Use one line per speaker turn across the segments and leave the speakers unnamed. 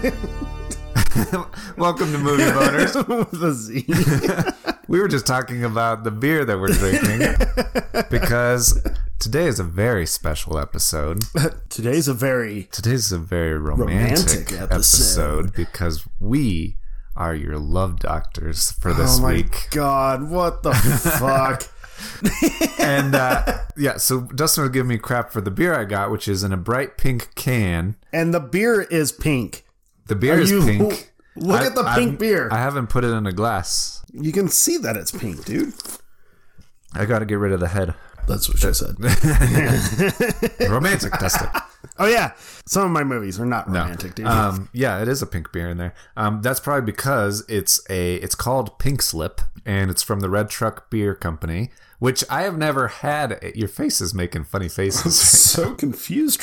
Welcome to Movie Boners.
With a Z.
We were just talking about the beer that we're drinking because today is a very special episode.
Today's a very
Today's a very romantic,
Romantic
episode.
episode.
because we are your love doctors for this
oh my
week.
god, what the fuck?
And uh, yeah, so Dustin was giving me crap for the beer I got, which is in a bright pink can.
And the beer is pink.
The beer
Are
is
you-
pink.
Look at the pink beer.
I haven't put it in a glass.
You can see that it's pink, dude.
I got to get rid of the head.
That's what she said.
Romantic, Dustin.
oh yeah, some of my movies are not romantic, dude.
Um, yeah, it is a pink beer in there. Um, that's probably because it's a it's called Pink Slip, and it's from the Red Truck Beer Company, which I have never had. Your face is making funny faces.
so confused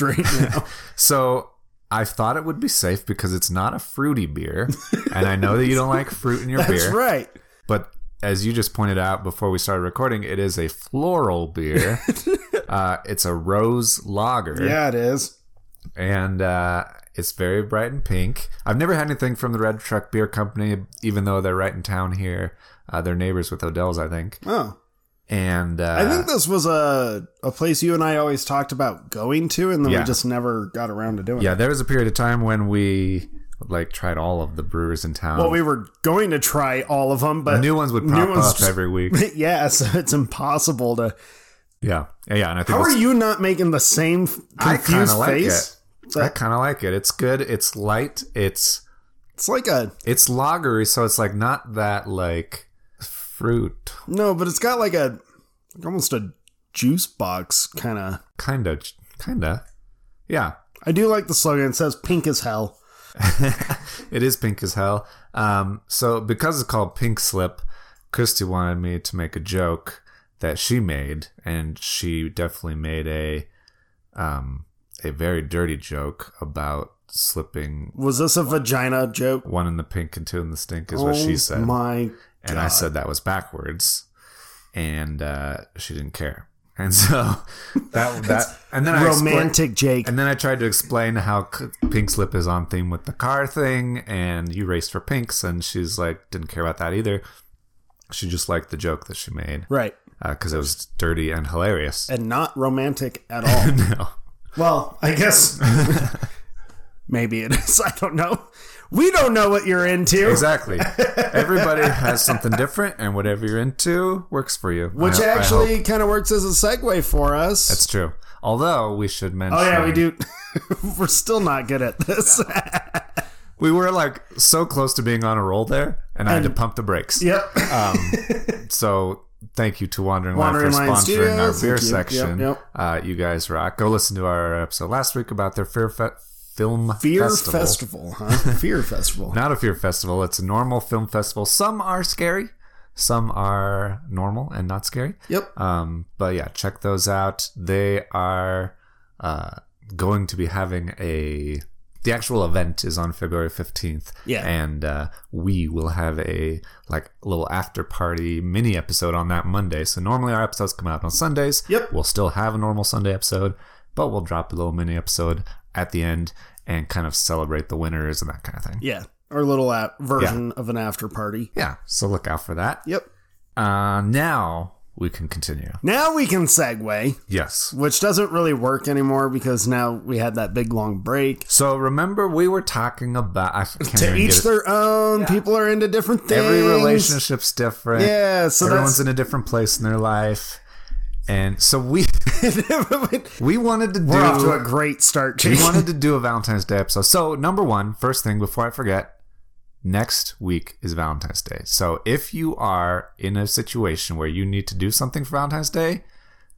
right now.
so I thought it would be safe because it's not a fruity beer, and I know that you don't like fruit in your
That's
beer,
right.
but. As you just pointed out before we started recording, it is a floral beer. uh, it's a rose lager.
Yeah, it is.
and uh, it's very bright and pink. I've never had anything from the Red Truck Beer Company, even though they're right in town here. Uh, they're neighbors with Odell's, I think.
Oh,
And uh,
I think this was a a place you and I always talked about going to, and then
Yeah.
we just never got around to doing.
yeah,
it.
there was a period of time when we like tried all of the brewers in town.
Well, we were going to try all of them, but
new ones would
new
pop
ones
up
just-
every week.
yeah, so it's impossible to.
Yeah, yeah, yeah, and I think
How
it's-
are you not making the same f-
I kind
confused
of like
face?
it. I kind of like it. It's good. It's light. It's
It's like a
it's lagery, so it's like not that like fruit
no, but it's got like a like almost a juice box kind of.
kind of kind of yeah
I do like the slogan. It says "pink as hell."
it is pink as hell. Um, so because it's called Pink Slip, Christy wanted me to make a joke that she made, and she definitely made a um, a very dirty joke about slipping
Was this a vagina joke?
one in the pink and two in the stink, is what
Oh
she said.
My
and I said that was backwards, and uh, she didn't care. And so that that and then I explained-
romantic Jake.
and then I tried to explain how c- Pink Slip is on theme with the car thing, and you raced for pinks, and she's like, didn't care about that either. She just liked the joke that she made
Right.
because it was dirty and hilarious.
And not romantic at all.
No.
well, I guess maybe it is. I don't know. We don't know what you're into.
Exactly. Everybody has something different, and whatever you're into works for you.
Which
I- I hope.
actually kind of works as a segue for us.
it's true. Although we should mention,
oh, yeah, we do. We're still not good at this.
We were like so close to being on a roll there, and I had to pump the brakes.
yep.
Um, So thank you to Wandering, Lion
Wandering
for
Lion
sponsoring
Studios.
our
Thank
beer
you. Yep,
section.
yep.
Uh, you guys rock. Go listen to our episode last week about their Fear Fe- Film
Fear
Festival.
Festival, huh? Fear Festival.
Not a Fear Festival. It's a normal film festival. Some are scary. Some are normal and not scary.
Yep.
Um, but yeah, check those out. They are uh, going to be having a. The actual event is on February fifteenth.
Yeah.
and uh, we will have a like little after party mini episode on that Monday. So normally our episodes come out on Sundays.
Yep.
we'll still have a normal Sunday episode, but we'll drop a little mini episode at the end and kind of celebrate the winners and that kind of thing.
Yeah. Our little app version of an after party.
Yeah, so look out for that.
Yep.
Uh, now we can continue.
Now we can segue,
Yes.
which doesn't really work anymore because now we had that big long break.
So remember, we were talking about I can't
To
even
each
get it.
their own. People are into different things.
every relationship's different.
Yeah, so
everyone's in
that's-
a different place in their life, and so we we wanted to do
We're off to a great start,
we
Jake.
wanted to do a Valentine's Day episode. So number one, first thing before I forget, next week is Valentine's Day. So if you are in a situation where you need to do something for Valentine's Day,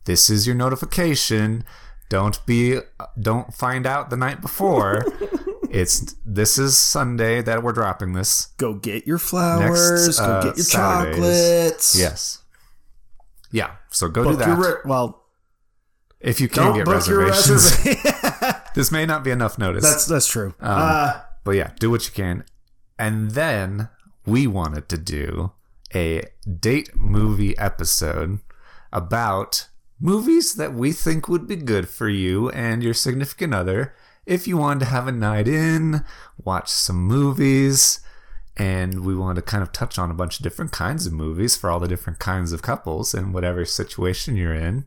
this is your notification. Don't be don't find out the night before. it's this is Sunday that we're dropping this.
Go get your flowers.
uh,
go get your
Saturdays.
chocolates.
Yes. Yeah. So go
Book
do
your
that.
re- well,
if you can
don't
get
book your
reservations.
reservation.
this may not be enough notice. Um,
that's that's true. uh,
But yeah, do what you can. And then we wanted to do a date movie episode about movies that we think would be good for you and your significant other if you wanted to have a night in, watch some movies, and we wanted to kind of touch on a bunch of different kinds of movies for all the different kinds of couples and whatever situation you're in.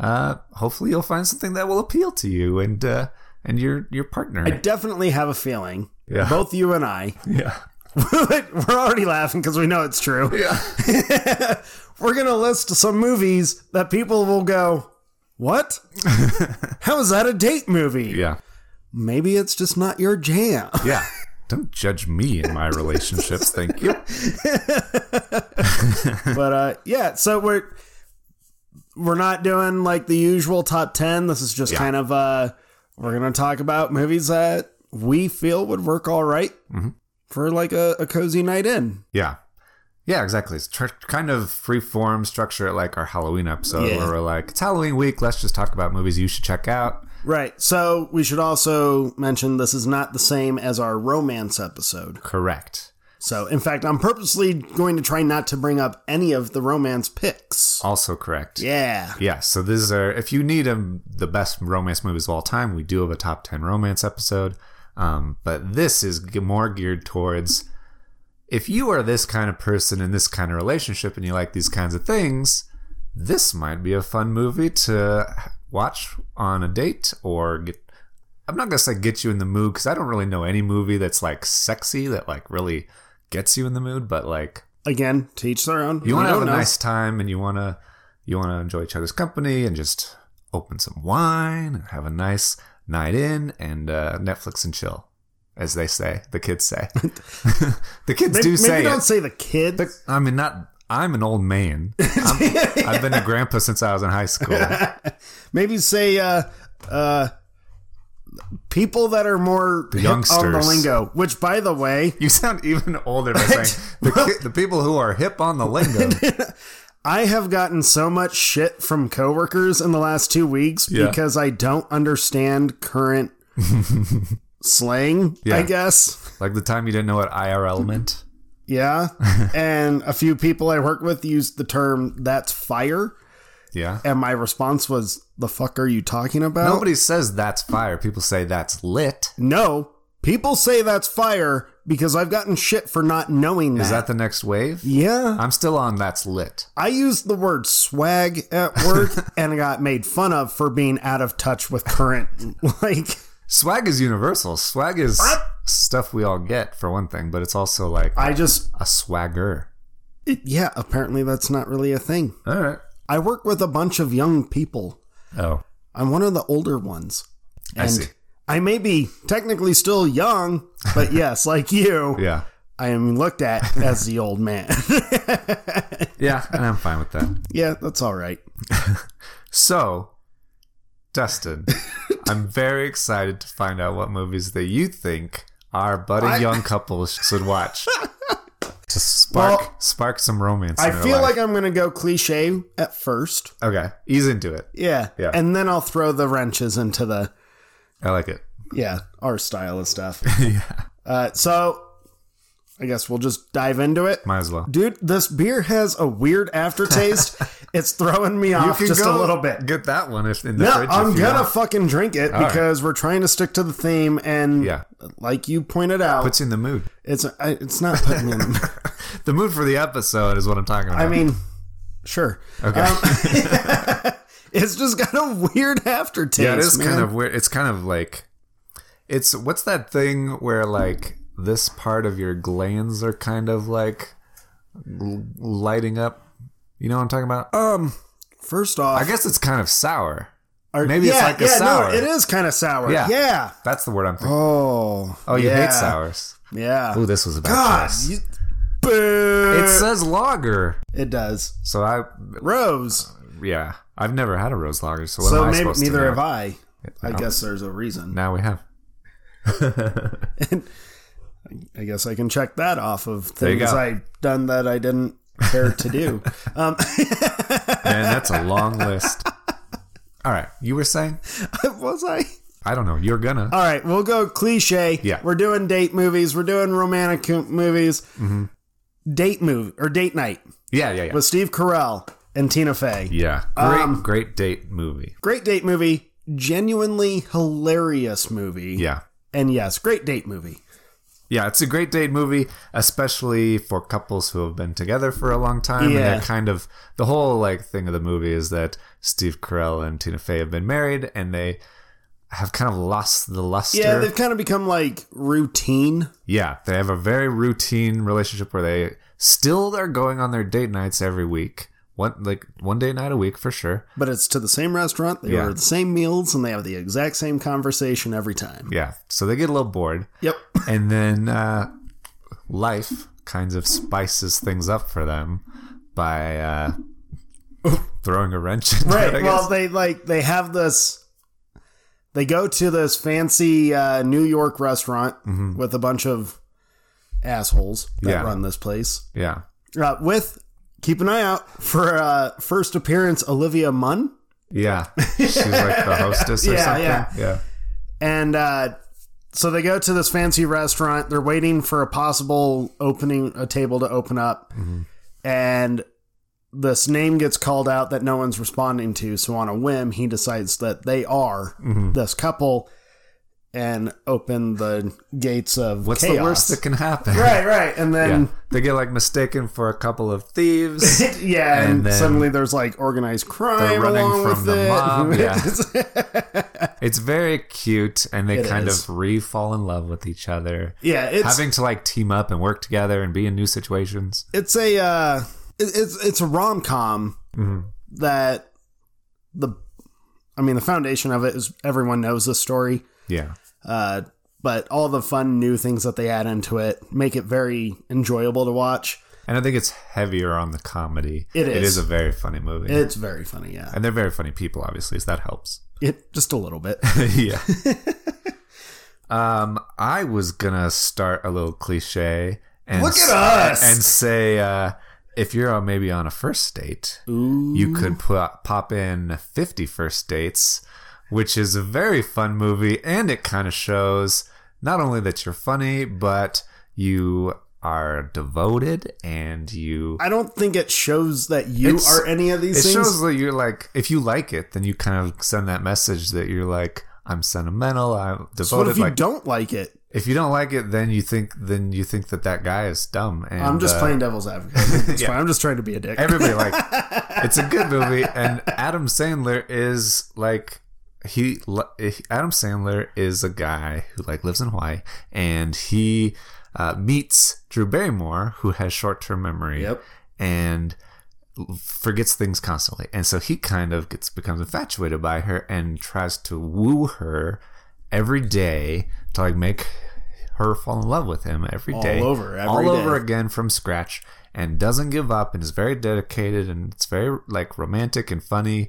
Uh, hopefully, you'll find something that will appeal to you and uh, and your your partner.
I definitely have a feeling,
Yeah.
both you and I,
yeah,
we're already laughing because we know it's true.
yeah.
We're going to list some movies that people will go, What? How is that a date movie?
Yeah.
Maybe it's just not your jam.
Yeah. Don't judge me in my relationships. Thank you.
but uh, yeah, so we're we're not doing like the usual top ten. This is just kind of uh, we're gonna talk about movies that we feel would work all right
Mm-hmm.
for like a, a cozy night in.
Yeah. Yeah, exactly. It's tr- kind of free form structure like our Halloween episode
Yeah.
where we're like, it's Halloween week. Let's just talk about movies you should check out.
Right. So we should also mention this is not the same as our romance episode.
Correct.
So in fact, I'm purposely going to try not to bring up any of the romance picks.
Also correct.
Yeah.
Yeah, so these are if you need um, the best romance movies of all time, we do have a top ten romance episode. Um, but this is g- more geared towards if you are this kind of person in this kind of relationship and you like these kinds of things, this might be a fun movie to watch on a date or get. I'm not gonna say get you in the mood because I don't really know any movie that's like sexy that like really gets you in the mood, but like
Again, to each their own.
you want
I
to have
don't
a
know.
nice time and you want to you want to enjoy each other's company and just open some wine and have a nice night in and uh, netflix and chill as they say the kids say the kids
Maybe,
do say
maybe don't
it.
say the kid.
The- i mean not i'm an old man I'm, i've been a grandpa since i was in high school
Maybe say uh, uh, people that are more hip on the
youngsters.
lingo. Which, by the way,
you sound even older by saying the, ki- the people who are hip on the lingo
I have gotten so much shit from coworkers in the last two weeks
Yeah.
because I don't understand current slang.
Yeah.
I guess,
like the time you didn't know what irl meant
yeah. and a few people I work with used the term "that's fire,"
yeah
and my response was, "The fuck are you talking about?"
nobody says that's fire people say that's lit
No, people say that's fire because I've gotten shit for not knowing
is that the next wave
yeah.
I'm still on that's lit.
I used the word swag at work and got made fun of for being out of touch with current. Like,
Swag is universal. Swag is stuff we all get for one thing, but it's also like
I just,
a swagger.
it- yeah, apparently that's not really a thing.
All right.
I work with a bunch of young people.
Oh,
I'm one of the older ones.
I see.
I may be technically still young, but yes, like you,
yeah.
I am looked at as the old man.
Yeah, and I'm fine with that.
yeah, that's all right.
So, Dustin, I'm very excited to find out what movies that you think our budding
I-
young couples should watch to spark
Well,
spark some romance.
I
in their
feel
life.
like I'm going to go cliche at first.
okay, ease into it.
Yeah.
Yeah.
And then I'll throw the wrenches into the
I like it.
yeah, our style of stuff.
yeah,
Uh, so I guess we'll just dive into it.
might as well.
Dude, this beer has a weird aftertaste. it's throwing me off just a little bit.
Get that one if in the
No,
fridge. if
I'm
you
gonna
want.
fucking drink it because we're trying to stick to the theme and
Yeah.
like you pointed out,
Puts you in the mood.
it's I, it's not putting me in the
The mood for the episode is what I'm talking about.
I mean, sure. Um,
Okay.
It's just got a weird aftertaste.
yeah, it is
man.
kind of weird. It's kind of like, it's what's that thing where like this part of your glands are kind of like l- lighting up. You know what I'm talking about?
Oh. First off,
I guess it's kind of sour.
Or-
Maybe it's like a
yeah,
sour.
No, it is kind of sour.
Yeah.
Yeah.
That's the word I'm thinking.
Oh.
Oh, you
yeah.
hate sours.
Yeah.
Oh, this was a bad
God.
choice.
You, boo.
It says lager,
it does.
so I
Rose.
yeah. I've never had a rose lager, so what
so
am I
maybe
supposed to
neither
know?
have I. I guess there's a reason.
Now we have.
I guess I can check that off of
you
things
go.
I've done that I didn't care to do. um,
Man, that's a long list. All right, you were saying?
was I?
I don't know. You're gonna.
All right, we'll go cliche.
Yeah.
We're doing date movies. We're doing romantic co- movies.
Mm-hmm.
Date movie or date night
yeah, yeah, yeah.
with Steve Carell and Tina Fey.
yeah. Great,
Um,
great date movie.
Great date movie. Genuinely hilarious movie.
Yeah.
And yes, great date movie.
Yeah, it's a great date movie, especially for couples who have been together for a long time. And
Yeah.
that kind of the whole like thing of the movie is that Steve Carell and Tina Fey have been married and they have kind of lost the luster.
Yeah, they've kind of become like routine.
Yeah, they have a very routine relationship where they still are going on their date nights every week. One like one date night a week for sure.
But it's to the same restaurant, they
Yeah.
order the same meals, and they have the exact same conversation every time.
Yeah, so they get a little bored,
Yep.
and then uh, life kinds of spices things up for them by uh, throwing a wrench. Into
Right.
It, I
well,
guess.
they like they have this. They go to this fancy uh, New York restaurant with a bunch of assholes that
Mm-hmm. Yeah.
run this place.
yeah,
Uh, with keep an eye out for uh, first appearance Olivia Munn
yeah. She's like the hostess or
Yeah,
something.
yeah.
yeah.
and. Uh, so they go to this fancy restaurant. They're waiting for a possible opening, a table to open up,
Mm-hmm.
and this name gets called out that no one's responding to. So on a whim, he decides that they are
Mm-hmm.
this couple, and open the gates of
What's
chaos.
the worst that can happen?
right, right, and
Yeah.
then
They get like mistaken for a couple of thieves.
yeah, and,
And then
suddenly there's like organized crime
running
along
from
with
the
it.
mob, It's very cute, and they
It
kind
is.
of re fall in love with each other.
yeah, it's
Having to like team up and work together and be in new situations.
it's a uh, it- it's it's a rom com
Mm-hmm.
that the I mean the foundation of it is everyone knows this story,
Yeah.
uh, but all the fun new things that they add into it make it very enjoyable to watch.
And I think it's heavier on the comedy.
It
It
is.
is a very funny movie.
It's very funny, yeah.
and they're very funny people, obviously, so that helps.
It just a little bit.
yeah. um, I was gonna start a little cliche and
Look at
s-
us!
and say uh, if you're on, maybe on a first date,
Ooh.
you could pu- pop in 50 First Dates, which is a very fun movie, and it kind of shows not only that you're funny, but you are devoted and you.
I don't think it shows that you
It's-
are any of these
It
things.
shows that you're like, if you like it, then you kind of send that message that you're like, I'm sentimental, I'm devoted.
so what if you
like,
don't like it?
if you don't like it, then you think then you think that that guy is dumb. And
I'm just
uh,
playing devil's advocate. It's
yeah.
fine. I'm just trying to be a dick.
Everybody like it's a good movie, and Adam Sandler is like he lo- Adam Sandler is a guy who like lives in Hawaii, and he uh, meets Drew Barrymore, who has short term memory,
Yep.
and forgets things constantly, and so he kind of gets becomes infatuated by her and tries to woo her every day to like make her fall in love with him every
All
day
over, every
all
day.
over again from scratch and doesn't give up and is very dedicated and it's very like romantic and funny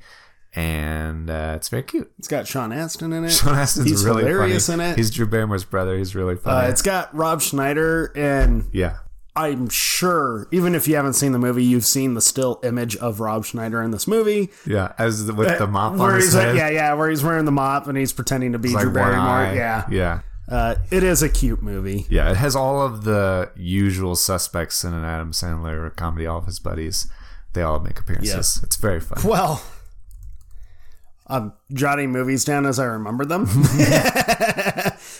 and uh, it's very cute.
It's got Sean Astin in it.
Sean Astin's
He's
really
hilarious
funny.
in it.
He's Drew Barrymore's brother. He's really
Uh,
funny.
it's got Rob Schneider, and
yeah,
I'm sure, even if you haven't seen the movie, you've seen the still image of Rob Schneider in this movie.
yeah. As the, with the mop
where
on his
he's like,
head,
yeah, yeah, where he's wearing the mop and he's pretending to be
like
Drew
one
Barrymore.
eye.
Yeah.
yeah,
Uh, it is a cute movie.
yeah. It has all of the usual suspects in an Adam Sandler comedy. All of his buddies, they all make appearances.
Yes.
It's very fun.
Well, I'm Um, jotting movies down as I remember them.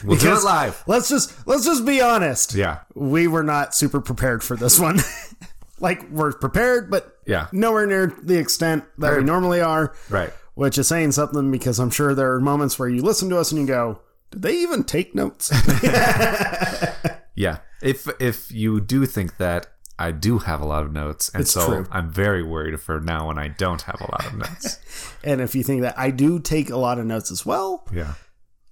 We'll do it
Because-
live.
let's just let's just be honest.
Yeah,
We were not super prepared for this one. like we're prepared, but
yeah.
nowhere near the extent that we
Right.
normally are.
Right.
which is saying something because I'm sure there are moments where you listen to us and you go, did they even take notes?
Yeah. If if you do think that, I do have a lot of notes, and so
true.
I'm very worried for now when I don't have a lot of notes.
and if you think that I do take a lot of notes as well,
yeah.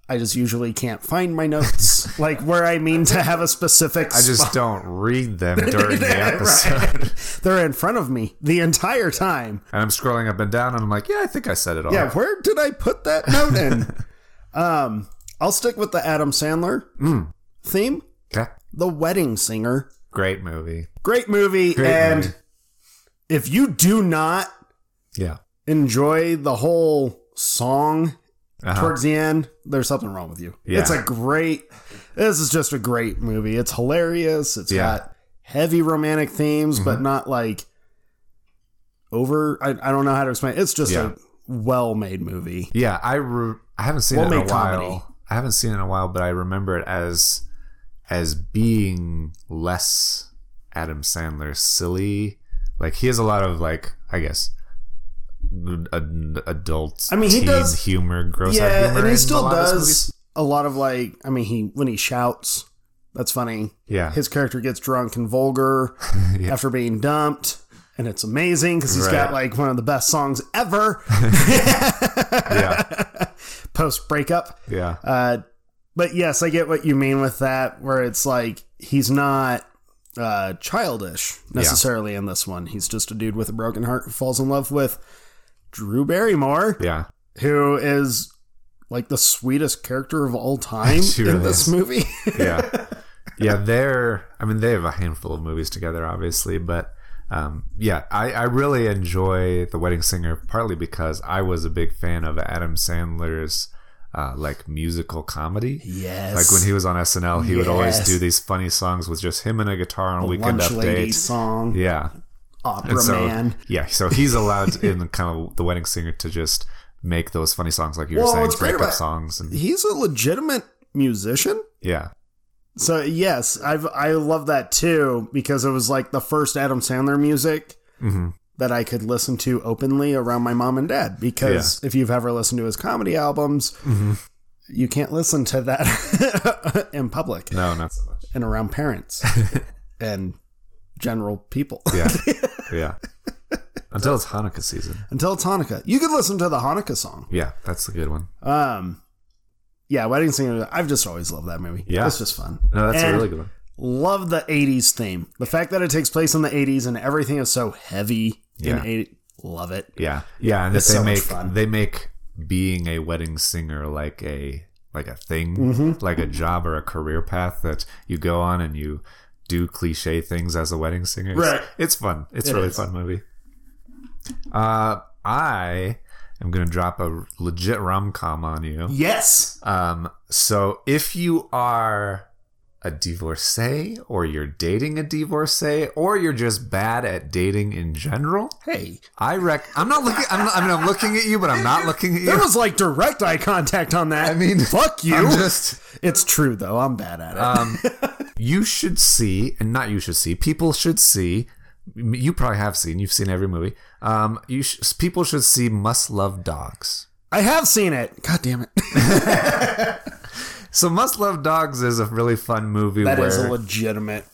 I just usually can't find my notes, like where I mean to have a specific.
I just don't read them during the episode,
They're in front of me the entire time.
and I'm scrolling up and down, and I'm like, yeah, I think I said it all.
Yeah, where did I put that note in? um, I'll stick with the Adam Sandler
Hmm.
theme,
Okay.
The Wedding Singer.
Great movie.
Great movie. and
movie.
if you do not
Yeah.
enjoy the whole song Towards the end, there's something wrong with you.
Uh-huh. Yeah.
It's a great. This is just a great movie. It's hilarious. It's
Yeah. Mm-hmm.
got heavy romantic themes, but not like over. I, I don't know how to explain. it. It's just
Yeah.
a well-made movie.
Yeah, I re- I haven't seen it in a
Well-made
while.
comedy.
I haven't seen it in a while, but I remember it as as being less Adam Sandler silly. Like he has a lot of like I guess good ad- adult.
I mean, he
teen
does-
humor, gross out
yeah,
humor
and
in
he
a
still
lot of his
does
movies.
a lot of like. I mean, he when he shouts, that's funny.
Yeah,
His character gets drunk and vulgar
Yeah.
after being dumped. And it's amazing because he's got
Right.
like one of the best songs ever
yeah,
post breakup.
yeah,
Uh, but yes, I get what you mean with that, where it's like he's not uh, childish necessarily in this one. He's just a dude with a broken heart who falls in love with Drew Barrymore,
yeah.
who is like the sweetest character of all time
She
in
really
this
is.
movie.
yeah yeah they're i mean they have a handful of movies together obviously but um, yeah I, I really enjoy the wedding singer partly because i was a big fan of adam sandler's uh, like musical comedy
yes.
like when he was on snl he would always
Yes.
do these funny songs with just him and a guitar on weekend
Lunch Lady
updates
song,
yeah
Opera
so
Man.
yeah so he's allowed in kind of the wedding singer to just make those funny songs like you were
Well,
saying
what's great
breakup
about-
songs and
He's a legitimate musician.
yeah
So yes, I've I love that too because it was like the first Adam Sandler music
hmm
that I could listen to openly around my mom and dad. Because if you've ever listened to his comedy albums, you can't listen to that in public
no not so much
and around parents and general people.
Yeah. Yeah. Until it's Hanukkah season.
Until it's Hanukkah, you could listen to the Hanukkah song.
Yeah, that's the good one.
Um, yeah, Wedding Singer. I've just always loved that movie.
Yeah.
it's just fun.
No, that's
And-
a really good one.
love the 80s theme. The fact that it takes place in the 80s and everything is so heavy in
Yeah.
80 love it.
Yeah. Yeah, and that
It's
they
so much
make
fun.
they make being a wedding singer like a like a thing,
Mhm.
like a job or a career path that you go on and you do cliche things as a wedding singer. It's,
Right.
it's fun. It's
It
a really
is.
fun movie. Uh I am gonna drop a legit rom com on you.
Yes.
Um, so if you are a divorcee or you're dating a divorcee or you're just bad at dating in general,
Hey,
I rec I'm not looking I'm not, I mean I'm looking at you but I'm not looking at
there
you.
was like direct eye contact on that.
I mean,
fuck you.
I'm just
it's true though. I'm bad at it.
um you should see and not you should see people should see you probably have seen you've seen every movie. Um you sh- people should see Must Love Dogs.
I have seen it. God damn it.
So Must Love Dogs is a really fun movie
That
where
is a legitimate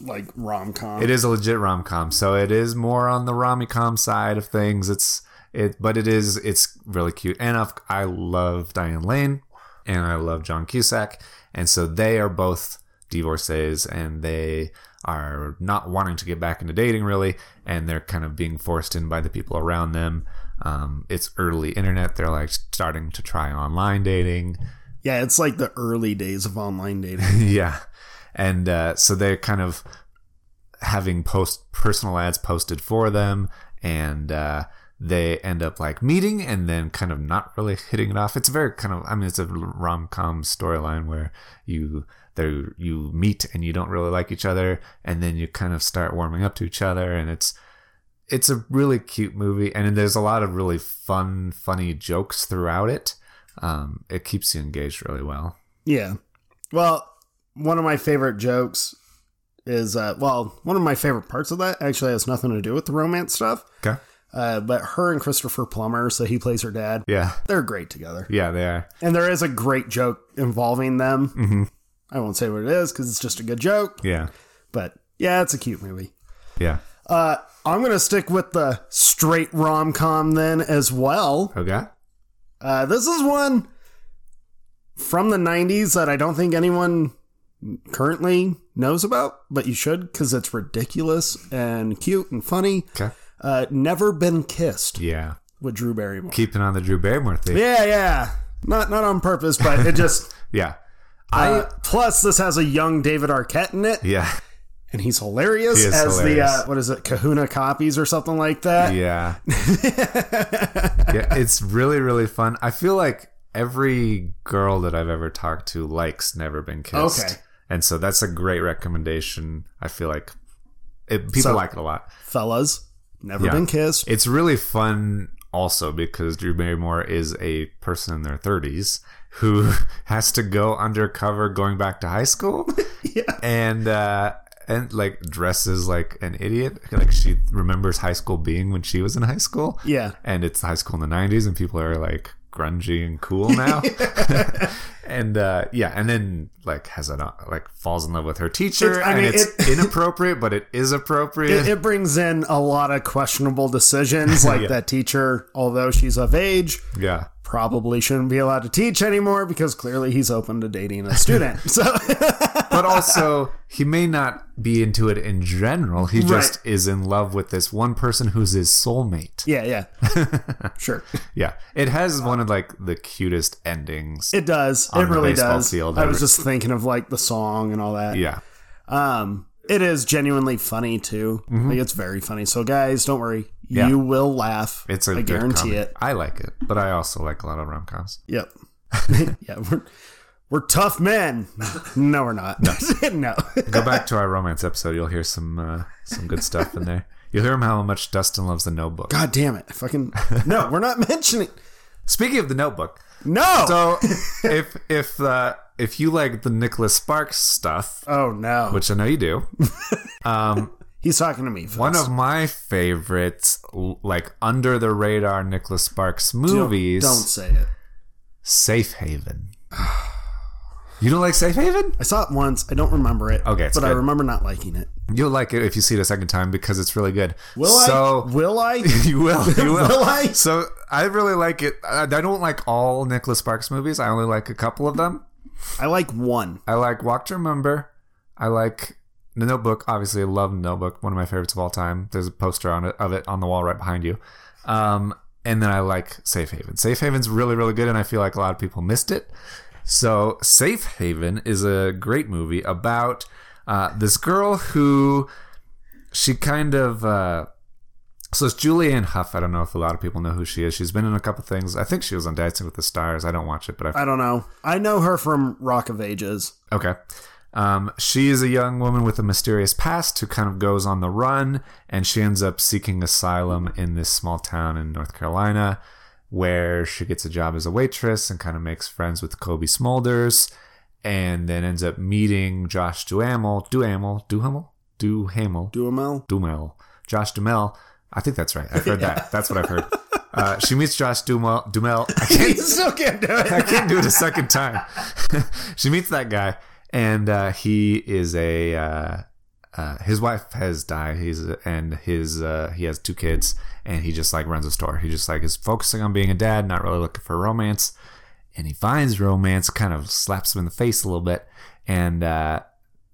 like rom-com.
It is a legit rom com, so it is more on the rom com side of things. It's it, but it is it's really cute. And of, I love Diane Lane, and I love John Cusack, and so they are both divorcees, and they are not wanting to get back into dating really, and they're kind of being forced in by the people around them. Um, it's early internet; they're like starting to try online dating.
Yeah, it's like the early days of online dating.
yeah and uh, so they're kind of having post personal ads posted for them and uh, they end up like meeting and then kind of not really hitting it off it's very kind of i mean it's a rom-com storyline where you there you meet and you don't really like each other and then you kind of start warming up to each other and it's it's a really cute movie and there's a lot of really fun funny jokes throughout it um, it keeps you engaged really well
Yeah. Well, one of my favorite jokes is uh well, one of my favorite parts of that actually has nothing to do with the romance stuff.
okay
Uh, but her and Christopher Plummer, so he plays her dad.
yeah
They're great together.
Yeah, they are.
And there is a great joke involving them.
Mm-hmm.
I won't say what it is because it's just a good joke,
Yeah,
but yeah, it's a cute movie.
yeah.
Uh, I'm going to stick with the straight rom com then as well.
Okay.
Uh, this is one from the 90s that I don't think anyone currently knows about, but you should because it's ridiculous and cute and funny.
Okay.
Uh, Never Been Kissed
Yeah.
with Drew Barrymore.
Keeping on the Drew Barrymore thing. Yeah.
Yeah, yeah. Not not on purpose, but it just.
I.
uh, plus, this has a young David Arquette in it,
Yeah.
and he's hilarious
He is
as
hilarious.
the uh, what is it, Kahuna copies or something like that.
Yeah. yeah. It's really really fun. I feel like every girl that I've ever talked to likes Never Been Kissed.
Okay.
And so that's a great recommendation. I feel like it, people
So-
like it a lot.
Fellas, never
Yeah.
been kissed.
It's really fun also because Drew Barrymore is a person in their 30s who has to go undercover going back to high school
yeah.
and uh and like dresses like an idiot like she remembers high school being when she was in high school
Yeah.
and it's high school in the 90s and people are like grungy and cool now and uh yeah and then like has an like falls in love with her teacher
It's- I mean,
and it's
it-
inappropriate but it is appropriate
It, it brings in a lot of questionable decisions, like
Yeah.
that teacher, although she's of age,
yeah
probably shouldn't be allowed to teach anymore because clearly he's open to dating a student. so,
but also he may not be into it in general he just is in love with this one person who's his soulmate
yeah, yeah. sure.
yeah it has one of like the cutest endings
It does.
On
it
the
really
baseball
does.
field,
I
I
was
re-
just thinking of like the song and all that.
yeah
Um, it is genuinely funny too. Like it's very funny. So guys, don't worry.
Mm-hmm. Yeah.
You will laugh.
it's a
I
good
guarantee
comedy.
it.
i like it but i also like a lot of rom-coms
Yep. yeah, we're we're tough men. No, we're not. no.
go back to our romance episode. You'll hear some uh, some good stuff in there. You'll hear him how much Dustin loves the Notebook.
God damn it. Fucking No, we're not mentioning
Speaking of the Notebook,
No.
so if if uh, if you like the Nicholas Sparks stuff,
oh no.
which I know you do,
He's talking to me. folks.
one of my favorite like under the radar Nicholas Sparks
Don't-
movies,
Don't say it.
Safe Haven. You don't like Safe Haven?
I saw it once. I don't remember it.
Okay, it's
but I
good.
remember not liking it.
You'll like it if you see it a second time because it's really good.
Will
so,
I? Will I?
you will. You will.
Will I?
So I really like it. I I don't like all Nicholas Sparks movies. I only like a couple of them.
I like one.
I like Walk to Remember. I like The Notebook. Obviously, I love The Notebook. One of my favorites of all time. There's a poster on it, of it on the wall right behind you. Um, and then I like Safe Haven. Safe Haven's really, really good, and I feel like a lot of people missed it. So, Safe Haven is a great movie about uh, this girl who she kind of. Uh, so it's Julianne Huff. I don't know if a lot of people know who she is. She's been in a couple things. I think she was on Dancing with the Stars. I don't watch it, but I
I don't know. I know her from Rock of Ages.
Okay. Um, she is a young woman with a mysterious past who kind of goes on the run, and she ends up seeking asylum in this small town in North Carolina, where she gets a job as a waitress and kind of makes friends with Kobe Smulders, and then ends up meeting Josh Duhamel. Duhamel? Duhamel? Duhamel?
Duhamel.
Dumel. Josh Dumel. I think that's right. I've heard that. That's what I've heard. Uh, she meets Josh Dumel. Dumel. I can't
still can't do
I
it.
can't do it a second time. she meets that guy, and uh, he is a uh, uh, his wife has died. He's and his uh, he has two kids, and he just like runs a store. He just like is focusing on being a dad, not really looking for romance. And he finds romance, kind of slaps him in the face a little bit, and uh,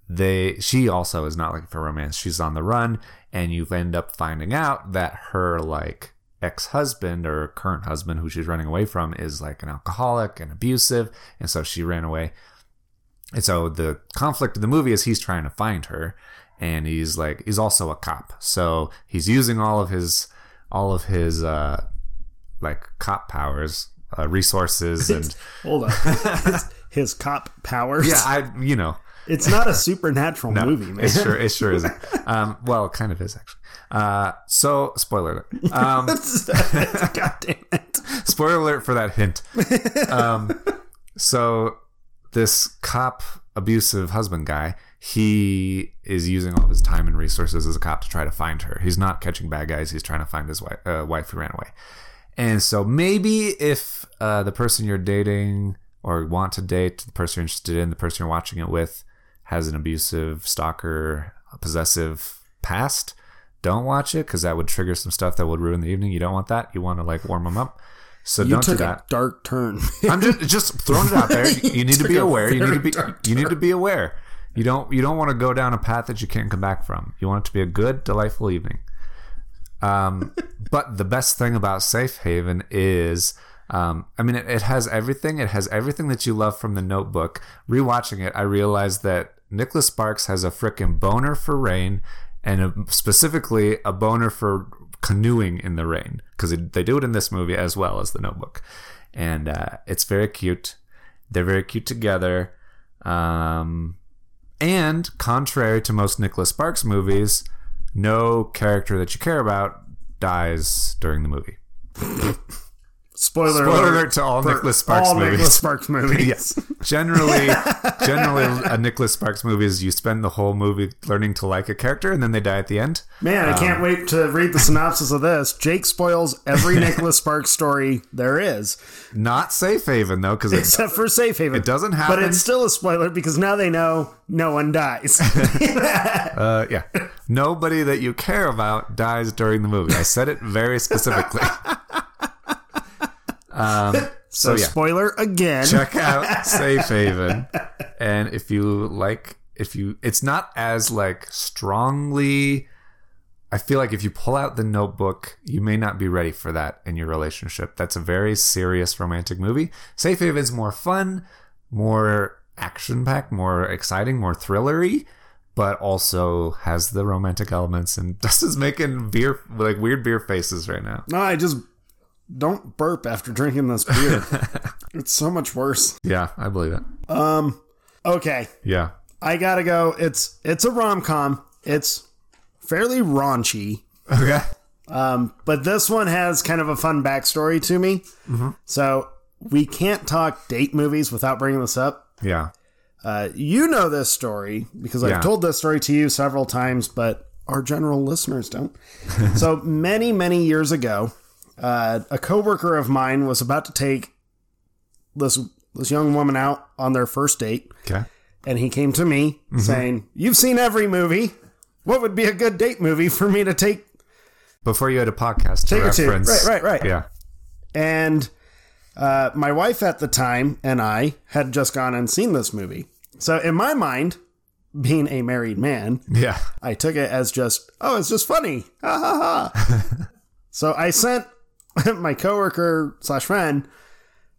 they she also is not looking for romance. She's on the run, and you end up finding out that her like ex husband or current husband who she's running away from is like an alcoholic and abusive, and so she ran away. And so the conflict of the movie is he's trying to find her, and he's like he's also a cop, so he's using all of his all of his uh, like cop powers, uh, resources, and
Hold on. His, his cop powers.
yeah, I you know
It's not a supernatural movie, man.
It sure, it sure isn't. Um, well, it kind of is actually. Uh, so, spoiler alert. Um,
God damn it.
spoiler alert for that hint. Um, so, this cop abusive husband guy, he is using all of his time and resources as a cop to try to find her. He's not catching bad guys. He's trying to find his wife, uh, wife who ran away. And so maybe if uh, the person you're dating or want to date, the person you're interested in, the person you're watching it with, has an abusive, stalker, possessive past, don't watch it because that would trigger some stuff that would ruin the evening. You don't want that. You want to like warm them up. So
You
don't do
took
that.
a dark turn.
I'm just just throwing it out there. You need to
Took
be
a
aware. You need to
very
be
dark
you need to be aware. You don't you don't want to go down a path that you can't come back from. You want it to be a good, delightful evening. Um, but the best thing about Safe Haven is, um, I mean, it, it has everything. It has everything that you love from The Notebook. Rewatching it, I realized that Nicholas Sparks has a frickin' boner for rain, and a, specifically a boner for canoeing in the rain because they do it in this movie as well as the Notebook, and uh, it's very cute. They're very cute together. Um, and contrary to most Nicholas Sparks movies, no character that you care about dies during the movie.
Spoiler,
Spoiler alert to all
for
Nicholas Sparks
all
movies.
Nicholas Sparks movies.
Yes. Generally, generally, a Nicholas Sparks movie is you spend the whole movie learning to like a character, and then they die at the end.
Man, I
Um,
can't wait to read the synopsis of this. Jake spoils every Nicholas Sparks story there is,
Not safe haven though, because it,
except for Safe Haven.
it doesn't happen.
But it's still a spoiler because now they know no one dies.
uh, yeah, nobody that you care about dies during the movie. I said it very specifically.
so,
yeah.
spoiler again.
check out safe haven and if you like if you it's not as like strongly i feel like if you pull out the notebook you may not be ready for that in your relationship that's a very serious romantic movie safe haven's more fun more action packed more exciting more thrillery but also has the romantic elements and dustin's making beer like weird beer faces right now
No, I just don't burp after drinking this beer. it's so much worse.
yeah i believe it
Um, okay,
yeah
I gotta go. It's it's a rom com. It's fairly raunchy.
okay
Um, but this one has kind of a fun backstory to me. So we can't talk date movies without bringing this up.
yeah
Uh, you know this story because
Yeah.
I've told this story to you several times, but our general listeners don't. so many, many years ago, uh, a coworker of mine was about to take this this young woman out on their first date,
okay
and he came to me
Mm-hmm.
saying, "You've seen every movie. What would be a good date movie for me to take
Before you had a podcast
Take
to
it to-
reference.
right, right, right.
Yeah.
And uh, my wife at the time and I had just gone and seen this movie. So, in my mind, being a married man,
Yeah.
I took it as just, oh, it's just funny. Ha ha ha. so, I sent my coworker slash friend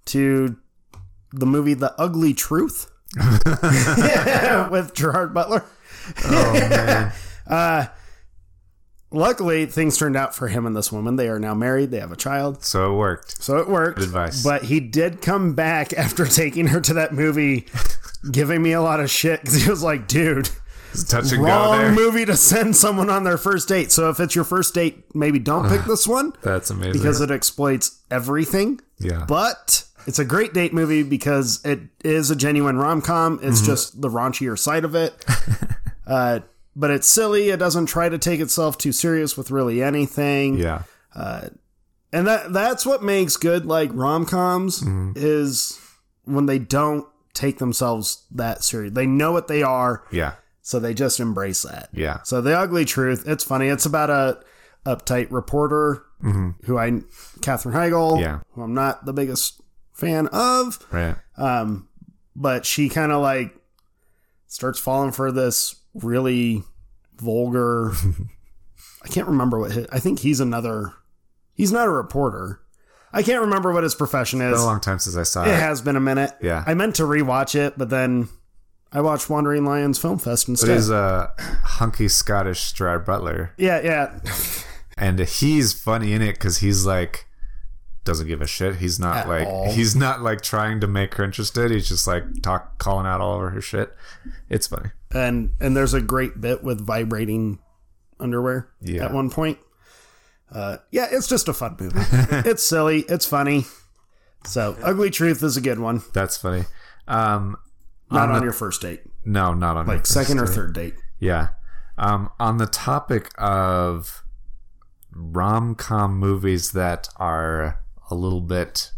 to the movie The Ugly Truth with Gerard Butler. Uh,
Oh man.
Luckily, things turned out for him and this woman. They are now married, they have a child.
So it worked.
So it worked.
Good advice.
But he did come back after taking her to that movie, giving me a lot of shit because he was like, dude,
It's touch and go there.
wrong movie to send someone on their first date. So if it's your first date, maybe don't pick this one
That's amazing.
because it exploits everything.
yeah.
But it's a great date movie because it is a genuine rom com.
Mm-hmm.
It's just the raunchier side of it. uh, but it's silly. It doesn't try to take itself too serious with really anything
yeah.
and that that's what makes good like rom-coms
Mm-hmm.
is when they don't take themselves that serious they know what they are
Yeah.
so they just embrace that
Yeah.
so the ugly truth it's funny it's about a uptight reporter who i katherine heigl
Mm-hmm. Yeah.
who i'm not the biggest fan of
Right.
um but she kind of like starts falling for this really vulgar i can't remember what his, i think he's another he's not a reporter i can't remember what his profession
Been
is
a long time since I saw
it
it.
has been a minute
Oh, Yeah.
i meant to rewatch it but then i watched wandering lions film fest
But
instead
he's a hunky Scottish Gerard Butler,
yeah yeah
and he's funny in it because he's like doesn't give a shit. He's not
At
like
all.
he's not like trying to make her interested. He's just like talk calling out all over her shit. It's funny.
and and there's a great bit with vibrating underwear
Yeah.
at one point. Uh, yeah, it's just a fun movie. it's silly, it's funny. So, Ugly Truth is a good one.
That's funny. Um,
Not on your first date,
no, not on
like second or third date.
Yeah. Um, on the topic of rom com movies that are a little bit,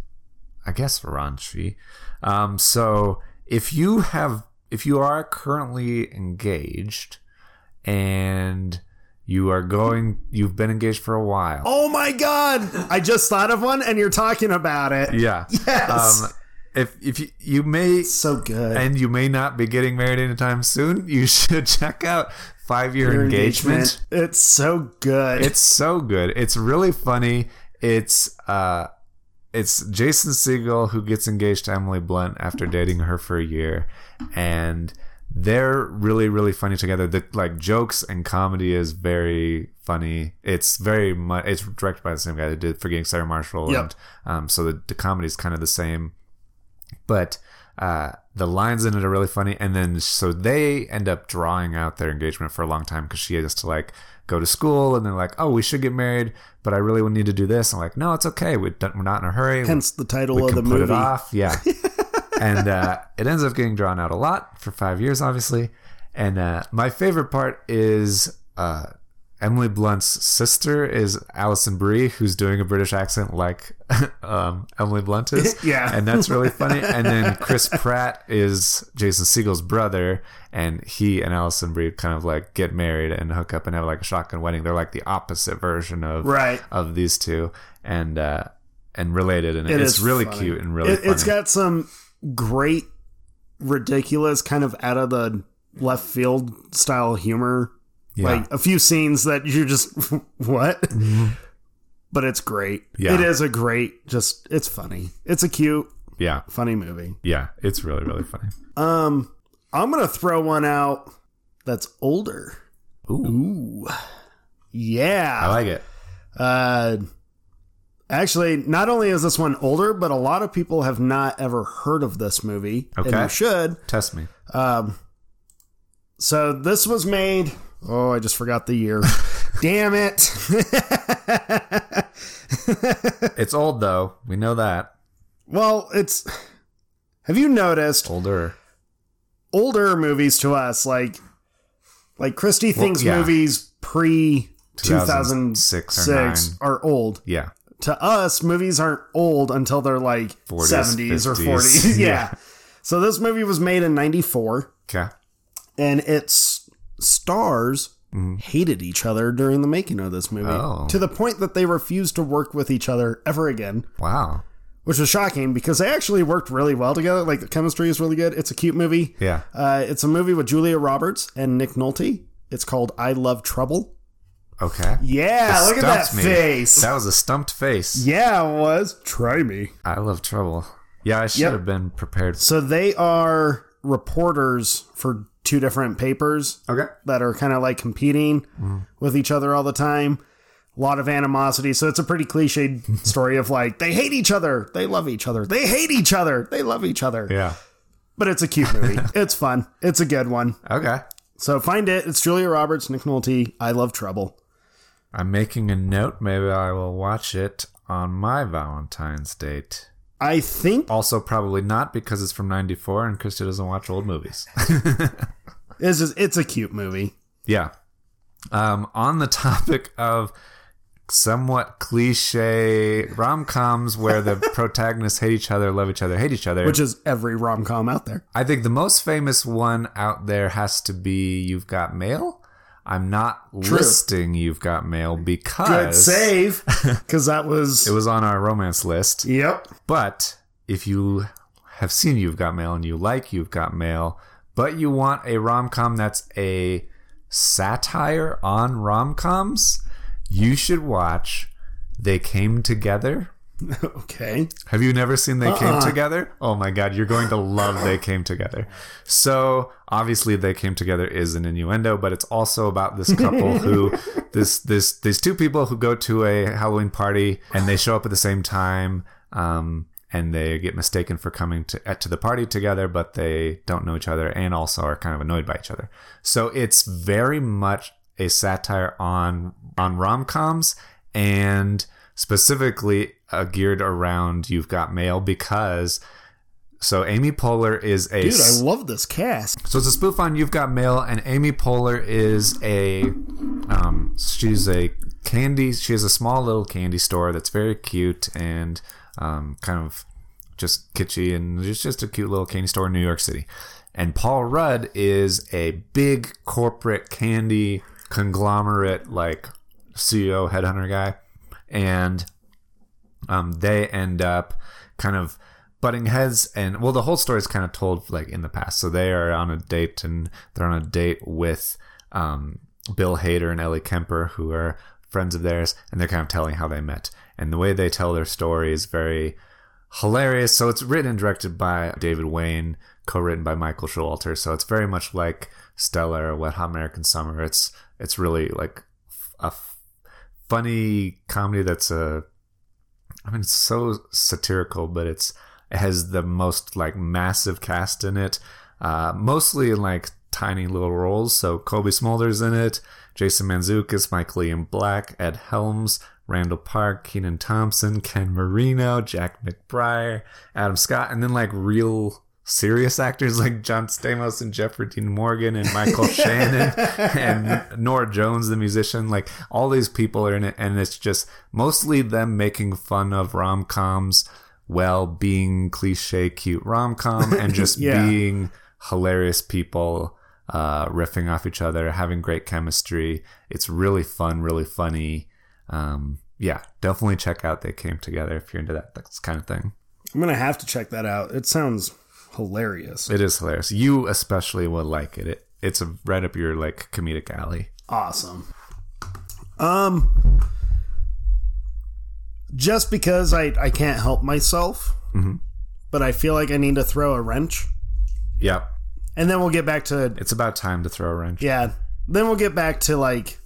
I guess, raunchy. Um, so if you have, if you are currently engaged and you are going, you've been engaged for a while.
Oh my god! I just thought of one, and you're talking about it.
Yeah.
Oh, Yes,
Um, if if you, you may
so good.
and you may not be getting married anytime soon, you should check out Five Year
Your
engagement.
It's so good.
It's so good. It's really funny. It's uh it's Jason Segel who gets engaged to Emily Blunt after dating her for a year and they're really really funny together the like jokes and comedy is very funny it's very much it's directed by the same guy that did forgetting sarah marshall
Yep.
and um, so the, the comedy is kind of the same but uh, the lines in it are really funny and then so they end up drawing out their engagement for a long time because she has to like go to school and they're like oh we should get married but i really would need to do this i'm like no it's okay we don't, we're not in a hurry
Hence the title
we
of the
can put it
movie.
off. Yeah. and uh, it ends up getting drawn out a lot for five years, obviously. And uh, my favorite part is uh, Emily Blunt's sister is Alison Brie, who's doing a British accent like um, Emily Blunt is.
Yeah.
And that's really funny. And then Chris Pratt is Jason Siegel's brother, and he and Alison Brie kind of like get married and hook up and have like a shotgun wedding. They're like the opposite version of
Right.
of these two and uh and related and
It
it's
is
really
funny.
cute and really
It,
funny.
it's got some great, ridiculous, kind of out of the left field style humor.
yeah. Mm-hmm.
Like a few scenes that you're just what? But it's great.
Yeah.
It is a great. Just it's funny. It's a cute,
yeah
funny movie.
yeah it's really really funny
Um, I'm gonna throw one out that's older.
ooh
Ooh,
i
yeah.
like it
Uh, actually, not only is this one older, but a lot of people have not ever heard of this movie. and
Okay.
you should.
test me
Um, so this was made. Oh, I just forgot the year. Damn it!
it's old though we know that
well, it's. Have you noticed
older
older movies to us like like Christie thinks
yeah.
movies pre
2006 or
2006 are old.
yeah
to us, movies aren't old until they're like
40s,
70s or
50s.
40s. yeah.
Yeah.
So this movie was made in 94
okay
and its stars hated each other during the making of this movie
Mm-hmm. Oh.
to the point that they refused to work with each other ever again,
wow
which was shocking because they actually worked really well together. Like the chemistry is really good. It's a cute movie.
yeah
Uh, it's a movie with Julia Roberts and Nick Nolte. It's called I Love Trouble.
okay
Yeah, look at that
Stumped me.
face.
that was a stumped face
yeah, it was. Try me.
i love trouble yeah i should
Yep.
have been prepared
So they are reporters for two different papers
okay
that are kind of like competing with each other all the time. A lot of animosity. So it's a pretty cliched story of like they hate each other, they love each other, they hate each other, they love each other.
yeah
But it's a cute movie. it's fun. It's a good one.
okay
So find it. It's Julia Roberts, Nick Nolte. I love trouble.
i'm making a note maybe i will watch it on my valentine's date
I think
Also, probably not because it's from '94 and Krista doesn't watch old movies.
It's just it's a cute movie.
yeah. Um, on the topic of somewhat cliche rom coms where the protagonists hate each other, love each other, hate each other,
Which is every rom com out there.
I think the most famous one out there has to be You've Got Mail. I'm not listing You've Got Mail
Good
because
save. Cause that was,
it was on our romance list.
Yep.
But if you have seen You've Got Mail and you like You've Got Mail, but you want a rom com that's a satire on rom coms, you should watch They Came Together.
Okay.
Have you never seen They Came Together? Oh my God, you're going to love They Came Together. So obviously, They Came Together is an innuendo, but it's also about this couple who, this this these two people who go to a Halloween party and they show up at the same time, um, and they get mistaken for coming to at- to the party together, but they don't know each other and also are kind of annoyed by each other. So it's very much a satire on on rom coms and specifically uh, geared around You've Got Mail because so Amy Poehler is a
Dude, I love this cast.
so it's a spoof on You've Got Mail and Amy Poehler is a um she's a candy she has a small little candy store that's very cute and um kind of just kitschy and it's just a cute little candy store in New York City. And Paul Rudd is a big corporate candy conglomerate like CEO headhunter guy and um, they end up kind of butting heads and well the whole story is kind of told like in the past so they are on a date and they're on a date with um, bill hader and ellie kemper who are friends of theirs and they're kind of telling how they met and the way they tell their story is very hilarious. So it's written and directed by David Wayne, co-written by Michael Showalter. So it's very much like Stellar, Wet Hot American Summer. It's it's really like f- a f- funny comedy that's a I mean it's so satirical, but it's it has the most like massive cast in it, uh, mostly in like tiny little roles. So Kobe Smulders in it, Jason Manzukis, Michael Ian Black, Ed Helms, Randall Park, Keenan Thompson, Ken Marino, Jack McBrayer, Adam Scott, and then like real serious actors like John Stamos and Jeffrey Dean Morgan and Michael Shannon and Nora Jones, the musician. Like all these people are in it, and it's just mostly them making fun of rom coms, well, being cliche, cute rom com, and just
Yeah.
being hilarious people. Uh, riffing off each other, having great chemistry. It's really fun, really funny. Um, yeah, definitely check out They Came Together if you're into that, that kind of thing.
I'm gonna have to check that out. It sounds hilarious.
It is hilarious. You especially would like it. it it's a, right up your like comedic alley.
Awesome. Um, just because I I can't help myself,
Mm-hmm.
but I feel like I need to throw a wrench,
Yep.
and then we'll get back to
It's about time to throw a wrench.
yeah. Then we'll get back to like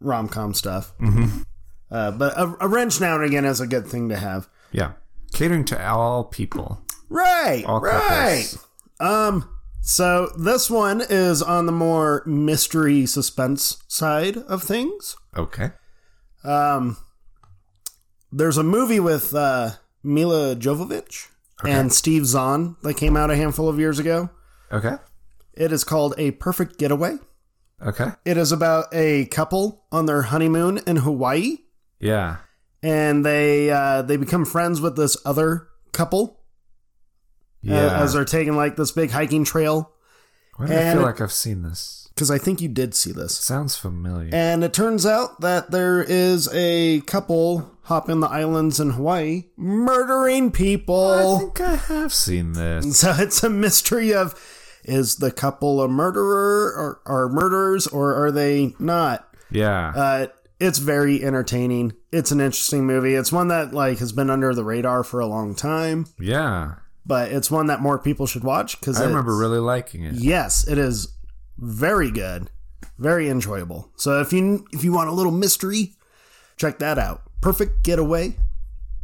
rom com stuff.
Mm-hmm.
Uh, but a, a wrench now and again is a good thing to have.
Yeah. Catering to all people.
Right.
All
right.
couples.
Um so this one is on the more mystery suspense side of things.
Okay.
Um there's a movie with uh Mila Jovovich and Steve Zahn that came out a handful of years ago.
Okay.
It is called A Perfect Getaway.
Okay.
It is about a couple on their honeymoon in Hawaii Uh,
Yeah.
and they uh they become friends with this other couple uh,
Yeah.
as they're taking like this big hiking trail
Why do I
and-
feel like I've seen this?
because I think you did see this.
Sounds familiar.
And it turns out that there is a couple hopping the islands in Hawaii murdering
I
people.
think I have seen this.
So it's a mystery of is the couple a murderer or are murderers or are they not?
Yeah.
Uh, it's very entertaining. It's an interesting movie. It's one that like has been under the radar for a long time,
yeah.
but it's one that more people should watch because
I remember really liking it.
Yes, it is very good, very enjoyable. So if you if you want a little mystery, check that out. Perfect getaway.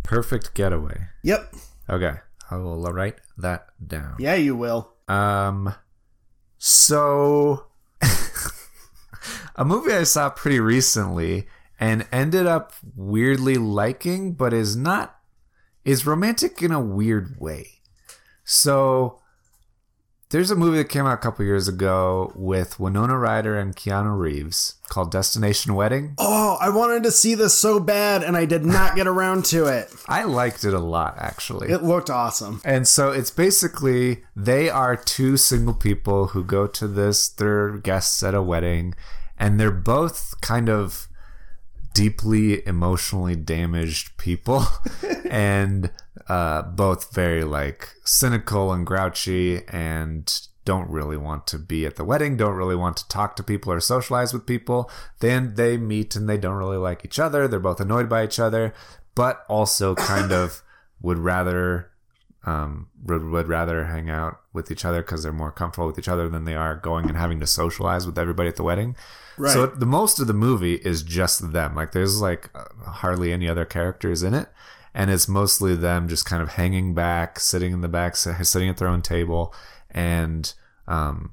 Perfect getaway.
Yep.
Okay. I will write that down.
Yeah, you will.
Um, so a movie I saw pretty recently and ended up weirdly liking, but is not is romantic in a weird way. So there's a movie that came out a couple years ago with Winona Ryder and Keanu Reeves called Destination Wedding.
Oh, I wanted to see this so bad, and I did not get around to it.
I liked it a lot, actually.
It looked awesome.
And so it's basically they are two single people who go to this, they're guests at a wedding, and they're both kind of deeply emotionally damaged people and uh, both very like cynical and grouchy and don't really want to be at the wedding don't really want to talk to people or socialize with people then they meet and they don't really like each other they're both annoyed by each other but also kind of would rather um, would, would rather hang out with each other because they're more comfortable with each other than they are going and having to socialize with everybody at the wedding.
Right.
So the most of the movie is just them. Like there's like uh, hardly any other characters in it, and it's mostly them just kind of hanging back, sitting in the back, si- sitting at their own table, and um,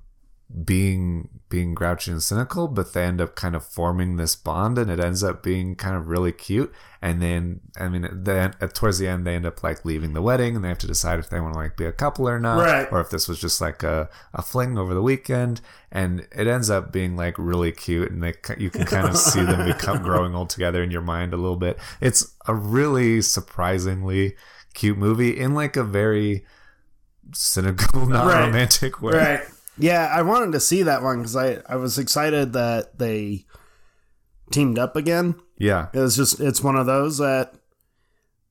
being being grouchy and cynical. But they end up kind of forming this bond, and it ends up being kind of really cute. And then I mean, then uh, towards the end, they end up like leaving the wedding, and they have to decide if they want to like be a couple or not,
Right.
or if this was just like a, a fling over the weekend and it ends up being like really cute and they ki- you can kind of see them become growing old together in your mind a little bit it's a really surprisingly cute movie in like a very cynical not
Right.
romantic way
Yeah, I wanted to see that one because I I was excited that they teamed up again.
yeah
It was just it's one of those that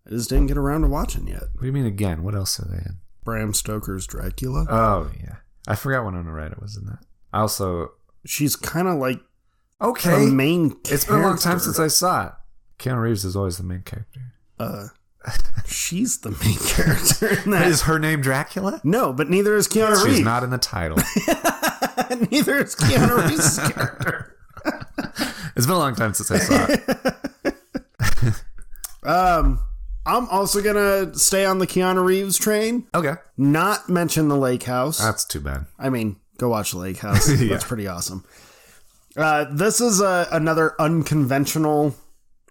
I just didn't get around to watching yet.
what do you mean again what else are they in
Bram Stoker's Dracula.
oh yeah i forgot winona ryder was in that i also
She's kind of like
okay
the main.
it's been a long time
character.
since i saw it keanu reeves is always the main character
Uh, She's the main character in that.
Is her name Dracula?
No, but neither is Keanu
She's
Reeves.
not in the title.
neither is Keanu Reeves' character.
It's been a long time since I saw it.
Um, I'm also gonna stay on the Keanu Reeves train.
Okay.
Not mention the Lake House.
That's too bad.
I mean, go watch Lake House.
Uh, Yeah.
That's pretty awesome. Uh, this is a, another unconventional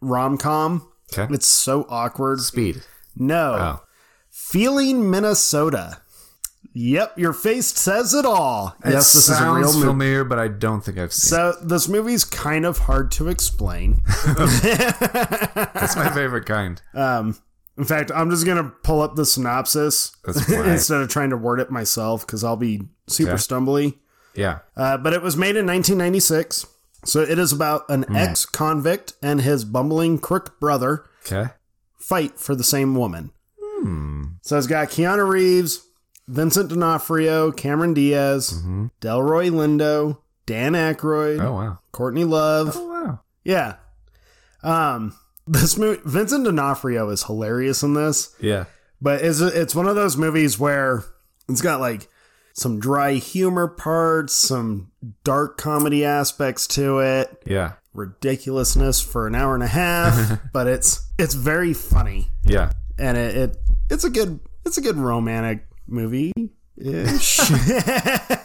rom com.
Okay.
It's so awkward.
Speed.
No.
Oh.
Feeling Minnesota. Yep, your face says it all. yes, this is a
sounds
real movie.
familiar, but I don't think I've seen
So this movie's kind of hard to explain.
it. That's my favorite kind.
Um, In fact, I'm just gonna pull up the synopsis
That's why.
instead of trying to word it myself because I'll be super
Okay.
stumbly.
yeah.
Uh, but it was made in 1996, so it is about an ex-convict and his bumbling crook brother
Okay.
fight for the same woman. So it's got Keanu Reeves, Vincent D'Onofrio, Cameron Diaz, Delroy Lindo, Dan Aykroyd,
Oh wow.
Courtney Love.
Oh wow.
Yeah. Um, this movie, Vincent D'Onofrio is hilarious in this,
Yeah.
but it's, it's one of those movies where it's got like some dry humor parts, some dark comedy aspects to it,
Yeah.
ridiculousness for an hour and a half, but it's it's very funny
Yeah.
and it, it it's a good it's a good romantic movie. Ish.
All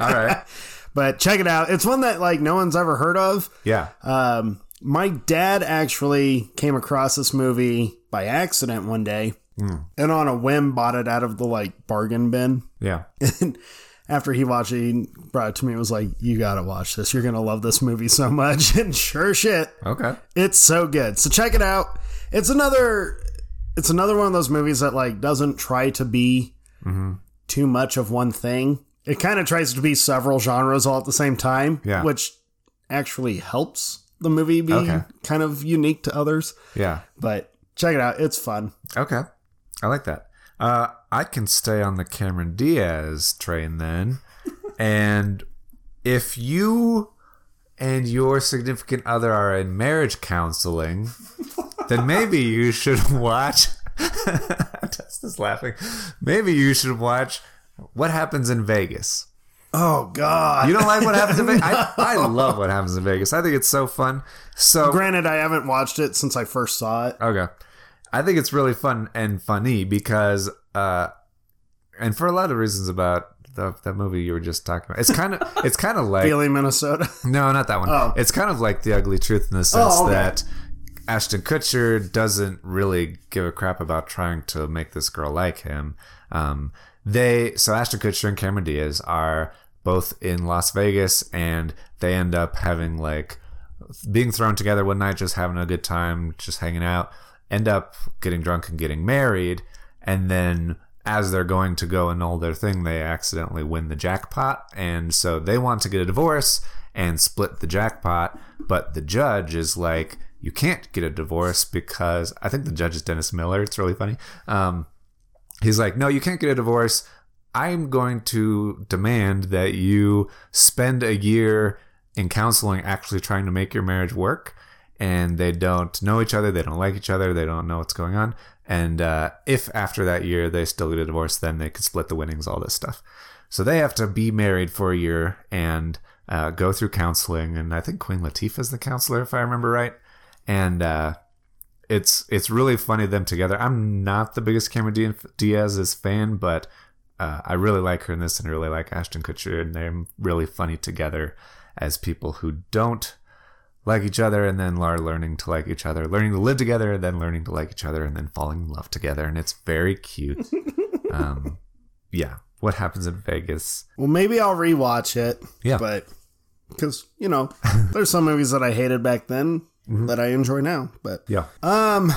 right.
but check it out. It's one that like no one's ever heard of.
Yeah.
Um, my dad actually came across this movie by accident one day and on a whim bought it out of the like bargain bin.
Yeah.
And after he watched it, he brought it to me and was like, You gotta watch this. You're gonna love this movie so much. And sure shit,
Okay.
it's so good. So check it out. It's another it's another one of those movies that like doesn't try to be too much of one thing. It kind of tries to be several genres all at the same time,
Yeah.
which actually helps the movie be
Okay.
kind of unique to others.
Yeah.
But check it out. It's fun.
Okay. I like that. Uh, I can stay on the Cameron Diaz train then. and if you and your significant other are in marriage counseling, then maybe you should watch. Tessa's laughing. Maybe you should watch What Happens in Vegas.
Oh god.
You don't like What Happens in Vegas? I, I love What Happens in Vegas. I think it's so fun. So
Granted, I haven't watched it since I first saw it.
Okay. I think it's really fun and funny because, uh, and for a lot of reasons about the, that movie you were just talking about, it's kind of it's kind of like
Feeling Minnesota.
no, not that one.
Oh.
It's kind of like the ugly truth in the sense
okay.
that Ashton Kutcher doesn't really give a crap about trying to make this girl like him. Um, they so Ashton Kutcher and Cameron Diaz are both in Las Vegas, and they end up having like being thrown together one night, just having a good time, just hanging out. End up getting drunk and getting married, and then as they're going to go annul their thing, they accidentally win the jackpot, and so they want to get a divorce and split the jackpot. But the judge is like, "You can't get a divorce because I think the judge is Dennis Miller. It's really funny." Um, he's like, no, you can't get a divorce. I'm going to demand that you spend a year in counseling actually trying to make your marriage work. And they don't know each other. They don't like each other. They don't know what's going on. And uh, if after that year they still get a divorce, then they could split the winnings, all this stuff. So they have to be married for a year and uh, go through counseling. And I think Queen Latifah is the counselor, if I remember right. And uh, it's it's really funny them together. I'm not the biggest Cameron Di- Diaz's fan, but uh, I really like her in this, and I really like Ashton Kutcher, and they're really funny together as people who don't like each other, and then are learning to like each other, learning to live together, and then learning to like each other, and then falling in love together, and it's very cute. um, yeah, what happens in Vegas?
Well, maybe I'll rewatch it.
Yeah.
But because, you know, there's some movies that I hated back then
Mm-hmm.
that I enjoy now. But
Yeah,
um,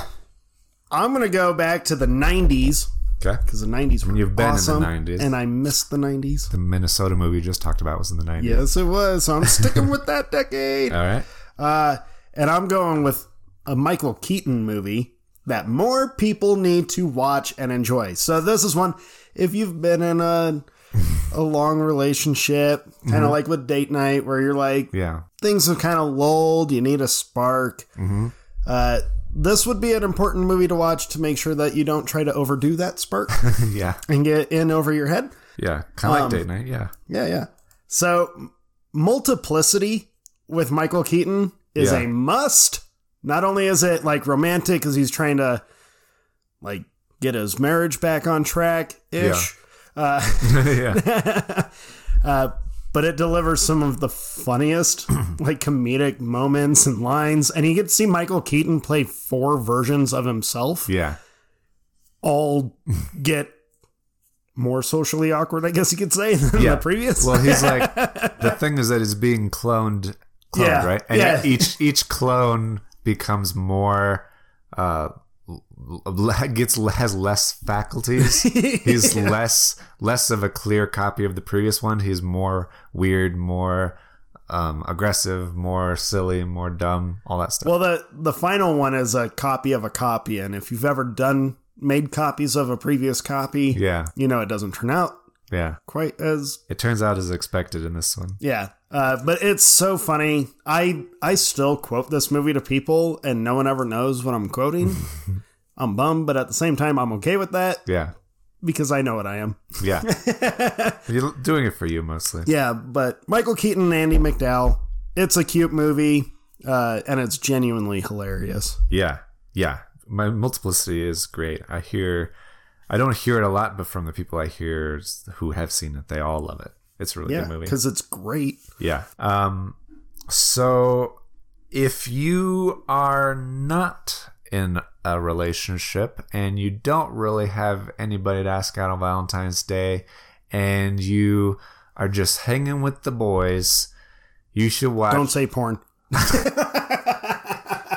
I'm going to go back to the 90s
okay.
because the 90s were
you've been in the
awesome.
90s.
And I missed the 90s.
The Minnesota movie you just talked about was in the '90s.
Yes, it was. So I'm sticking with that decade.
All right.
Uh, and I'm going with a Michael Keaton movie that more people need to watch and enjoy. So this is one if you've been in a a long relationship, kind
Mm-hmm.
of like with date night, where you're like
Yeah.
things have kind of lulled, you need a spark. Uh, this would be an important movie to watch to make sure that you don't try to overdo that spark
yeah.
and get in over your head.
Yeah. Kind of
Um,
like date night. Yeah.
Yeah, yeah. So, M- Multiplicity with Michael Keaton is
Yeah.
a must. Not only is it like romantic because he's trying to like get his marriage back on track ish,
yeah.
uh, but it delivers some of the funniest like comedic moments and lines. And you get to see Michael Keaton play four versions of himself,
Yeah.
all get more socially awkward, I guess you could say, than
Yeah.
the previous.
Well, he's like the thing is that it's being cloned, cloned,
Yeah,
right? And
yeah.
each each clone becomes more, uh, l- l- gets has less faculties. He's less less of a clear copy of the previous one. He's more weird, more um, aggressive, more silly, more dumb, all that stuff.
Well, the the final one is a copy of a copy, and if you've ever done made copies of a previous copy,
yeah,
you know it doesn't turn out
yeah.
quite as
It turns out as expected in this one.
yeah. Uh, but it's so funny. I I still quote this movie to people, and no one ever knows what I'm quoting. I'm bummed, but at the same time, I'm okay with that
Yeah,
because I know what I am.
yeah. You're doing it for you mostly.
Yeah, but Michael Keaton and Andy McDowell. It's a cute movie, uh, and it's genuinely hilarious.
Yeah, yeah. My multiplicity is great. I hear, I don't hear it a lot, but from the people I hear s- who have seen it, they all love it. It's a really
Yeah,
good movie.
because it's great.
Yeah. Um. So, if you are not in a relationship and you don't really have anybody to ask out on Valentine's Day, and you are just hanging with the boys, you should watch.
Don't say porn.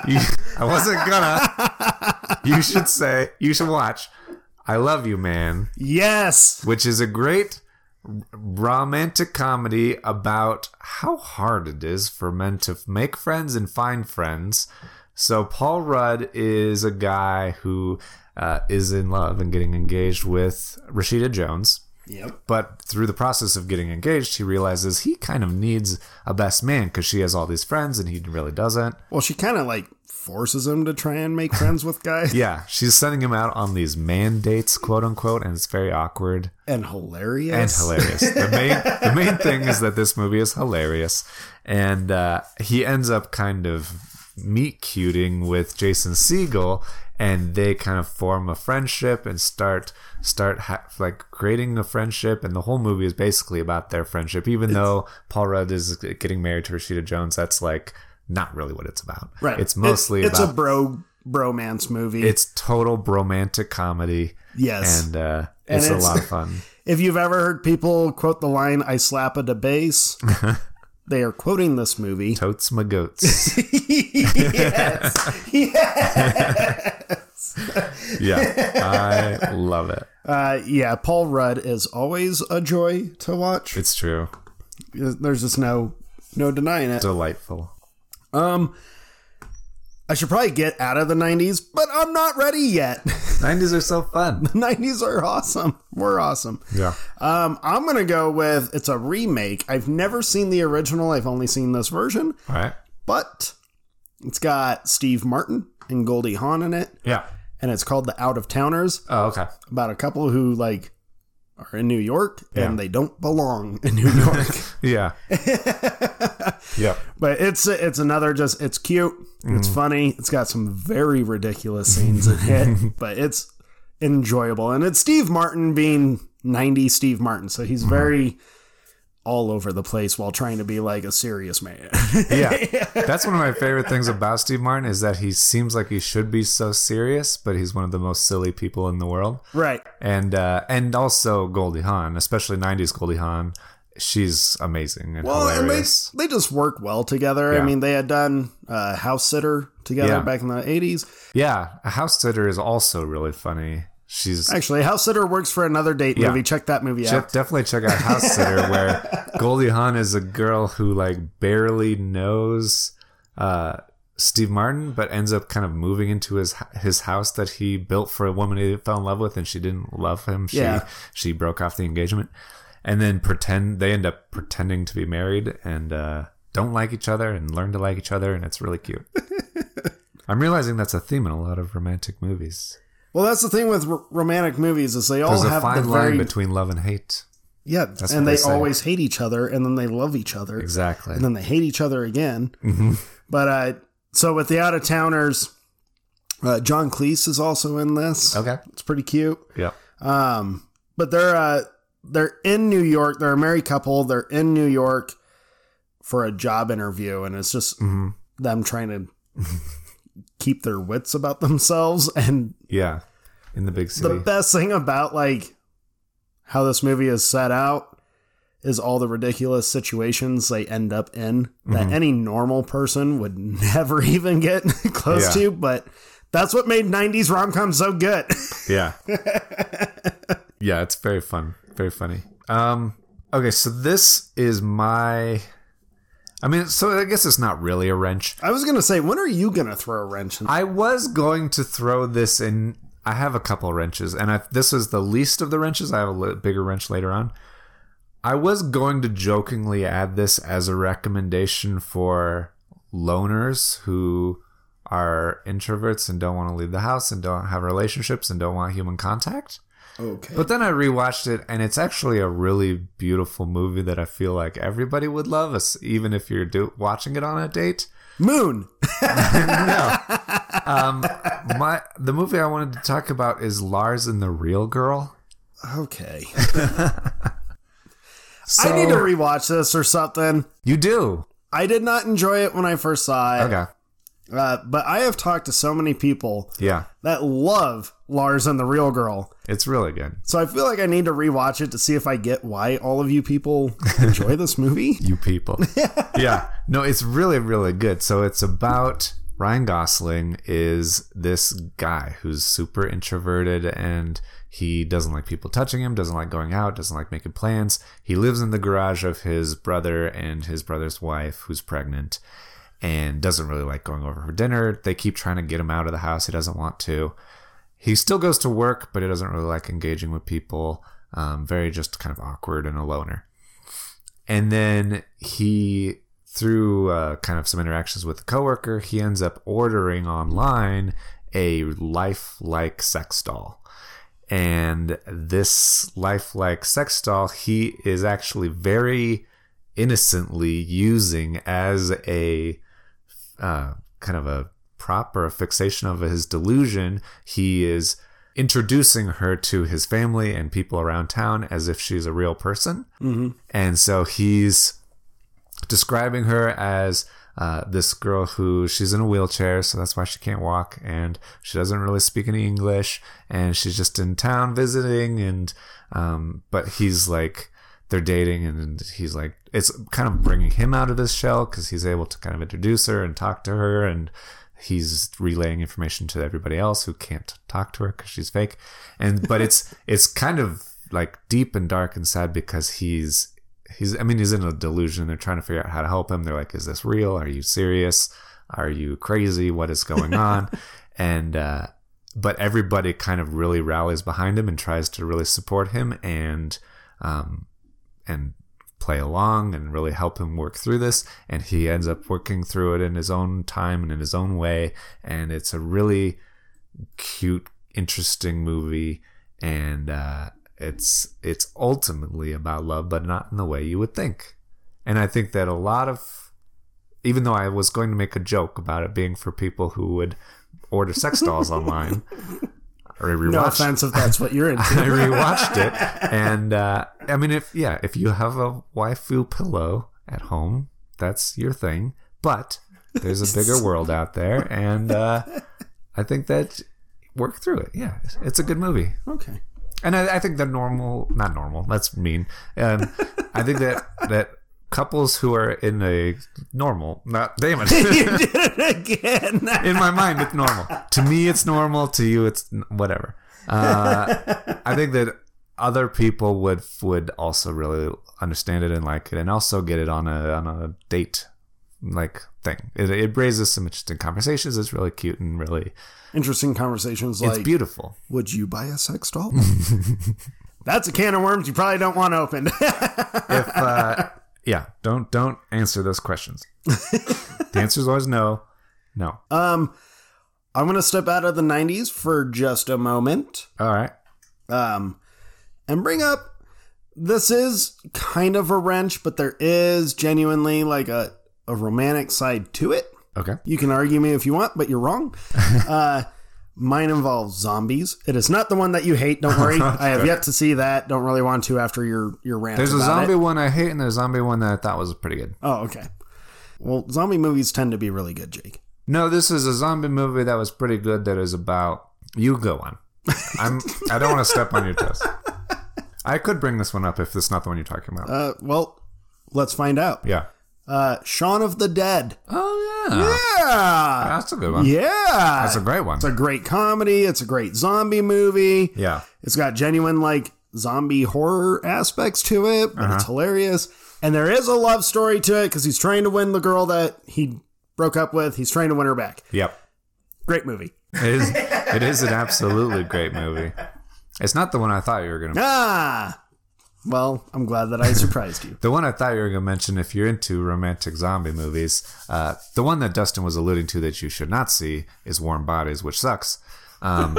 You- I wasn't gonna. You should say, you should watch I Love You Man,
Yes.
which is a great r- romantic comedy about how hard it is for men to f- make friends and find friends. So, Paul Rudd is a guy who uh, is in love and getting engaged with Rashida Jones.
Yep.
But through the process of getting engaged, he realizes he kind of needs a best man because she has all these friends and he really doesn't.
Well, she kind of like forces him to try and make friends with guys.
Yeah, she's sending him out on these mandates, quote unquote, and it's very awkward
And
and
hilarious.
hilarious. The main the main thing is that this movie is hilarious, and uh, he ends up kind of meet cuting with Jason Siegel, and they kind of form a friendship and start start ha- like creating a friendship, and the whole movie is basically about their friendship. Even though Paul Rudd is getting married to Rashida Jones, that's like not really what it's about.
right.
It's mostly
it's,
about
a bro bromance movie.
it's total bromantic comedy
yes.
and uh, it's,
it's-
a lot of fun.
if you've ever heard people quote the line "I slap a debase," they are quoting this movie.
Totes my goats.
yes. Yeah.
Yeah, I love it.
Uh, yeah. Paul Rudd is always a joy to watch.
It's true.
There's just no no denying it.
Delightful.
Um, I should probably get out of the '90s, but I'm not ready yet.
Nineties are so fun.
'90s are awesome. We're awesome.
Yeah.
Um, I'm gonna go with it's a remake. I've never seen the original. I've only seen this version,
All right.
but it's got Steve Martin and Goldie Hawn in it,
Yeah.
and it's called The Out of Towners,
Oh, okay.
about a couple who like are in New York
Yeah.
and they don't belong in New York.
Yeah. yeah.
but it's it's another just it's cute it's funny it's got some very ridiculous scenes in it but it's enjoyable and it's steve martin being 90 steve martin so he's very all over the place while trying to be like a serious man
Yeah. That's one of my favorite things about Steve Martin is that he seems like he should be so serious, but he's one of the most silly people in the world.
right
And uh, and also Goldie Hawn, especially nineties Goldie Hawn. She's amazing and
well and they,
hilarious.
they just work well together i
Yeah.
mean they had done uh, house sitter together
Yeah.
back in the 80s
Yeah, a house sitter is also really funny. She's
actually house sitter works for another date
Yeah.
movie check that movie
Check-
out
definitely check out House Sitter, where Goldie Hawn is a girl who like barely knows uh, Steve Martin, but ends up kind of moving into his his house that he built for a woman he fell in love with, and she didn't love him. She
Yeah.
she broke off the engagement, and then pretend they end up pretending to be married and uh, don't like each other and learn to like each other, and it's really cute. I'm realizing that's a theme in a lot of romantic movies.
Well, that's the thing with r- romantic movies is they all
There's a
have
fine
the
line
very
between love and hate.
yeah,
That's
and
what
they,
they say.
always hate each other, and then they love each other,
Exactly.
and then they hate each other again.
Mhm.
But uh, so with the out of towners, uh, John Cleese is also in this.
Okay.
It's pretty cute.
Yeah.
Um, but they're uh, they're in New York. They're a married couple. They're in New York for a job interview, and it's just
hmm
them trying to keep their wits about themselves. And
Yeah. In the big
the
city.
best thing about like how this movie is set out is all the ridiculous situations they end up in that
Mm-hmm.
any normal person would never even get close
Yeah.
to. But that's what made '90s rom coms so good.
yeah. yeah, it's very fun. Very funny. Um okay, so this is my I mean, so I guess it's not really a wrench.
I was gonna say, when are you gonna throw a wrench in?
I was going to throw this in. I have a couple wrenches, and I, this is the least of the wrenches. I have a li- bigger wrench later on. I was going to jokingly add this as a recommendation for loners who are introverts and don't want to leave the house and don't have relationships and don't want human contact.
Okay.
But then I rewatched it, and it's actually a really beautiful movie that I feel like everybody would love, es- even if you're do- watching it on a date.
Moon.
no. Um, my the movie I wanted to talk about is Lars and the Real Girl.
Okay.
So,
I need to rewatch this or something.
you do
I did not enjoy it when I first saw it,
okay,
uh, but I have talked to so many people
yeah,
that love Lars and the Real Girl,
it's really good.
so I feel like I need to rewatch it to see if I get why all of you people enjoy this movie.
You people, yeah, no, it's really really good. So it's about Ryan Gosling is this guy who's super introverted and he doesn't like people touching him, doesn't like going out, doesn't like making plans. He lives in the garage of his brother and his brother's wife who's pregnant. and doesn't really like going over for dinner. They keep trying to get him out of the house. He doesn't want to. He still goes to work, but he doesn't really like engaging with people. Um, very just kind of awkward and a loner. And then he, through uh, kind of some interactions with a coworker, he ends up ordering online a lifelike sex doll. And this lifelike sex doll, he is actually very innocently using as a uh, kind of a prop or a fixation of his delusion, he is introducing her to his family and people around town as if she's a real person.
Mhm.
And so he's describing her as uh, this girl who she's in a wheelchair, so that's why she can't walk, and she doesn't really speak any English, and she's just in town visiting, and um, but he's like they're dating, and he's like it's kind of bringing him out of his shell because he's able to kind of introduce her and talk to her, and he's relaying information to everybody else who can't talk to her because she's fake, and but it's it's kind of like deep and dark and sad because he's he's i mean he's in a delusion they're trying to figure out how to help him they're like is this real are you serious are you crazy what is going on and uh but everybody kind of really rallies behind him and tries to really support him and um and play along and really help him work through this and he ends up working through it in his own time and in his own way and it's a really cute interesting movie and uh, it's it's ultimately about love, but not in the way you would think. And I think that a lot of, even though I was going to make a joke about it being for people who would order sex dolls online, or rewatch,
No offense if that's what you're
I
into.
rewatched it, and uh, I mean, if yeah, if you have a waifu pillow at home, that's your thing. But there's a bigger world out there, and uh, I think that work through it. Yeah, it's a good movie.
okay.
And I, I think the normal, not normal, that's mean. Um, I think that that couples who are in a normal, not damn it,
you did it again.
in my mind it's normal. To me, it's normal. To you, it's n- whatever. Uh, I think that other people would would also really understand it and like it, and also get it on a on a date like thing. It, it raises some interesting conversations. It's really cute and really
Interesting conversations
it's
like
beautiful.
Would you buy a sex doll? That's a can of worms you probably don't want opened.
if uh, yeah, don't don't answer those questions. the answer is always no, no.
um, I'm going to step out of the 90s for just a moment
All right.
um, and bring up this is kind of a wrench, but there is genuinely like a, a romantic side to it.
Okay.
You can argue me if you want, but you're wrong. uh, mine involves zombies. It is not the one that you hate. Don't worry. I have yet to see that. Don't really want to after your your rant.
There's a
about
zombie
It.
one I hate, and there's a zombie one that I thought was pretty good.
Oh, okay. Well, zombie movies tend to be really good, Jake.
No, this is a zombie movie that was pretty good. That is about you go on. I'm. I don't want to step on your toes. I could bring this one up if it's not the one you're talking about.
Uh, well, let's find out.
yeah.
Uh, Shaun of the Dead.
Oh yeah.
Yeah,
That's a good one.
yeah.
That's a great one.
it's a great comedy. It's a great zombie movie.
yeah.
It's got genuine like zombie horror aspects to it, but it's hilarious. And there is a love story to it because he's trying to win the girl that he broke up with. He's trying to win her back.
Yep.
Great movie.
It is. It is an absolutely great movie. It's not the one I thought you were gonna.
Ah, well, I'm glad that I surprised you.
The one I thought you were going to mention, if you're into romantic zombie movies, uh, the one that Dustin was alluding to that you should not see is Warm Bodies, which sucks. Um,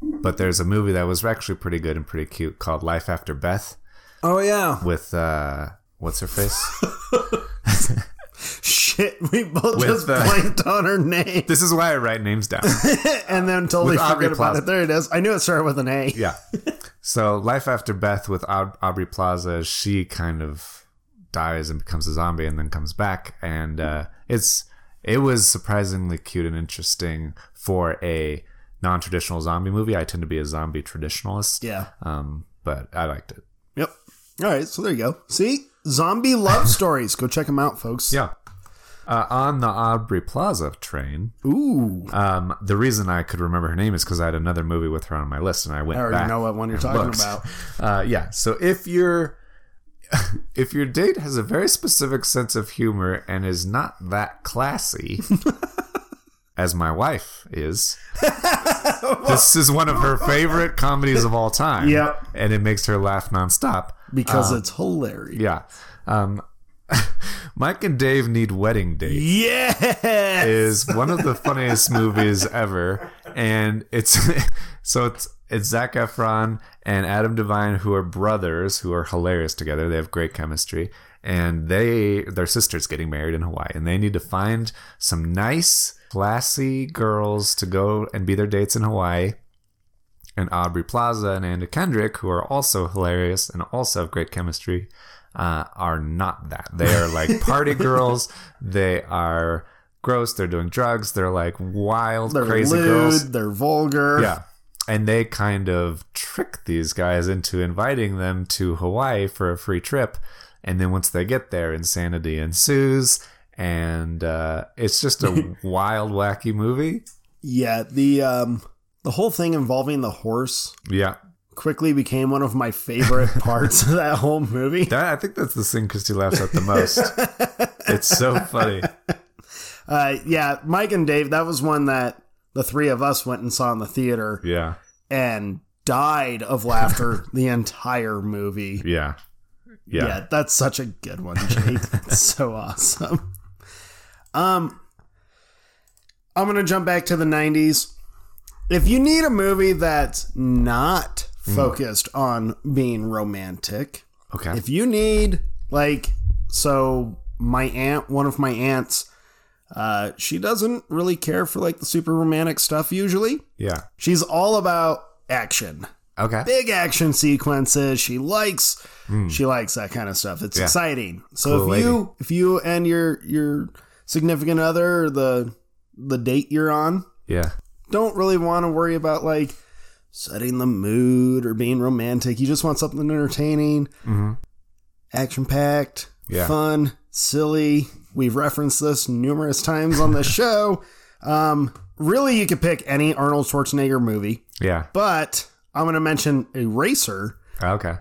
but there's a movie that was actually pretty good and pretty cute called Life After Beth
Oh yeah,
with uh, what's her face?
shit. We both
With,
just
uh,
blanked on her name
this is why I write names down.
and then totally
with Aubrey
forget about
Plaza.
it. There it is. I knew it started with an A.
yeah. So Life After Beth with Aub- Aubrey Plaza, she kind of dies and becomes a zombie and then comes back and uh, it's it was surprisingly cute and interesting for a non-traditional zombie movie. I tend to be a zombie traditionalist.
Yeah.
Um, but I liked it.
Yep. All right. So there you go. See, zombie love stories. Go check them out, folks.
Yeah. Uh, on the Aubrey Plaza train,
Ooh.
um, the reason I could remember her name is because I had another movie with her on my list, and I went
I already
back.
know what one you're talking
looks.
about.
Uh, yeah. So if your if your date has a very specific sense of humor and is not that classy, as my wife is, this is one of her favorite comedies of all time.
Yep.
and it makes her laugh nonstop.
Because
Um,
it's hilarious.
Yeah. Um, Mike and Dave need wedding dates
Yeah.
is one of the funniest movies ever, and it's so it's it's Zac Efron and Adam Devine who are brothers who are hilarious together. They have great chemistry, and they their sister's getting married in Hawaii, and they need to find some nice, classy girls to go and be their dates in Hawaii. And Aubrey Plaza and Anna Kendrick, who are also hilarious and also have great chemistry, uh, are not that. They are like party girls. They are gross. They're doing drugs. They're like wild,
They're
crazy
lewd.
girls.
They're vulgar.
Yeah. And they kind of trick these guys into inviting them to Hawaii for a free trip. And then once they get there, insanity ensues. And uh, it's just a wild, wacky movie.
Yeah. The um the whole thing involving the horse
Yeah.
quickly became one of my favorite parts of that whole movie.
That, I think that's the thing Christy laughs at the most. it's so funny.
Uh yeah, Mike and Dave, that was one that the three of us went and saw in the theater
Yeah.
and died of laughter the entire movie.
Yeah. Yeah.
Yeah, that's such a good one, Jake. It's so awesome. Um, I'm gonna jump back to the '90s. If you need a movie that's not focused on being romantic,
Okay.
if you need like, so my aunt, one of my aunts, uh, she doesn't really care for like the super romantic stuff. Usually,
yeah.
she's all about action
Okay.
big action sequences. She likes she likes that kind of stuff. It's
Hmm. Yeah.
exciting. So
Cool
if you if you and your your significant other or the the date you're on
Yeah.
don't really want to worry about like setting the mood or being romantic. You just want something entertaining, action packed,
Mm-hmm. Yeah.
fun, silly. We've referenced this numerous times on the show. Um, really, you could pick any Arnold Schwarzenegger movie
Yeah.
but I'm going to mention Eraser.
Okay.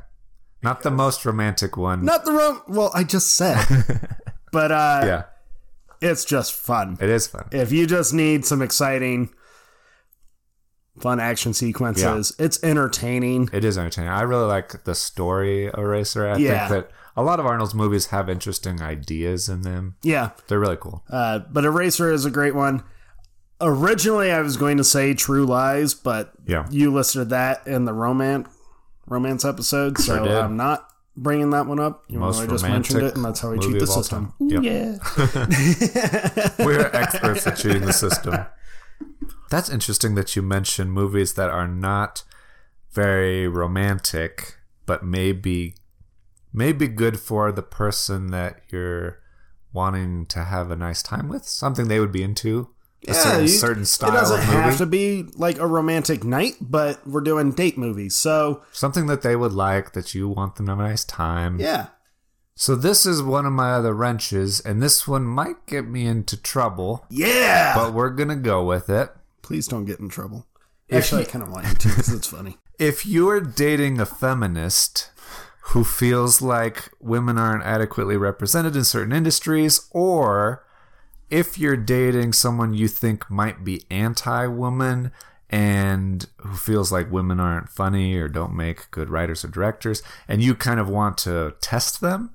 Not the most romantic one.
Not the rom. Well, I just said, but uh,
Yeah.
it's just fun.
It is fun.
If you just need some exciting, fun action sequences, it's entertaining.
It is entertaining. I really like the story Eraser. I
Yeah.
think that a lot of Arnold's movies have interesting ideas in them.
Yeah,
They're really cool.
uh, but Eraser is a great one. Originally, I was going to say True Lies, but
Yeah.
you listed that in the romance romance episode, so
Sure did.
I'm not bringing that one up. You
Most
really just mentioned
romantic
it, and that's how we
movie
cheat the
of all
system.
time. Yep.
Yeah.
We're experts at cheating the system. That's interesting that you mention movies that are not very romantic, but maybe maybe good for the person that you're wanting to have a nice time with. Something they would be into. A certain,
you-
certain
It
style
doesn't
of movie.
have to be like a romantic night, but we're doing date movies, so
Something that they would like that you want them to have a nice time.
yeah.
So this is one of my other wrenches, and this one might get me into trouble,
Yeah.
but we're gonna go with it.
Please don't get in trouble.
If
Actually, I
you-
kind of want you to because it's funny.
If you're dating a feminist who feels like women aren't adequately represented in certain industries, or if you're dating someone you think might be anti woman and who feels like women aren't funny or don't make good writers or directors, and you kind of want to test them,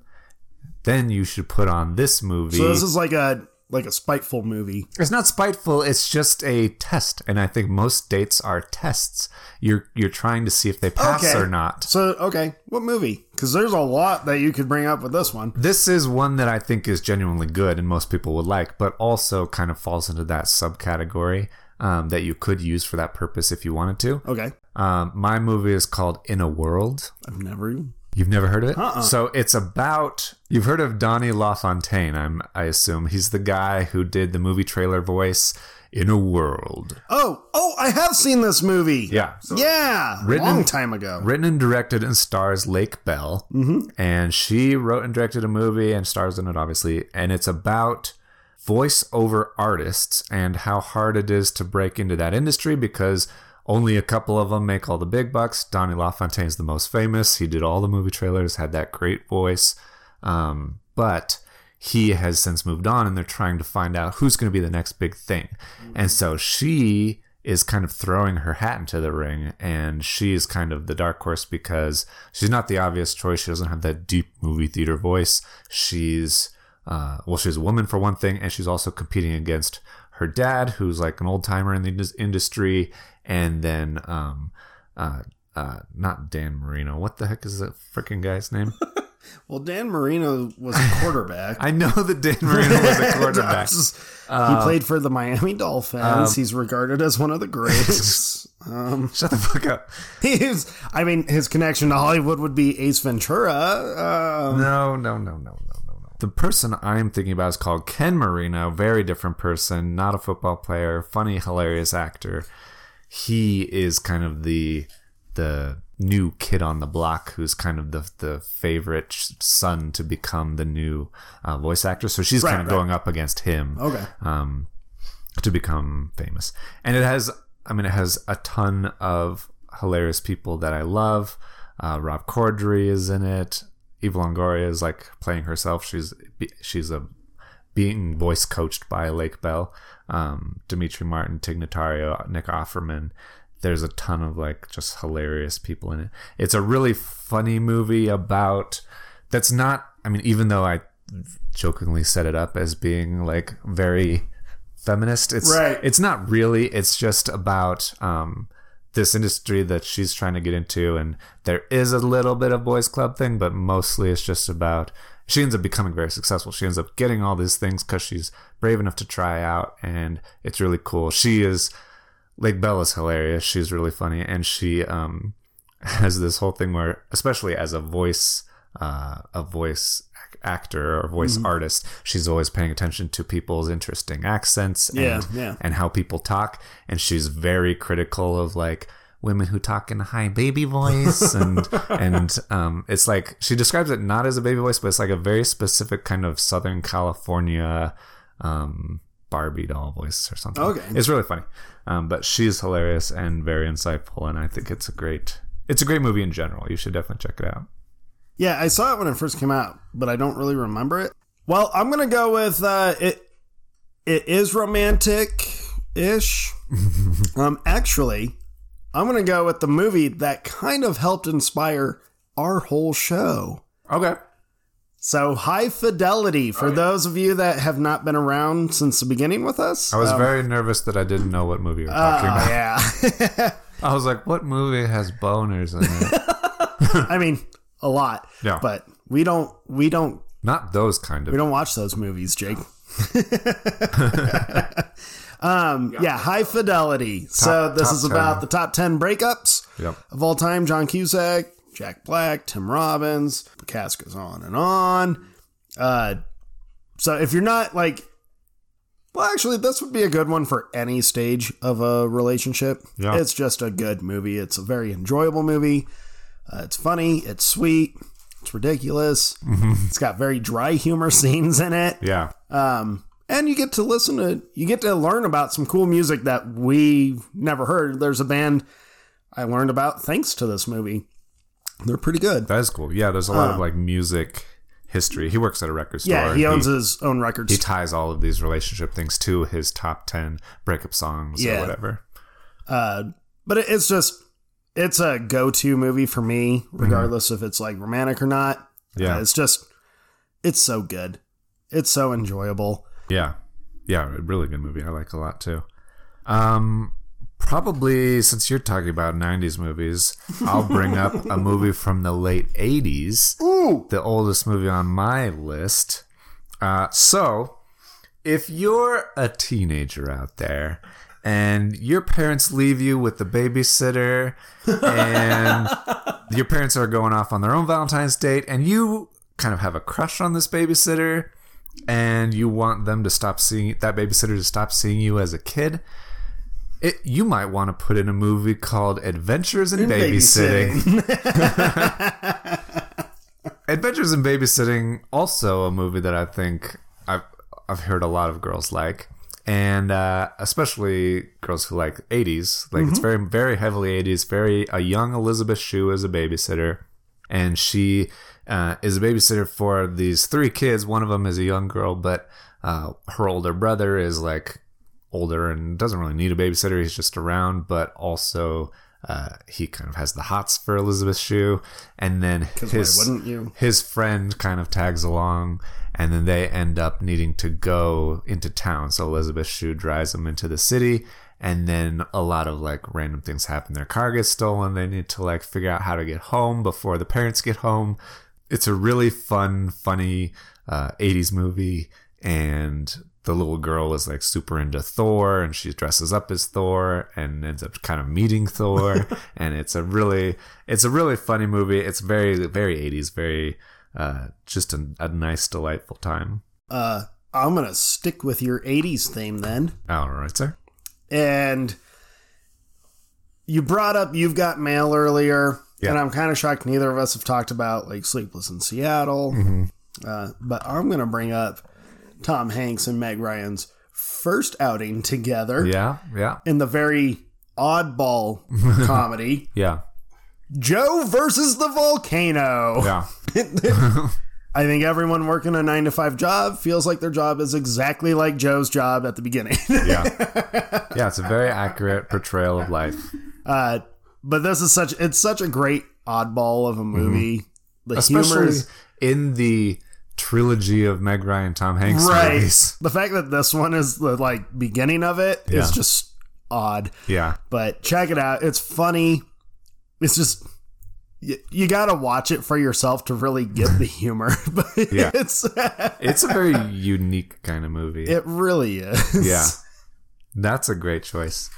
then you should put on this movie.
So this is like a like a spiteful movie.
It's not spiteful. It's just a test, and I think most dates are tests. You're you're trying to see if they pass
Okay.
or not.
So okay, what movie? Because there's a lot that you could bring up with this one.
This is one that I think is genuinely good and most people would like, but also kind of falls into that subcategory um, that you could use for that purpose if you wanted to.
Okay,
Um, my movie is called In a World.
I've never. even-
You've never heard of it?
Uh-uh.
So it's about you've heard of Donnie LaFontaine. I'm I assume he's the guy who did the movie trailer voice in a world.
Oh, oh, I have seen this movie.
Yeah. So
yeah,
Written
long
in-
time ago.
written and directed and stars Lake Bell. Mm-hmm. And she wrote and directed a movie and stars in it, obviously. And it's about voiceover artists and how hard it is to break into that industry because only a couple of them make all the big bucks. Donnie LaFontaine's the most famous. He did all the movie trailers, had that great voice. Um, but he has since moved on and they're trying to find out who's going to be the next big thing. And so she is kind of throwing her hat into the ring and she is kind of the dark horse because she's not the obvious choice. She doesn't have that deep movie theater voice. She's, uh, well, she's a woman for one thing, and she's also competing against her dad, who's like an old timer in the indus- industry, and then, um, uh, uh, not Dan Marino. What the heck is that freaking guy's name?
Well, Dan Marino was a quarterback.
I know that Dan Marino was a quarterback. Um,
he played for the Miami Dolphins. He's regarded as one of the greatest. um,
Shut the fuck up.
he's, I mean, his connection to Hollywood would be Ace Ventura. Um,
No, no, no, no, no, no, no. The person I'm thinking about is called Ken Marino. Very different person. Not a football player. Funny, hilarious actor. He is kind of the the new kid on the block who's kind of the the favorite son to become the new uh, voice actor. So she's kind of
right.
going up against him
okay.
um, to become famous. And it has, I mean, it has a ton of hilarious people that I love. Uh, Rob Corddry is in it. Eva Longoria is like playing herself. She's she's a being voice coached by Lake Bell, um, Dimitri Martin, Tignatario, Nick Offerman. There's a ton of like just hilarious people in it. It's a really funny movie about that's not. I mean, even though I jokingly set it up as being like very feminist, it's
Right.
it's not really. It's just about um, this industry that she's trying to get into, and there is a little bit of boys' club thing, but mostly it's just about she ends up becoming very successful. She ends up getting all these things because she's brave enough to try out, and it's really cool. She is like Bella's hilarious. She's really funny, and she um has this whole thing where, especially as a voice, uh, a voice ac- actor or voice
Mm-hmm.
artist, she's always paying attention to people's interesting accents
Yeah,
and
yeah.
and how people talk, and she's very critical of like women who talk in a high baby voice and and um it's like she describes it not as a baby voice but it's like a very specific kind of southern california um barbie doll voice or something
Okay.
it's really funny um, but she's hilarious and very insightful and i think it's a great it's a great movie in general you should definitely check it out
Yeah, I saw it when it first came out, but I don't really remember it. Well, I'm gonna go with uh, it. It is romantic ish. um, actually, I'm gonna go with the movie that kind of helped inspire our whole show.
okay
So high fidelity
Oh,
for those of you that have not been around since the beginning with us.
I was
um,
very nervous that I didn't know what movie we were talking
oh,
about.
yeah.
I was like, what movie has boners in it?
I mean, a lot.
Yeah.
But we don't we don't
Not those kind
we
of.
don't watch those movies, Jake. um, yeah, high fidelity. so this
top
is about
10.
the top ten breakups
Yep.
of all time: John Cusack, Jack Black, Tim Robbins. The cast goes on and on. Uh, so if you're not like, well, actually, this would be a good one for any stage of a relationship.
Yeah.
It's just a good movie. It's a very enjoyable movie. Uh, it's funny. It's sweet. It's ridiculous. It's got very dry humor scenes in it.
Yeah.
Um, and you get to listen to, you get to learn about some cool music that we never heard. There's a band I learned about thanks to this movie. They're pretty good.
That is cool. Yeah, there's a lot of like music history. He works at a record store.
Uh. Yeah, he
and
owns his own record
he
store.
ties all of these relationship things to his top 10 breakup songs or
Yeah.
whatever.
Uh, but it, it's just, it's a go to movie for me, regardless if it's like romantic or not.
Mhm. Yeah.
Uh, it's just, it's so good. It's so enjoyable.
Yeah. Yeah, a really good movie. I like a lot too. Um probably since you're talking about 90s movies, I'll bring up a movie from the late 80s.
Ooh.
The oldest movie on my list. Uh so if you're a teenager out there and your parents leave you with the babysitter and your parents are going off on their own Valentine's date and you kind of have a crush on this babysitter and you want them to stop seeing that babysitter to stop seeing you as a kid, it, you might want to put in a movie called Adventures in, Babysitting. Adventures in Babysitting, also a movie that I think I've I've heard a lot of girls like, and uh, especially girls who like '80s. Like it's very very heavily '80s. Very a young Elizabeth Shue is a babysitter, and she uh, is a babysitter for these three kids. One of them is a young girl, but uh, her older brother is like older and doesn't really need a babysitter. He's just around, but also. Uh, he kind of has the hots for Elizabeth Shue, and then his
Why wouldn't you?
his friend kind of tags along and then they end up needing to go into town so elizabeth shue drives them into the city and then a lot of like random things happen their car gets stolen they need to like figure out how to get home before the parents get home it's a really fun funny uh, 80s movie and the little girl is like super into Thor and she dresses up as Thor and ends up kind of meeting Thor and it's a really it's a really funny movie. It's very very 80s, very uh just a, a nice delightful time.
Uh, I'm going to stick with your 80s theme then.
All right, sir.
and you brought up you've got mail earlier
Yeah.
and i'm kind of shocked neither of us have talked about like sleepless in seattle
Mm-hmm.
uh, but i'm gonna bring up tom hanks and meg ryan's first outing together
Yeah, yeah.
in the very oddball comedy
Yeah.
joe versus the volcano
Yeah.
i think everyone working a nine to five job feels like their job is exactly like joe's job at the beginning
Yeah. Yeah, it's a very accurate portrayal of life.
Uh, but this is such it's such a great oddball of a movie. The
Mhm.
humor
Especially
is
in the trilogy of Meg Ryan Tom Hanks
right.
movies.
The fact that this one is the like beginning of it
Yeah.
is just odd.
Yeah.
But check it out. It's funny. It's just you, you got to watch it for yourself to really get the humor. but
Yeah.
it's
It's a very unique kind of movie.
it really is.
Yeah. That's a great choice.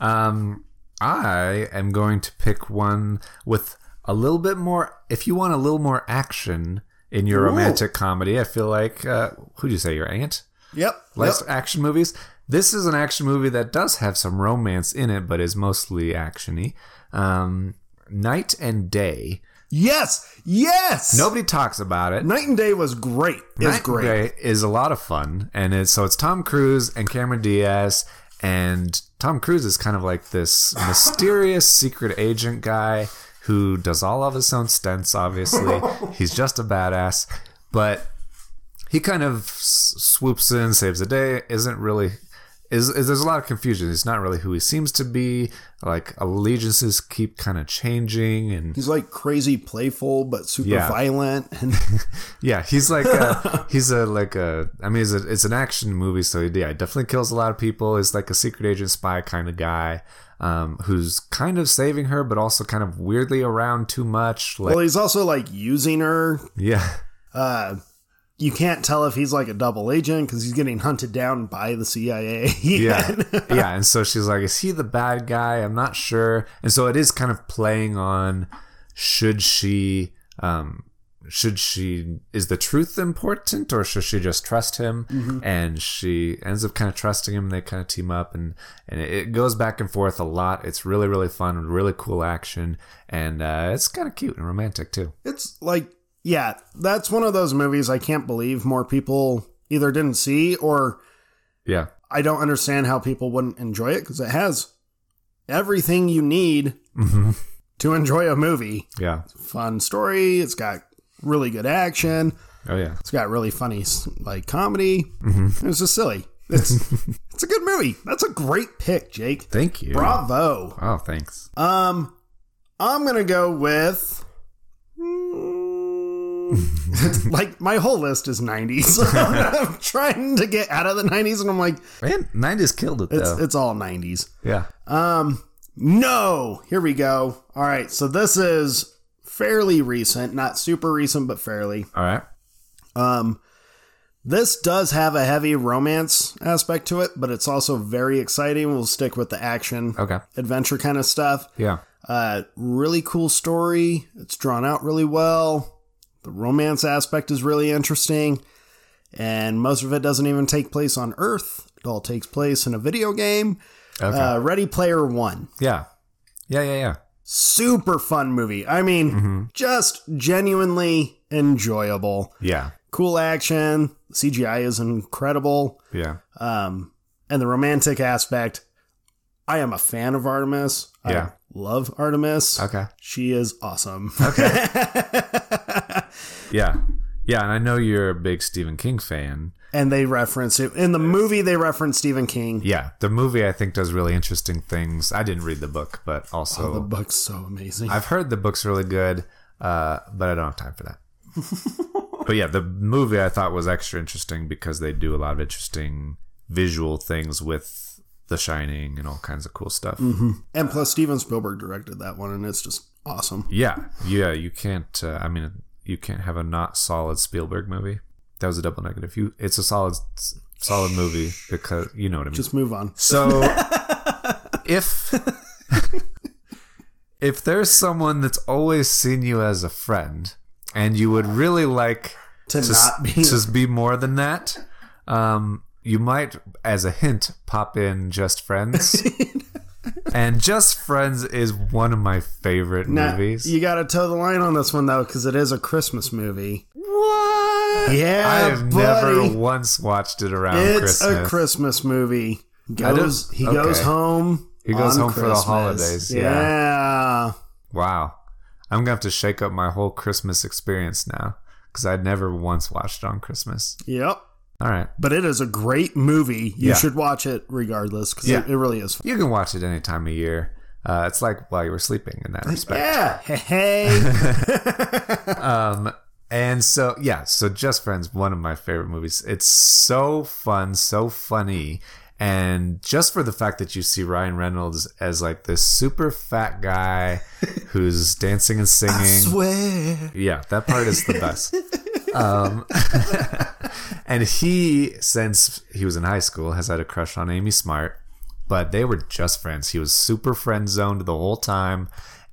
Um, I am going to pick one with a little bit more. If you want a little more action in your romantic comedy, I feel like uh, who'd you say your aunt
Yep.
likes action movies. This is an action movie that does have some romance in it, but is mostly actiony. Um, Night and Day.
Yes. Yes.
Nobody talks about it.
Night and Day was great. It's
Night
great.
Day is a lot of fun, and it's so it's Tom Cruise and Cameron Diaz, and Tom Cruise is kind of like this mysterious secret agent guy who does all of his own stunts. Obviously, he's just a badass, but he kind of s- swoops in, saves the day. Isn't really is, is there's a lot of confusion. He's not really who he seems to be. Like allegiances keep kind of changing, and
He's like crazy playful but super
Yeah.
violent and
yeah, he's like a, he's a like a. I mean, it's, a, it's an action movie, so yeah, he definitely kills a lot of people. Is like a secret agent spy kind of guy, um, who's kind of saving her, but also kind of weirdly around too much. Like
well he's also like using her.
yeah,
Uh you can't tell if he's like a double agent because he's getting hunted down by the CIA.
yeah, yeah. And so she's like, "Is he the bad guy? I'm not sure." And so it is kind of playing on should she, um, should she is the truth important or should she just trust him?
Mm-hmm.
And she ends up kind of trusting him. And they kind of team up, and and it goes back and forth a lot. It's really really fun, really cool action, and uh, it's kind of cute and romantic too.
It's like, yeah, that's one of those movies I can't believe more people either didn't see or
Yeah,
I don't understand how people wouldn't enjoy it because it has everything you need
Mhm.
to enjoy a movie.
yeah,
Fun story, it's got really good action,
oh yeah,
it's got really funny like comedy. It's just silly. It's it's a good movie. That's a great pick, Jake.
thank you.
Bravo.
Oh, thanks.
Um, I'm gonna go with. Mm, like my whole list is 90s. I'm trying to get out of the 90s, and I'm like,
Man, '90s killed it
it's
though.
it's all 90s.
yeah.
Um, no, here we go. All right, so this is fairly recent, not super recent, but fairly.
All right.
Um, this does have a heavy romance aspect to it, but it's also very exciting. We'll stick with the action
Okay.
adventure kind of stuff.
Yeah.
Uh, really cool story. It's drawn out really well. The romance aspect is really interesting. And most of it doesn't even take place on Earth. It all takes place in a video game.
Okay.
Uh, Ready Player One.
Yeah. Yeah, yeah, yeah.
Super fun movie. I mean,
Mm-hmm.
just genuinely enjoyable.
Yeah.
Cool action. CGI is incredible.
Yeah.
Um, and the romantic aspect. I am a fan of Artemis.
Yeah.
I love Artemis.
Okay.
She is awesome. Okay.
Yeah. Yeah, and I know you're a big Stephen King fan.
and they reference it in the movie. They reference Stephen King.
Yeah, the movie I think does really interesting things. I didn't read the book, but
Oh, The
also
book's so amazing.
I've heard the book's really good, uh, but I don't have time for that. but yeah, the movie I thought was extra interesting because they do a lot of interesting visual things with The Shining and all kinds of cool stuff.
and plus, Steven Spielberg directed that one, and it's just awesome.
Yeah, yeah, you can't. Uh, I mean, you can't have a not solid Spielberg movie. That was a double negative. You, it's a solid, solid movie because you know what I mean.
Just move on.
so, if if there's someone that's always seen you as a friend, and you would really like
To
to s-
not be.
to be more than that, um, you might, as a hint, pop in just friends. And Just Friends is one of my favorite
Nah,
movies.
you got to toe the line on this one though, because it is a Christmas movie.
What?
Yeah,
I have
buddy.
never once watched it around
It's
Christmas.
a Christmas movie. Goes,
don't-
he
okay.
goes home.
He goes
on
home for the
Christmas.
holidays, yeah.
yeah.
wow. I'm going to have to shake up my whole Christmas experience now because I'd never once watched it on Christmas.
Yep.
All right.
But it is a great movie. You
Yeah.
should watch it regardless because
Yeah.
it, it really is fun.
You can watch it any time of year. Uh, it's like while you were sleeping in that respect.
Yeah. Hey.
Um, and so, yeah, so Just Friends, one of my favorite movies. It's so fun, so funny. And just for the fact that you see Ryan Reynolds as like this super fat guy who's dancing and singing.
swear.
Yeah, that part is the best. um, and he, since he was in high school, has had a crush on Amy Smart, but they were just friends. He was super friend zoned the whole time.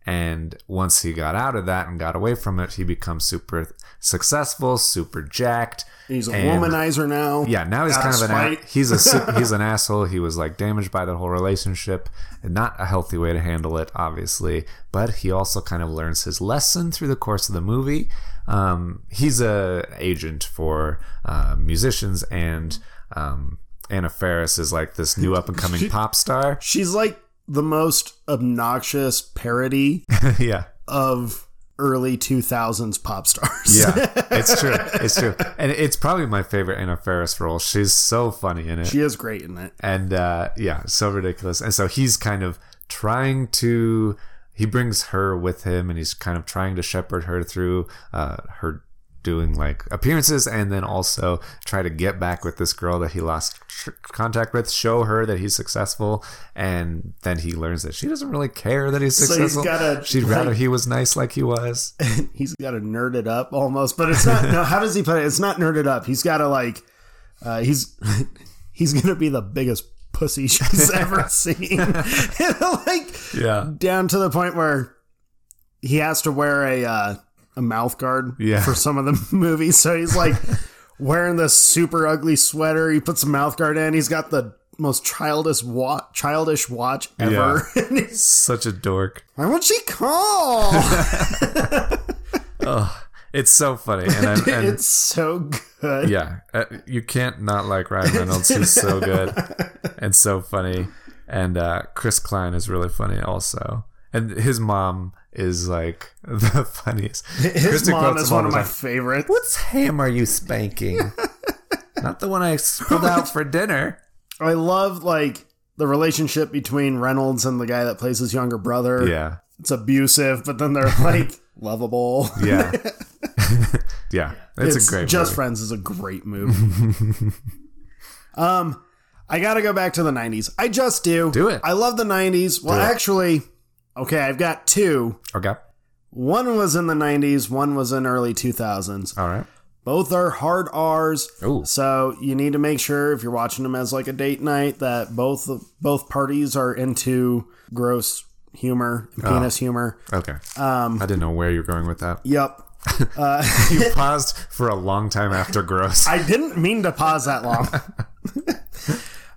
And once he got out of that and got away from it, he becomes super successful, super jacked.
He's a
And-
womanizer now.
Yeah, now he's
Out
kind
of
of an a-
spite.
he's a su- he's an asshole. He was like damaged by that whole relationship, and not a healthy way to handle it, obviously. But he also kind of learns his lesson through the course of the movie. Um, he's a agent for uh, musicians, and um, Anna Faris is like this new up and coming pop star.
She's like the most obnoxious parody
yeah,
of early 2000s pop stars.
Yeah, it's true. It's true. And it's probably my favorite Anna Ferris role. She's so funny in it.
she is great in it.
and uh, yeah, so ridiculous. And so he's kind of trying to. He brings her with him, and he's kind of trying to shepherd her through uh, her doing like appearances, and then also try to get back with this girl that he lost tr- contact with, show her that he's successful, and then he learns that she doesn't really care that he's
So he's
successful.
gotta,
She'd
like-
rather he was nice like he was.
He's got to nerd it up almost, but it's not. no, how does he play? it? It's not nerded up. He's got to like, uh, he's he's gonna be the biggest pussy she's ever seen. like
Yeah.
down to the point where he has to wear a uh, a mouth guard
Yeah.
for some of the movies. So he's like wearing this super ugly sweater. He puts a mouth guard in. He's got the most childish wa- childish watch ever. And he's,
Such a dork.
Why won't she call?
Oh, it's so funny. And, I'm, and
it's so good.
yeah, uh, you can't not like Ryan Reynolds. He's so good and so funny, and uh, Chris Klein is really funny also. And his mom is like the funniest.
His
Kristen
mom
Klunt's
is one of my
like,
favorites.
What's ham are you spanking? not the one I spilled out for dinner.
I love like the relationship between Reynolds and the guy that plays his younger brother.
Yeah,
It's abusive, but then they're like lovable.
yeah, yeah. It's, a great
Just
movie.
Friends is a great movie. um, I gotta go back to the '90s. I just do.
Do it.
I love the '90s. Well,
Do it.
actually, okay, I've got two.
okay,
One was in the '90s. One was in early 2000s.
all right.
Both are hard R's.
Uh. Ooh.
So you need to make sure if you're watching them as like a date night that both both parties are into gross humor and
Ah.
penis humor.
Okay.
Um,
I didn't know where you were going with that.
Yep.
You paused for a long time after gross.
I didn't mean to pause that long.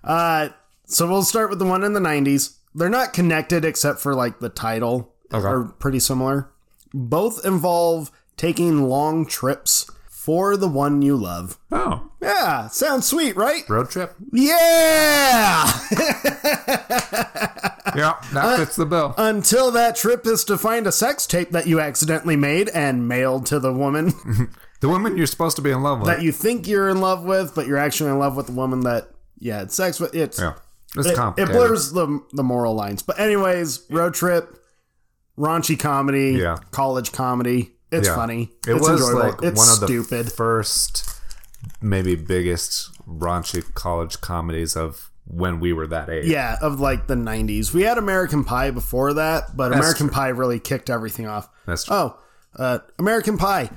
uh, so we'll start with the one in the 90s. They're not connected except for like the title
Okay.
are pretty similar. Both involve taking long trips for the one you love.
oh,
Yeah, sounds sweet, right?
road trip.
Yeah!
Yeah,
Uh,
that fits the bill.
Until that trip is to find a sex tape that you accidentally made and mailed to the woman
The woman you're supposed to be in love with.
that you think you're in love with, but you're actually in love with the woman that you had sex with. It's
yeah. It's
it, it
complicated.
blurs the the moral lines. But anyways, road trip, raunchy comedy,
Yeah.
college comedy. It's
Yeah.
funny.
It
it's
was
enjoyable.
like
it's
one of the
stupid.
first, maybe biggest raunchy college comedies of when we were that age.
yeah, of like the '90s. We had American Pie before that, but American Pie really kicked everything off.
That's true.
Oh, uh, American Pie.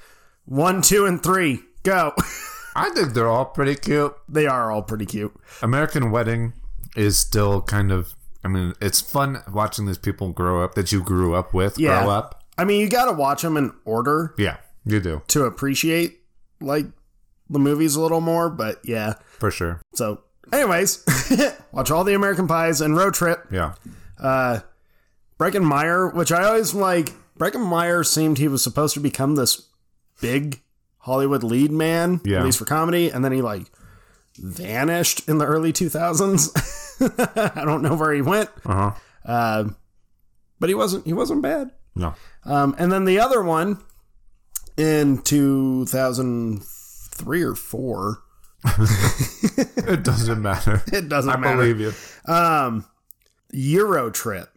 One, two, and three. Go.
I think they're all pretty cute.
they are all pretty cute.
American Wedding is still kind of. I mean, it's fun watching these people grow up that you grew up with.
Yeah.
Grow up.
I mean, you got to watch them in order
Yeah, you do
to appreciate like the movies a little more. But yeah,
for sure.
So, anyways, watch all the American Pies and Road Trip.
Yeah,
Uh, Breckin Meyer, which I always like. Breckin Meyer seemed he was supposed to become this big Hollywood lead man,
Yeah.
at least for comedy, and then he like vanished in the early 2000s. I don't know where he went,
uh huh.
uh, but he wasn't he wasn't bad.
No,
Um, and then the other one in 2003 or four.
it doesn't matter.
It doesn't
I
matter.
believe you.
um Euro Trip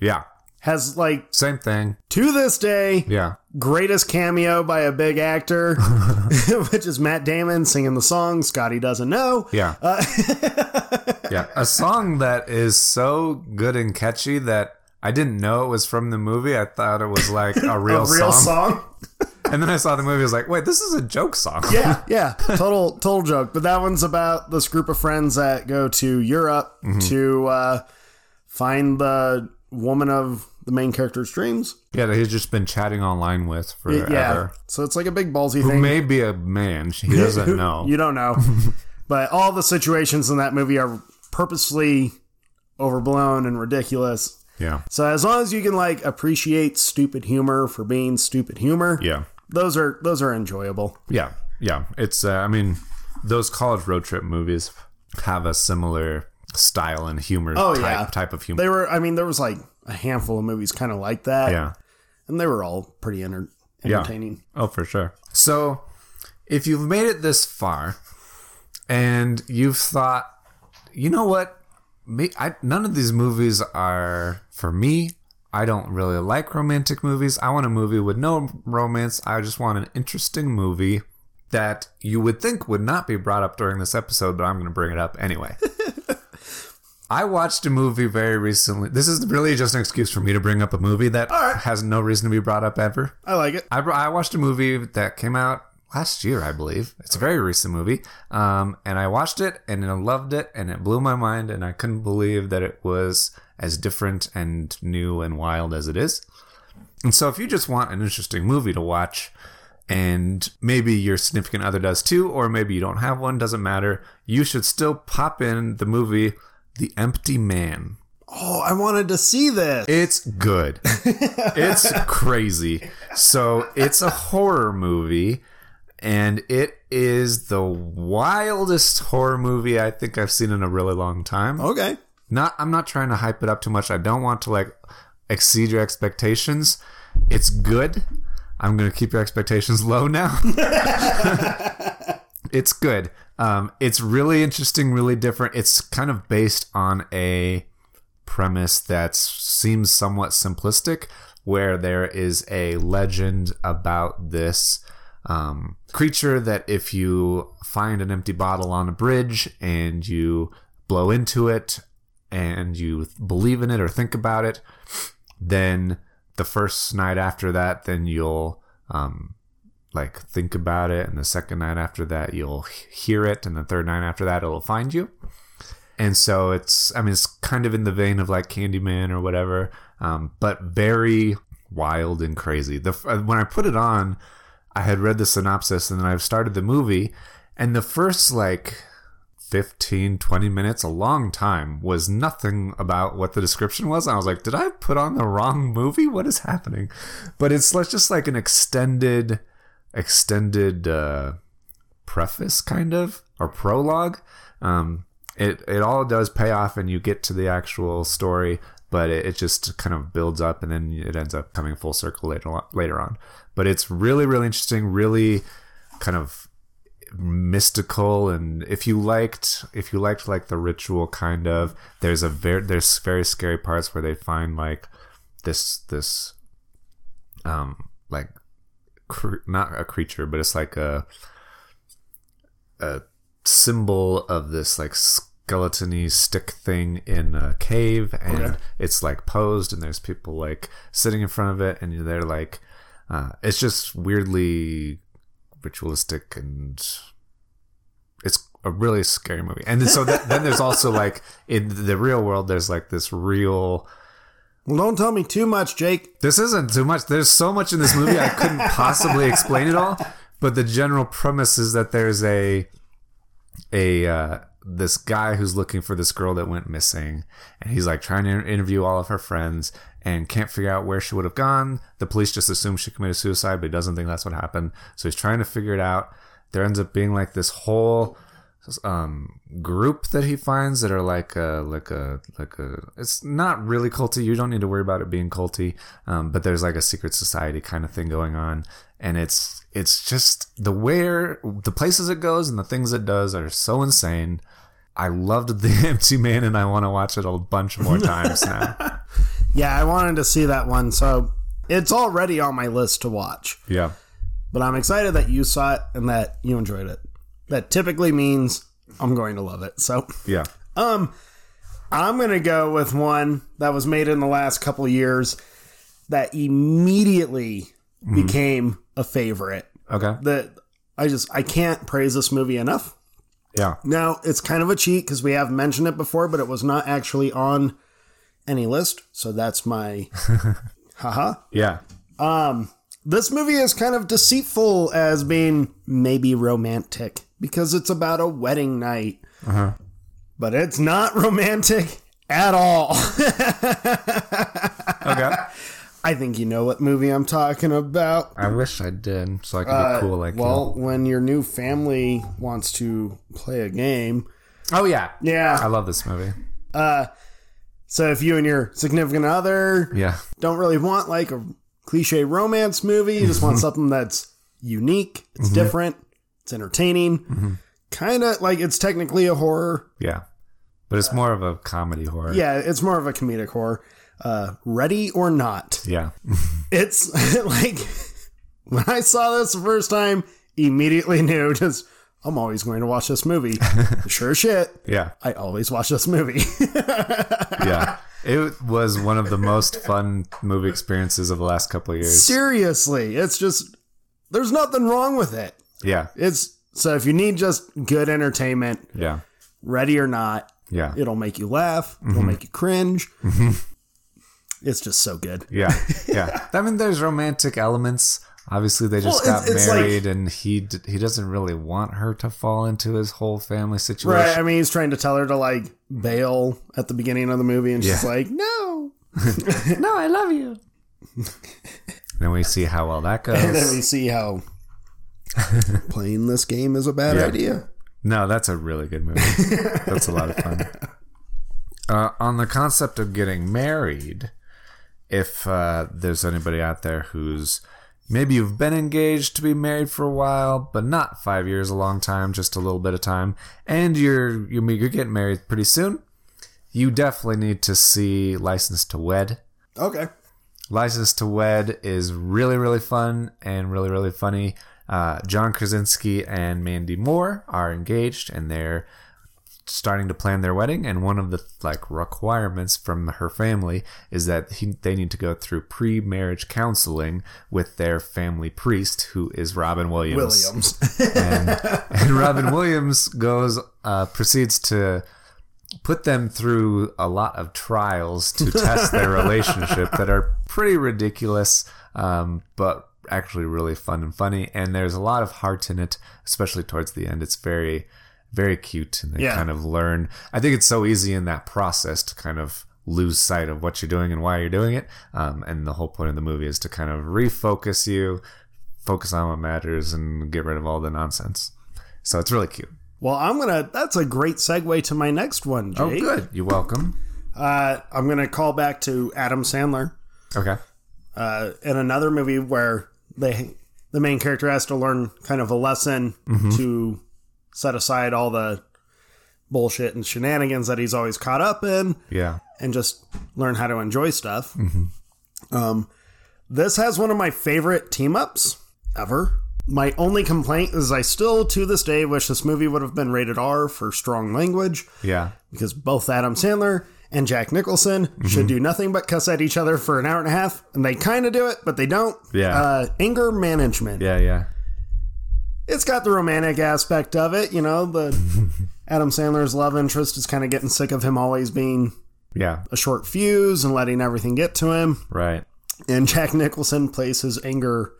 Yeah,
has like
same thing.
to this day
Yeah,
greatest cameo by a big actor which is Matt Damon singing the song Scotty doesn't know
yeah.
uh,
yeah, a song that is so good and catchy that I didn't know it was from the movie. I thought it was like a
a
real, song.
real song
And then I saw the movie. I was like, wait, this is a joke song.
yeah yeah total total joke but that one's about this group of friends that go to Europe
Mm-hmm.
to uh find the woman of the main character's dreams
Yeah, that he's just been chatting online with forever.
yeah so it's like a big ballsy
Who
thing
may be a man. He doesn't know.
You don't know. but all the situations in that movie are purposely overblown and ridiculous.
Yeah.
So as long as you can like appreciate stupid humor for being stupid humor,
Yeah.
those are those are enjoyable.
Yeah. Yeah. It's, uh, I mean, those college road trip movies have a similar style and humor
Oh,
type,
yeah.
type of humor.
They were I mean there was like a handful of movies kind of like that.
Yeah.
And they were all pretty enter-
Yeah.
entertaining.
Oh, for sure. So, if you've made it this far, and you've thought, you know what, me, I, none of these movies are for me. I don't really like romantic movies. I want a movie with no romance. I just want an interesting movie that you would think would not be brought up during this episode, but I'm going to bring it up anyway. I watched a movie very recently. This is really just an excuse for me to bring up a movie that has no reason to be brought up ever.
I like it.
I, br- I watched a movie that came out last year, I believe. It's a very recent movie. Um, and I watched it and I loved it and it blew my mind and I couldn't believe that it was as different and new and wild as it is. And so if you just want an interesting movie to watch and maybe your significant other does too, or maybe you don't have one, doesn't matter, you should still pop in the movie The Empty Man.
Oh, I wanted to see this.
It's good. it's crazy. So it's a horror movie, and it is the wildest horror movie I think I've seen in a really long time.
okay.
Not I'm not trying to hype it up too much. I don't want to like exceed your expectations. It's good. I'm gonna keep your expectations low now. it's good. Um, it's really interesting, really different. It's kind of based on a premise that seems somewhat simplistic, where there is a legend about this um, creature that if you find an empty bottle on a bridge and you blow into it and you believe in it or think about it, then the first night after that, then you'll um, like think about it, and the second night after that, you'll h- hear it, and the third night after that, it'll find you. And so it's, I mean, it's kind of in the vein of like Candyman or whatever, um, but very wild and crazy. The f- uh, when I put it on, I had read the synopsis, and then I've started the movie, and the first like 15 20 minutes a long time was nothing about what the description was i was like did i put on the wrong movie what is happening but it's like- just like an extended extended uh preface kind of or prologue um it it all does pay off and you get to the actual story but it, it just kind of builds up and then it ends up coming full circle later on, later on but it's really really interesting really kind of mystical and if you liked if you liked like the ritual kind of there's a very there's very scary parts where they find like this this um like cr- not a creature but it's like a a symbol of this like skeletony stick thing in a cave and
Okay.
it's like posed and there's people like sitting in front of it and they're like uh, it's just weirdly ritualistic and it's a really scary movie. And so th- then there's also like in the real world, there's like this real.
Well, don't tell me too much, Jake.
This isn't too much. There's so much in this movie I couldn't possibly explain it all. But the general premise is that there's a a uh, this guy who's looking for this girl that went missing, and he's like trying to inter- interview all of her friends and can't figure out where she would have gone. The police just assume she committed suicide, but he doesn't think that's what happened. So he's trying to figure it out. There ends up being like this whole um group that he finds that are like a like a like a it's not really culty you don't need to worry about it being culty um but there's like a secret society kind of thing going on and it's it's just the where the places it goes and the things it does are so insane i loved the empty man and i want to watch it a bunch more times now
Yeah, I wanted to see that one. So it's already on my list to watch.
yeah
But I'm excited that you saw it and that you enjoyed it. That typically means I'm going to love it. So
yeah
Um, I'm gonna go with one that was made in the last couple years that immediately became a favorite.
okay
That I just I can't praise this movie enough.
yeah
Now it's kind of a cheat because we have mentioned it before, but it was not actually on any list, so that's my haha.
yeah
This movie is kind of deceitful as being maybe romantic because it's about a wedding night. But it's not romantic at all.
okay
I think you know what movie I'm talking about.
i wish i did so i could be cool like
Well, when your new family wants to play a game.
you. oh yeah
Yeah.
i love this movie
So if you and your significant other
Yeah.
don't really want like a cliche romance movie, you just want something that's unique, it's different, it's entertaining, kind of like it's technically a horror.
Yeah. But it's more of a comedy horror.
Yeah, it's more of a comedic horror. Uh, Ready or not,
Yeah.
it's like when I saw this the first time, immediately knew just I'm always going to watch this movie. sure as shit,
Yeah.
I always watch this movie.
Yeah. It was one of the most fun movie experiences of the last couple of years.
Seriously, it's just there's nothing wrong with it.
Yeah.
It's so if you need just good entertainment,
Yeah.
ready or not,
Yeah.
it'll make you laugh,
Mm-hmm.
it'll make you cringe. It's just so good.
Yeah, yeah. I mean, there's romantic elements. Obviously, they just
Well,
got
it's- it's like-
married, and he d- he doesn't really want her to fall into his whole family situation.
Right. I mean, he's trying to tell her to like bail at the beginning of the movie, and she's
Yeah.
like, no.
No, I love you. and we see how well that
And then
goes.
we see how playing this game is a bad
Yeah.
idea.
No, that's a really good movie. that's a lot of fun. Uh, on the concept of getting married, if uh, there's anybody out there who's maybe you've been engaged to be married for a while, but not five years, a long time, just a little bit of time, and you're you're, you're getting married pretty soon, you definitely need to see License to Wed.
Okay.
License to Wed is really, really fun and really, really funny. Uh, John Krasinski and Mandy Moore are engaged and they're starting to plan their wedding. And one of the like requirements from her family is that he, they need to go through pre-marriage counseling with their family priest, who is Robin
Williams.
and, and Robin Williams goes uh, proceeds to put them through a lot of trials to test their relationship that are pretty ridiculous, um, but actually really fun and funny. And there's a lot of heart in it, especially towards the end. It's very very cute and they
Yeah.
kind of learn i think it's so easy in that process to kind of lose sight of what you're doing and why you're doing it um, and the whole point of the movie is to kind of refocus you focus on what matters and get rid of all the nonsense. So it's really cute.
well, I'm going to, that's a great segue to my next one,
Oh,
Jake.
You're welcome.
Uh, I'm going to call back to Adam Sandler
Okay.
uh, in another movie where they the main character has to learn kind of a lesson to set aside all the bullshit and shenanigans that he's always caught up in
Yeah.
and just learn how to enjoy stuff. Um, this has one of my favorite team ups ever. My only complaint is I still to this day wish this movie would have been rated R for strong language
Yeah.
because both Adam Sandler and Jack Nicholson
Mhm.
should do nothing but cuss at each other for an hour and a half, and they kind of do it, but they don't.
Yeah.
Uh, anger management.
Yeah. Yeah.
It's got the romantic aspect of it, you know. The Adam Sandler's love interest is kind of getting sick of him always being
Yeah.
a short fuse and letting everything get to him.
Right.
And Jack Nicholson plays his anger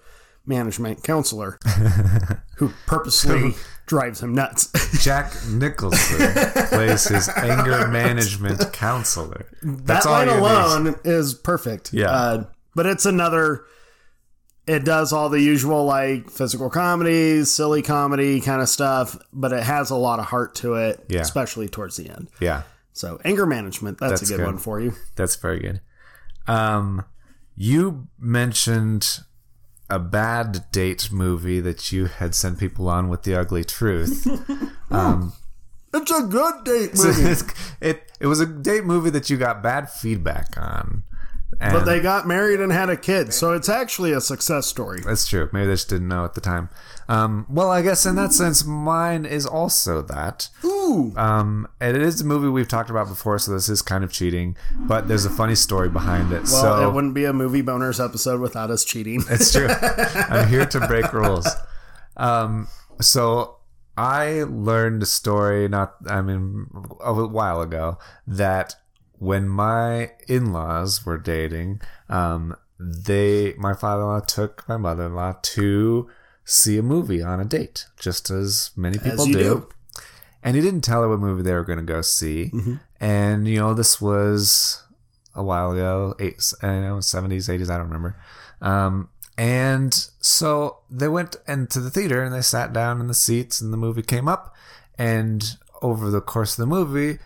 management counselor, who purposely drives him nuts.
Jack Nicholson plays his anger management counselor. That's
that
all
line
you
alone is perfect.
Yeah.
Uh, but it's another. It does all the usual like physical comedy, silly comedy kind of stuff, but it has a lot of heart to it,
Yeah.
especially towards the end.
Need. Yeah.
So anger management, that's,
That's
a good,
good.
one for you.
That's very good. Um, you mentioned a bad date movie that you had sent people on with the ugly truth.
It's a good date
it it was a date movie that you got bad feedback on. And
but they got married and had a kid, so it's actually a success story.
That's true. Maybe they just didn't know at the time. Um, well, I guess in that sense, mine is also that.
Ooh,
Um, and it is a movie we've talked about before, so this is kind of cheating. But there's a funny story behind it.
well,
so
it wouldn't be a movie boners episode without us cheating.
it's true. I'm here to break rules. Um, so I learned a story not I mean a while ago that when my in-laws were dating, um, they my father-in-law took my mother-in-law to see a movie on a date, just as many people
you do.
do and he didn't tell her what movie they were going to go see. And you know, this was a while ago, eight, I don't know, seventies, eighties, I don't remember. Um, and so they went into the theater and they sat down in the seats, and the movie came up. And over the course of the movie,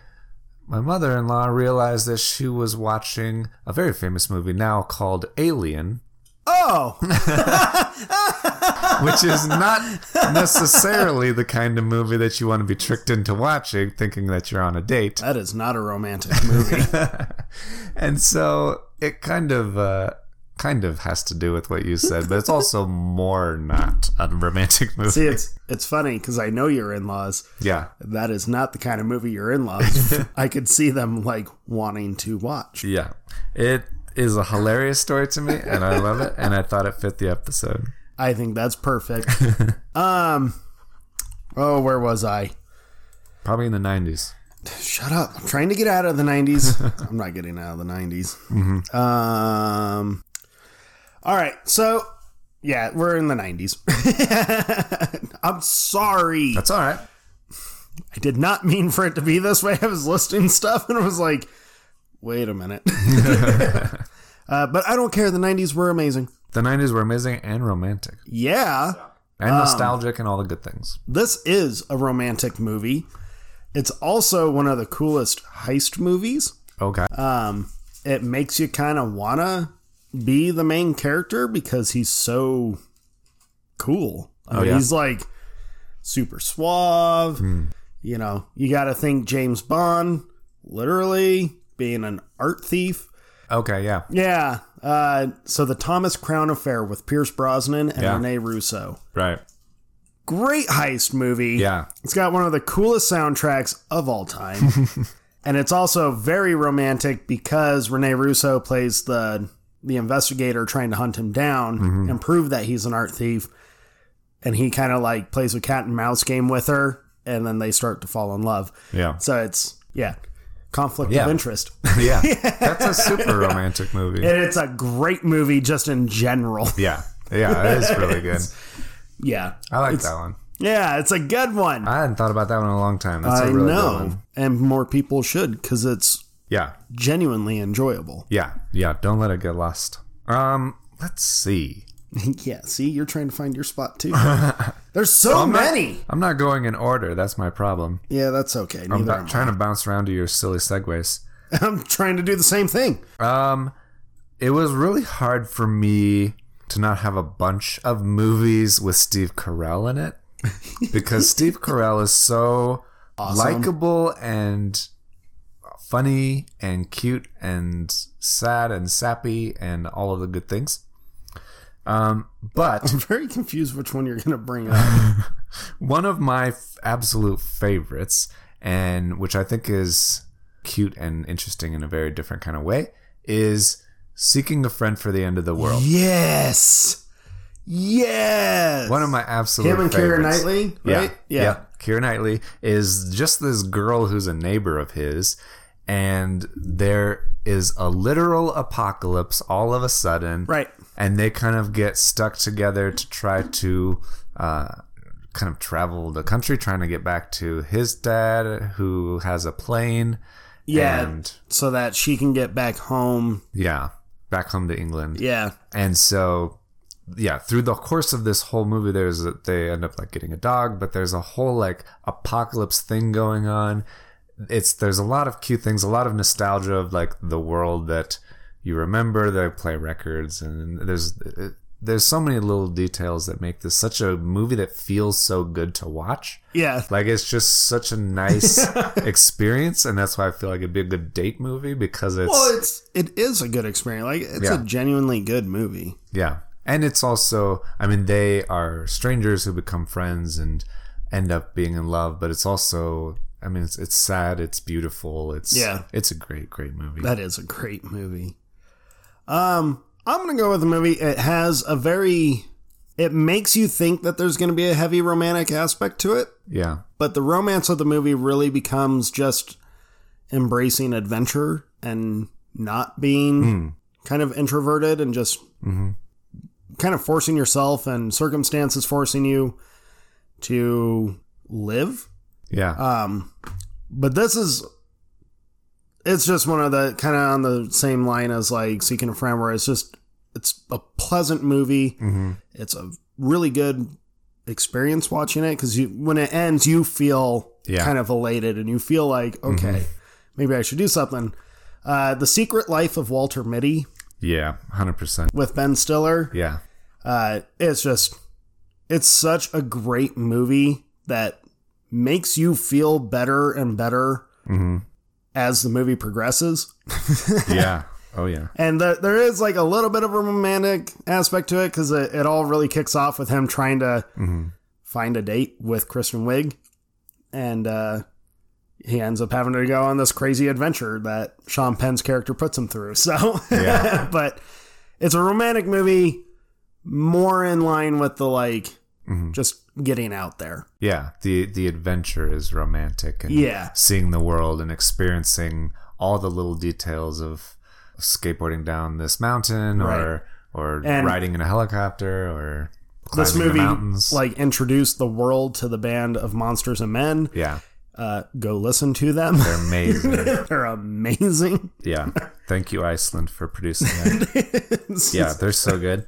my mother in law realized that she was watching a very famous movie now called Alien,
Oh,
which is not necessarily the kind of movie that you want to be tricked into watching, thinking that you're on a date.
that is not a romantic movie.
and so it kind of uh, kind of has to do with what you said, but it's also more not a romantic movie.
See, it's it's funny because I know your in laws.
yeah,
That is not the kind of movie your in laws. I could see them like wanting to watch.
yeah. It is a hilarious story to me, and I love it. And I thought it fit the episode.
I think that's perfect. um, oh, where was I?
Probably in the '90s.
Shut up! I'm trying to get out of the '90s. I'm not getting out of the '90s. Um, all right, so yeah, we're in the '90s. I'm sorry.
That's all right.
I did not mean for it to be this way. I was listing stuff and I was like, wait a minute. uh, but I don't care. The 90s were amazing.
The '90s were amazing and romantic,
Yeah,
and
Um,
nostalgic, and all the good things.
this is a romantic movie. It's also one of the coolest heist movies.
Okay.
Um, it makes you kind of want to be the main character because he's so cool. I mean,
Oh, yeah. Hmm.
He's like super suave. You know, you got to think James Bond, literally being an art thief.
okay. Yeah.
Yeah. Uh, so the Thomas Crown affair with Pierce Brosnan and
Yeah.
Rene Russo.
Right.
Great heist movie.
Yeah.
It's got one of the coolest soundtracks of all time. and it's also very romantic because Rene Russo plays the the investigator trying to hunt him down
Mm-hmm.
and prove that he's an art thief. And he kind of like plays a cat and mouse game with her and then they start to fall in love.
Yeah.
So it's yeah, conflict
Yeah.
of interest.
yeah. That's a super romantic movie.
and it's a great movie just in general.
yeah. Yeah. It is really good.
yeah.
I like that one.
Yeah, it's a good one.
I hadn't thought about that one in a long time. That's a
I
really good one.
know. And more people should cuz it's
Yeah,
genuinely enjoyable.
yeah, yeah. Don't let it get lost. Um, let's see.
yeah, see, you're trying to find your spot too. There's so many.
I'm not going in order. That's my problem.
Yeah, that's okay. Neither
I'm
am i
not trying to bounce around to your silly segues.
I'm trying to do the same thing.
Um, it was really hard for me to not have a bunch of movies with Steve Carell in it because Steve Carell is so likable and funny and cute and sad and sappy and all of the good things. Um, but
I'm very confused which one you're going to bring up.
one of my f- absolute favorites and which i think is cute and interesting in a very different kind of way is seeking a friend for the end of the world
yes. Yes.
one of my absolute
Him and Keira
favorites.
Knightley,
yeah,
right?
yeah Keira Knightley is just this girl who's a neighbor of his and there is a literal apocalypse all of a sudden
Right.
and they kind of get stuck together to try to uh, kind of travel the country trying to get back to his dad who has a plane
Yeah.
and
so that she can get back home.
yeah back home to england
Yeah.
and so yeah through the course of this whole movie there's a, they end up like getting a dog but there's a whole like apocalypse thing going on it's there's a lot of cute things a lot of nostalgia of like the world that you remember they play records and there's it, there's so many little details that make this such a movie that feels so good to watch
Yeah.
like it's just such a nice experience and that's why i feel like it'd be a good date movie because it's
Well, it's it is a good experience. Like it's
Yeah.
a genuinely good movie.
Yeah. And it's also, I mean, they are strangers who become friends and end up being in love, but it's also, I mean, it's, it's sad, it's beautiful, it's
Yeah.
it's a great, great movie.
That is a great movie. Um, I'm gonna go with a movie. It has a very, it makes you think that there's gonna be a heavy romantic aspect to it,
yeah,
but the romance of the movie really becomes just embracing adventure and not being
Hmm.
kind of introverted and just
Mm-hmm.
kind of forcing yourself and circumstances forcing you to live.
yeah,
Um, but this is it's just one of the kind of on the same line as like Seeking a Friend, where it's just it's a pleasant movie. It's a really good experience watching it because you when it ends, you feel
Yeah.
kind of elated and you feel like okay, maybe I should do something. Uh, the Secret Life of Walter Mitty
Yeah, hundred percent.
with Ben Stiller.
Yeah,
Uh, it's just, it's such a great movie that makes you feel better and better
Mm-hmm.
as the movie progresses.
yeah, oh yeah,
And there, there is like a little bit of a romantic aspect to it because it, it all really kicks off with him trying to
Mm-hmm.
find a date with Kristen Wiig, and uh, he ends up having to go on this crazy adventure that Sean Penn's character puts him through. So,
Yeah.
but it's a romantic movie, more in line with the like
Mm-hmm.
just getting out there.
yeah. The the adventure is romantic and
Yeah.
seeing the world and experiencing all the little details of skateboarding down this mountain
Right.
or or
And-
riding in a helicopter or climbing
This
the
movie
mountains.
like introduced the world to the band of Monsters and Men.
yeah,
Uh, go listen to them.
they're amazing.
They're amazing.
yeah, thank you Iceland for producing that. yeah, they're so good.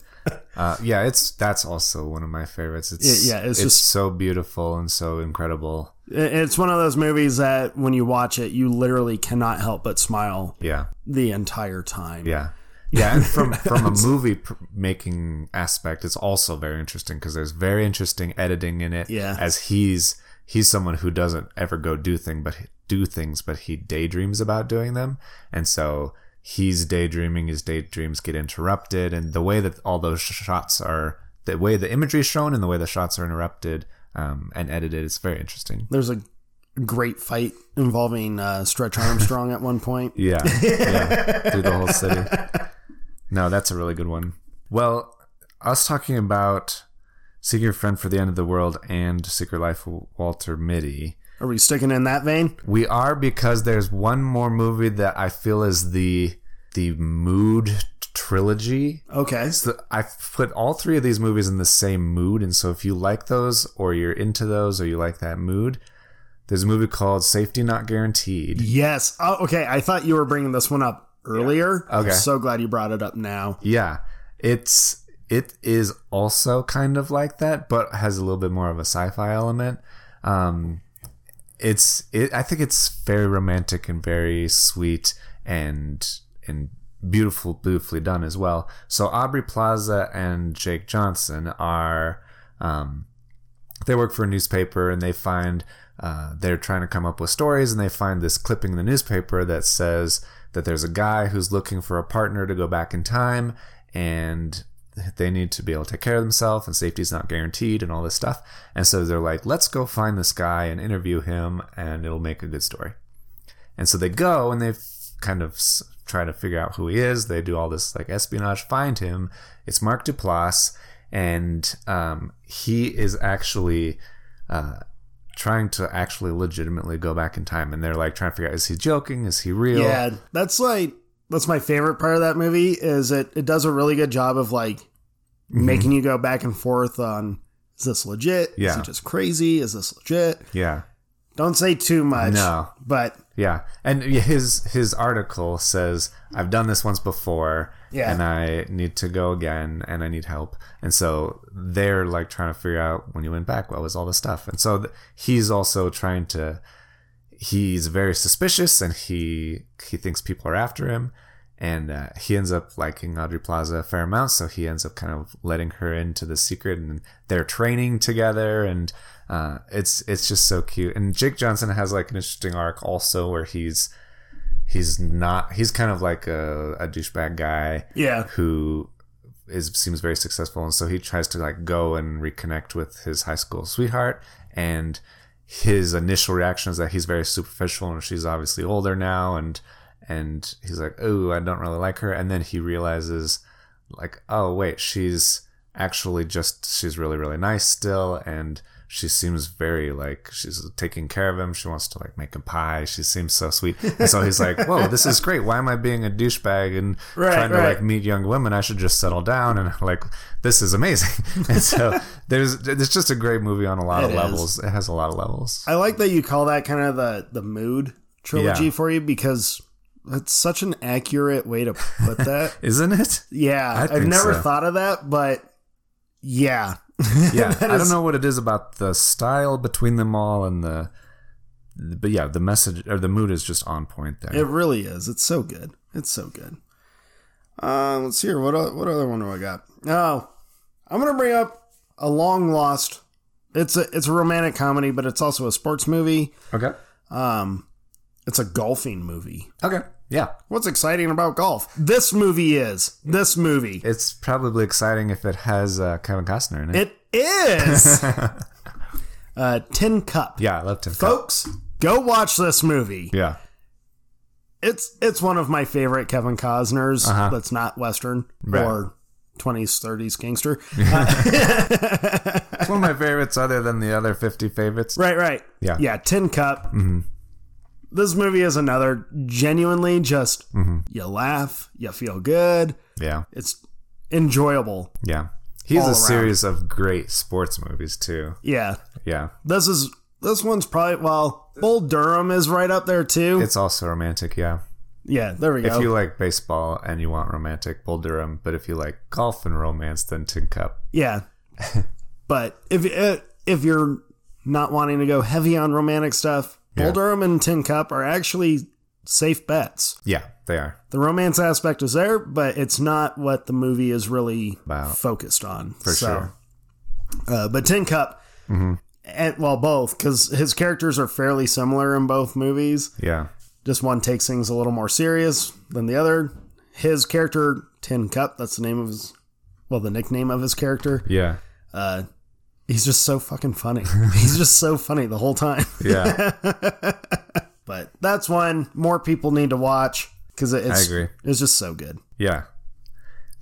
Uh, yeah, it's that's also one of my favorites. It's
Yeah, yeah, it's
it's,
just-
so beautiful and so incredible.
It- It's one of those movies that when you watch it, you literally cannot help but smile
Yeah,
the entire time.
yeah, yeah. And from from a movie pr- making aspect, it's also very interesting because there's very interesting editing in it.
Yeah.
as he's he's someone who doesn't ever go do thing but do things, but he daydreams about doing them, and so he's daydreaming. His daydreams get interrupted, and the way that all those shots are, the way the imagery is shown, and the way the shots are interrupted. Um, and edited, it's very interesting.
There's a great fight involving uh, Stretch Armstrong at one point.
Yeah, yeah, through the whole city. No, that's a really good one. Well, us talking about Secret Friend for the End of the World and Secret Life of Walter Mitty,
Are we sticking in that vein?
we are because there's one more movie that I feel is the the mood trilogy.
Okay.
It's the- I've put all three of these movies in the same mood, and so if you like those, or you're into those, or you like that mood, there's a movie called Safety Not Guaranteed.
Yes. Oh, okay. I thought you were bringing this one up earlier.
Okay.
I'm so glad you brought it up now.
Yeah, it's it is also kind of like that, but has a little bit more of a sci-fi element. Um, it's it, I think it's very romantic and very sweet and and beautiful, beautifully done as well. So Aubrey Plaza and Jake Johnson are um, they work for a newspaper and they find uh, they're trying to come up with stories and they find this clipping in the newspaper that says that there's a guy who's looking for a partner to go back in time and they need to be able to take care of themselves and safety's not guaranteed and all this stuff and so they're like let's go find this guy and interview him and it'll make a good story and so they go and they f- kind of s- try to figure out who he is. They do all this like espionage, find him. It's Mark Duplass, and um, he is actually uh, trying to actually legitimately go back in time. And they're like trying to figure out is he joking? Is he real?
Yeah. That's like, that's my favorite part of that movie is it, it does a really good job of like
Mm-hmm.
making you go back and forth on is this legit? Is
Yeah.
it just crazy? Is this legit?
Yeah.
Don't say too much.
No.
But
Yeah, and his his article says I've done this once before,
Yeah.
and I need to go again, and I need help. And so they're like trying to figure out when you went back, what was all this stuff. And so th- he's also trying to. He's very suspicious, and he he thinks people are after him, and uh, he ends up liking Audrey Plaza a fair amount. So he ends up kind of letting her into the secret, and they're training together, and uh, it's it's just so cute. And Jake Johnson has like an interesting arc also, where he's he's not he's kind of like a, a douchebag guy
yeah.
who is seems very successful and so he tries to like go and reconnect with his high school sweetheart and his initial reaction is that he's very superficial and she's obviously older now and and he's like oh i don't really like her and then he realizes like oh wait she's actually just she's really really nice still and she seems very like she's taking care of him she wants to like make him pie she seems so sweet and so he's like whoa this is great why am i being a douchebag and
Right,
trying to
right.
like meet young women i should just settle down and like this is amazing and so there's it's just a great movie on a lot of
It is.
levels it has a lot of levels
I like that you call that kind of the the mood trilogy
Yeah.
for you because that's such an accurate way to put that.
isn't it
yeah.
I
I've
think
never
so.
thought of that, but yeah.
yeah
That
i
is-
don't know what it is about the style between them all and the but yeah, the message or the mood is just on point there.
It really is. It's so good. It's so good. Uh, let's hear what o- what other one do I got? Oh, I'm gonna bring up a long lost. It's a it's a romantic comedy, but it's also a sports movie.
okay.
Um, it's a golfing movie.
Okay. Yeah.
What's exciting about golf? This movie is this movie.
It's probably exciting if it has uh, Kevin Costner in it.
It is uh, Tin Cup.
yeah, I love Tim. Cook.
Folks, go watch this movie.
Yeah.
It's it's one of my favorite Kevin Cosner's. That's not Western
Uh-huh. Right.
or 20s, 30s gangster.
It's one of my favorites other than the other 50 favorites.
Right, right.
Yeah. Mm-hmm.
Yeah, Tin Cup. This movie is another genuinely just
Mm-hmm.
you laugh, you feel good.
Yeah.
It's enjoyable.
Yeah. He has
All
a
around.
series of great sports movies too.
Yeah.
Yeah.
This is this one's probably well, Bull Durham is right up there too.
It's also romantic, yeah.
yeah, there we go.
If you like baseball and you want romantic, Bull Durham. But if you like golf and romance, then Tin Cup.
yeah. but if uh, if you're not wanting to go heavy on romantic stuff, Bull
Yeah.
Durham and Tin Cup are actually safe bets.
Yeah, they are.
the romance aspect is there, but it's not what the movie is really
About.
focused on.
For sure. Mm-hmm.
Uh, but Tin Cup, and well, both because his characters are fairly similar in both movies.
Yeah.
Just one takes things a little more serious than the other. His character, Tin Cup, that's the name of his, well, the nickname of his character.
Yeah.
Uh, he's just so fucking funny. he's just so funny the whole time.
Yeah.
But that's one more people need to watch because it's
agree.
it's just so good.
yeah.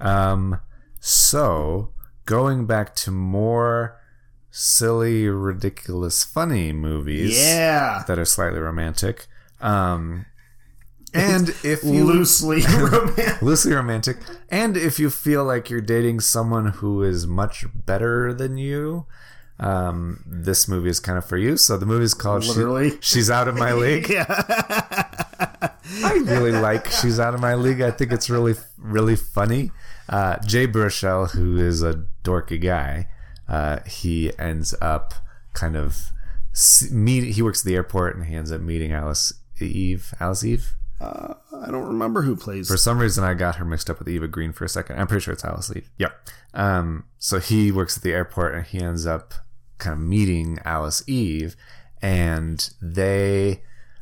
Um so going back to more silly, ridiculous, funny movies
Yeah.
that are slightly romantic. Um and if you
loosely romantic.
loosely romantic. And if you feel like you're dating someone who is much better than you, um, this movie is kind of for you. So the movie is called She-
Literally.
She's Out of My League. I really like She's Out of My League. I think it's really, really funny. Uh, Jay Burchell, who is a dorky guy, uh, he ends up kind of s- meet. He works at the airport and he ends up meeting Alice Eve. Alice Eve.
I don't remember who plays.
For some reason, I got her mixed up with Eva Green for a second. I'm pretty sure it's Alice Lee. Yeah. Um, so he works at the airport and he ends up kind of meeting Alice Eve, and they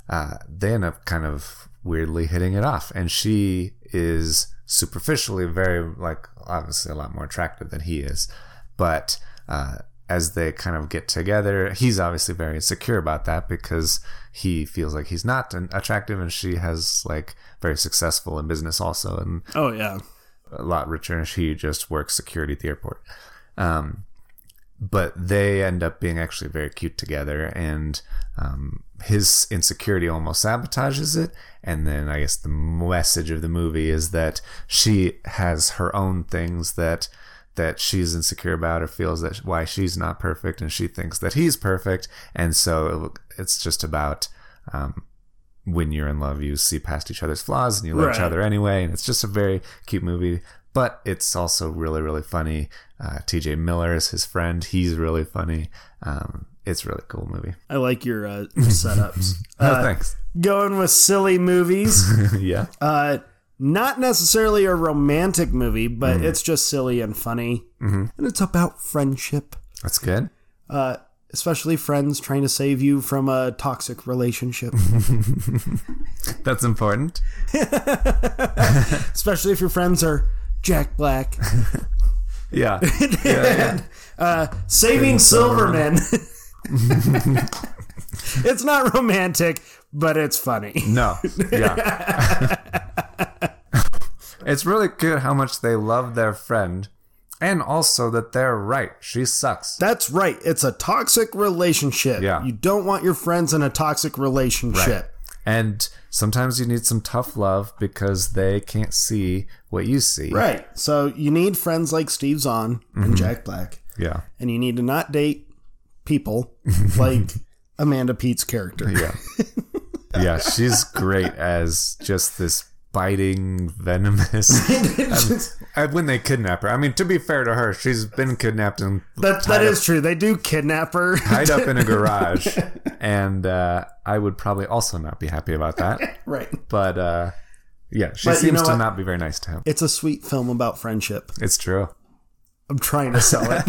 uh, they end up kind of weirdly hitting it off. And she is superficially very like obviously a lot more attractive than he is, but uh, as they kind of get together, he's obviously very insecure about that because he feels like he's not an- attractive, and she has like very successful in business also, and
Oh yeah,
a lot richer, and she just works security at the airport. Um, but they end up being actually very cute together, and um, his insecurity almost sabotages it. And then I guess the message of the movie is that she has her own things that that she's insecure about or feels that why she's not perfect, and she thinks that he's perfect, and so it's just about. Um, when you're in love, you see past each other's flaws and you love each
Right.
other anyway. And it's just a very cute movie, but it's also really, really funny. Uh, TJ Miller is his friend. He's really funny. Um, it's a really cool movie.
I like your uh, setups.
Oh,
Uh,
thanks.
going with silly movies.
yeah.
Uh, not necessarily a romantic movie, but it's just silly and funny, and it's about friendship,
That's good.
uh, especially friends trying to save you from a toxic relationship.
That's important.
especially if your friends are Jack Black,
Yeah.
saving Silverman. it's not romantic, but it's funny.
No. Yeah. it's really good how much they love their friend and also that they're right. She sucks.
That's right. It's a toxic relationship.
Yeah.
You don't want your friends in a toxic relationship.
And sometimes you need some tough love because they can't see what you see.
Right. So you need friends like Steve Zahn and Jack Black,
Yeah.
and you need to not date people like Amanda Pete's character.
Yeah. yeah, she's great as just this biting, venomous. And when they kidnap her, I mean, to be fair to her, she's been kidnapped and
that that is true. They do kidnap her.
tied up in a garage and uh, I would probably also not be happy about that.
Right.
but uh, yeah, she
But you
seems
know
to
what?
not be very nice to him.
It's a sweet film about friendship.
It's true.
I'm trying to sell it.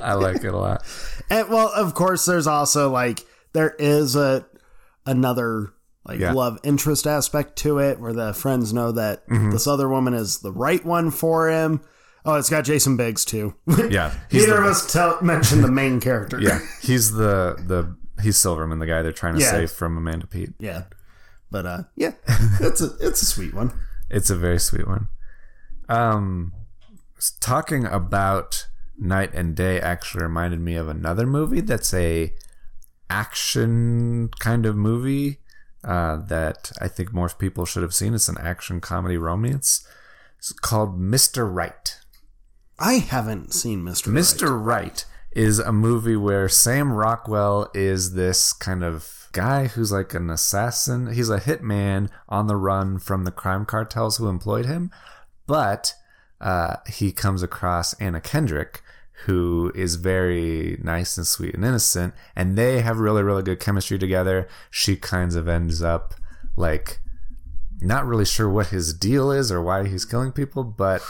I like it a lot.
and well, of course, there's also like there is a another like
Yeah.
love interest aspect to it where the friends know that
Mm-hmm.
this other woman is the right one for him. Oh, it's got Jason Biggs too.
Yeah, he's
Neither
the-
of us tell, mention the main character.
yeah, he's the the he's Silverman, the guy they're trying to
Yeah.
save from Amanda Pete.
Yeah. But uh yeah, it's a it's a sweet one.
It's a very sweet one. Um, s- talking about night and day actually reminded me of another movie that's a action kind of movie uh, that I think more people should have seen. It's an action comedy romance. It's called Mr. Right.
I haven't seen Mr. Right.
Mr. Right is a movie where Sam Rockwell is this kind of guy who's like an assassin. He's a hitman on the run from the crime cartels who employed him, but uh, he comes across Anna Kendrick, who is very nice and sweet and innocent, and they have really, really good chemistry together. She kinds of ends up like not really sure what his deal is or why he's killing people, but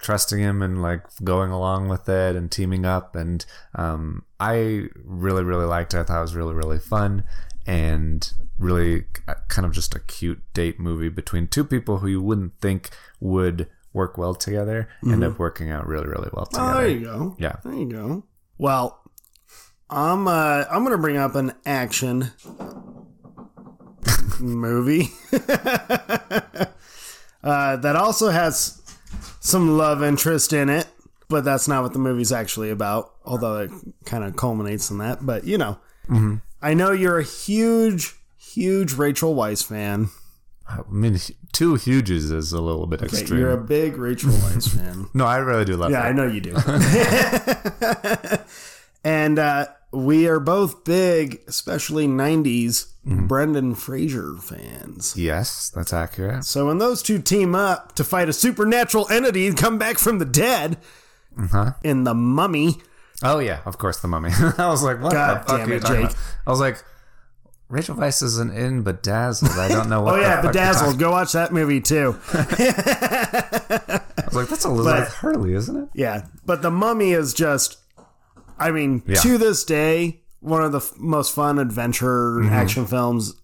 trusting him and like going along with it and teaming up and um, i really really liked it i thought it was really really fun and really uh, kind of just a cute date movie between two people who you wouldn't think would work well together
Mm-hmm.
end up working out really really well together
Oh, there you go.
yeah
There you go. Well, I'm uh, I'm gonna bring up an action movie uh, that also has some love interest in it, but that's not what the movie's actually about. Although it kind of culminates in that, but you know, I know you're a huge, huge Rachel Weisz fan.
i mean hu- two huges is a little bit extreme
You're a big Rachel Weisz fan.
no i really do love
Yeah, I
it
know you do. and uh, we are both big, especially 90s Brendan Fraser fans.
yes that's accurate
So when those two team up to fight a supernatural entity and come back from the dead in The Mummy,
oh yeah of course the mummy i was like what
God
the fuck
damn
are you
it,
talking
Jake.
about? i was like Rachel Weisz isn't in Bedazzled. I don't know what
oh
the
yeah,
fuck you're talking
Bedazzled, go watch that movie too.
I was like, that's Elizabeth Hurley, isn't it?
Yeah, but The Mummy is just, I mean,
Yeah.
to this day, one of the f- most fun adventure action films.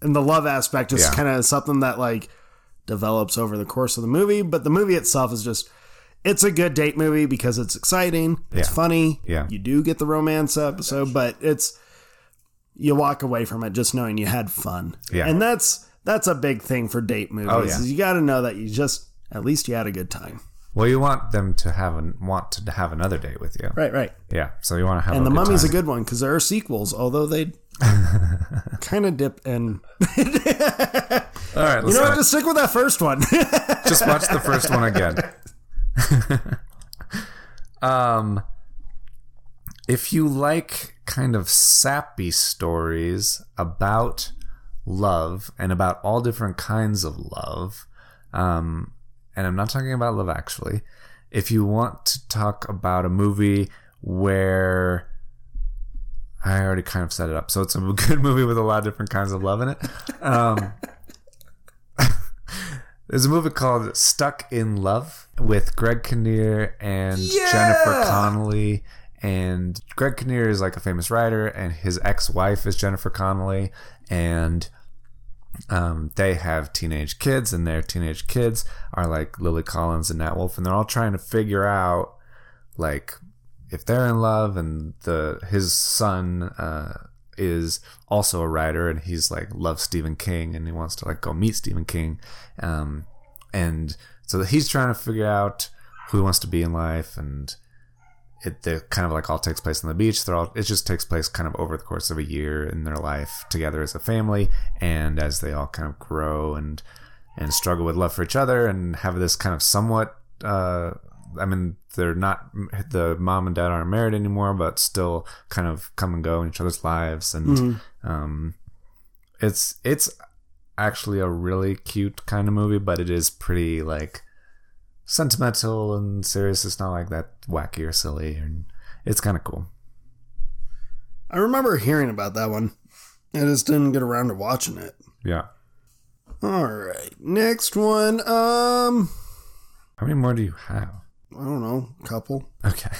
And the love aspect is
Mm-hmm. Yeah.
kind of something that like develops over the course of the movie, but the movie itself is just it's a good date movie because it's exciting, it's
Yeah.
funny.
Yeah.
You do get the romance episode, but it's you walk away from it just knowing you had fun.
Yeah. Oh,
And that's that's a big thing for date movies.
yeah.
is you got to know that you just at least you had a good time.
Well, you want them to have an, want to have another date with you.
Right, right.
Yeah, so you want to have.
And
a
the
good
mummy's
time.
a good one because there are sequels, although they kind of dip in.
All right, let's
You know what?
not-
Just stick with that first one.
just watch the first one again. um, if you like kind of sappy stories about love and about all different kinds of love, um, and I'm not talking about love actually. If you want to talk about a movie where I already kind of set it up, so it's a good movie with a lot of different kinds of love in it. Um, There's a movie called Stuck in Love with Greg Kinnear and Jennifer Connelly. And Greg Kinnear is like a famous writer, and his ex wife is Jennifer Connelly. And um, they have teenage kids, and their teenage kids are like Lily Collins and Nat Wolf, and they're all trying to figure out like if they're in love and the his son uh, is also a writer and he's like loves Stephen King and he wants to like go meet Stephen King um, and so he's trying to figure out who he wants to be in life and it they kind of like all takes place on the beach they're all it just takes place kind of over the course of a year in their life together as a family and as they all kind of grow and and struggle with love for each other and have this kind of somewhat uh i mean they're not the mom and dad aren't married anymore but still kind of come and go in each other's lives and um it's it's actually a really cute kind of movie but it is pretty like sentimental and serious it's not like that wacky or silly and it's kind of cool
I remember hearing about that one. I just didn't get around to watching it.
Yeah.
All right. Next one. Um,
How many more do you have?
I don't know. Couple.
Okay.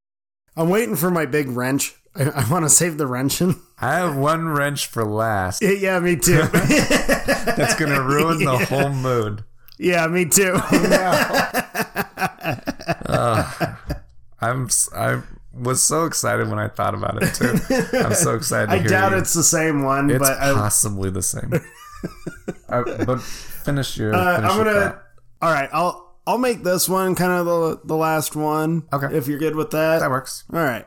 I'm waiting for my big wrench. I, I want to save the wrenching.
I have one wrench for last.
yeah, me too.
That's gonna ruin the whole mood.
yeah, me too.
I'm s- I was so excited when I thought about it too. I'm so excited. To
I
hear
doubt
you.
it's the same one,
It's
but I,
possibly the same. Uh, but finish your.
uh,
finish
I'm
your
gonna.
thought.
All right, I'll I'll make this one kind of the the last one.
Okay.
if you're good with that.
That works.
All right,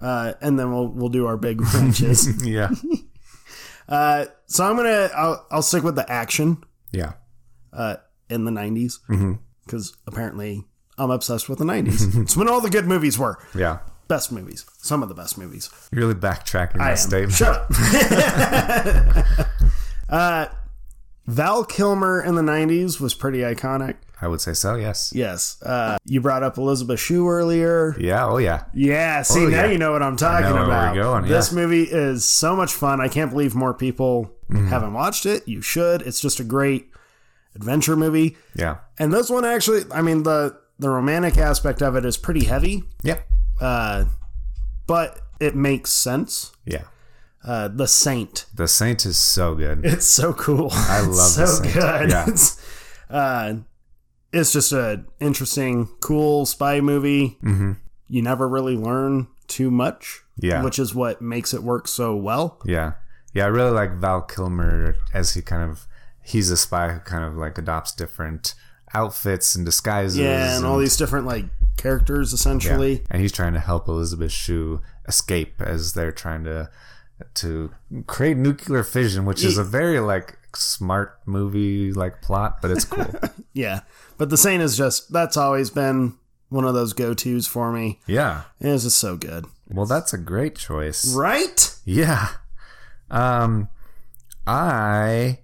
uh, and then we'll we'll do our big wrenches.
Yeah.
uh, so I'm gonna I'll I'll stick with the action
Yeah.
uh, in the '90s because apparently I'm obsessed with the '90s. it's when all the good movies were
Yeah.
best movies, some of the best movies.
You're really backtracking
I
that
am.
statement.
Shut up. uh, Val Kilmer in the 90s was pretty iconic.
I would say so. Yes.
Yes. Uh, you brought up Elizabeth Shue earlier.
Yeah. Oh yeah.
Yeah, see,
Oh,
now
yeah.
you know what I'm talking
I know where we're
about.
going, yeah.
This movie is so much fun. I can't believe more people
Mm-hmm.
haven't watched it. You should. It's just a great adventure movie.
Yeah.
And this one actually, I mean, the, the romantic aspect of it is pretty heavy,
Yep.
uh, but it makes sense.
Yeah.
Uh, the Saint
The Saint is so good.
It's so cool. I
love
it's so
this thing.
good.
Yeah.
It's, uh, it's just a interesting, cool spy movie.
Mm-hmm.
You never really learn too much,
Yeah.
which is what makes it work so well.
Yeah. Yeah, I really like Val Kilmer as he kind of he's a spy who kind of like adopts different outfits and disguises.
Yeah, and all these different like characters essentially.
and he's trying to help Elizabeth Shue escape as they're trying to to create nuclear fission, which is a very like smart movie like plot, but it's cool.
Yeah, but the Saint is just that's always been one of those go tos for me.
yeah.
And It's just so good,
Well, that's a great choice.
right?
Yeah. Um I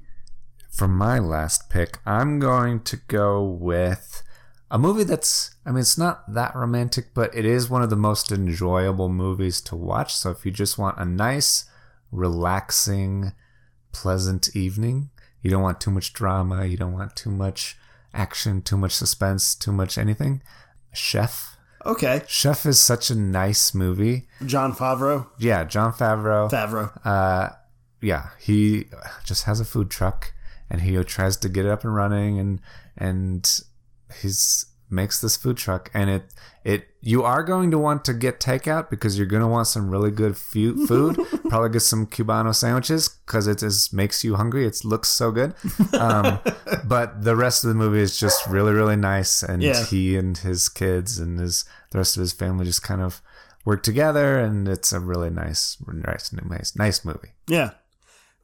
for my last pick, I'm going to go with a movie that's I mean it's not that romantic, but it is one of the most enjoyable movies to watch. So if you just want a nice, relaxing, pleasant evening, you don't want too much drama, you don't want too much action, too much suspense, too much anything. Chef.
Okay,
Chef is such a nice movie.
John Favreau,
Yeah, John Favreau
Favreau.
uh, yeah, he just has a food truck and he tries to get it up and running and and he's makes this food truck and it it you are going to want to get takeout because you're going to want some really good fu- food probably get some cubano sandwiches because it is makes you hungry it looks so good um, but the rest of the movie is just really really nice and
Yeah.
he and his kids and his the rest of his family just kind of work together and it's a really nice nice nice, nice movie
Yeah.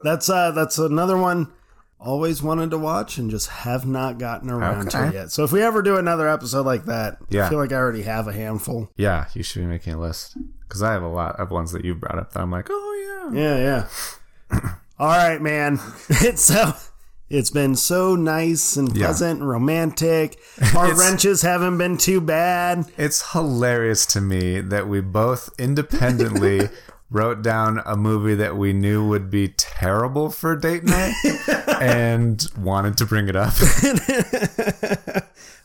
That's uh that's another one always wanted to watch and just have not gotten around to
Okay.
it yet. So if we ever do another episode like that, I
Yeah.
feel like I already have a handful.
Yeah, you should be making a list because I have a lot of ones that you brought up that I'm like, oh yeah,
Yeah, yeah. All right, man. It's so it's been so nice and
Yeah.
pleasant and romantic. Our wrenches haven't been too bad.
it's hilarious to me that we both independently wrote down a movie that we knew would be terrible for date night and wanted to bring it up.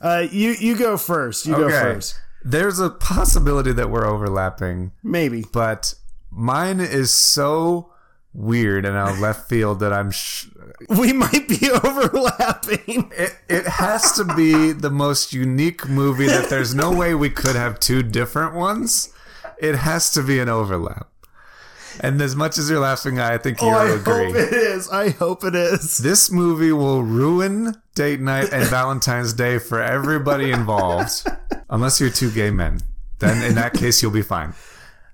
Uh you you go first. You go first.
there's a possibility that we're overlapping,
Maybe.
but mine is so weird and out of left field that I'm sh-
We might be overlapping.
It, it has to be the most unique movie that there's no way we could have two different ones. It has to be an overlap. And as much as you're laughing, I think you'll
Oh, I hope
agree.
it is. I hope it is.
This movie will ruin date night and Valentine's Day for everybody involved, unless you're two gay men. Then in that case, you'll be fine.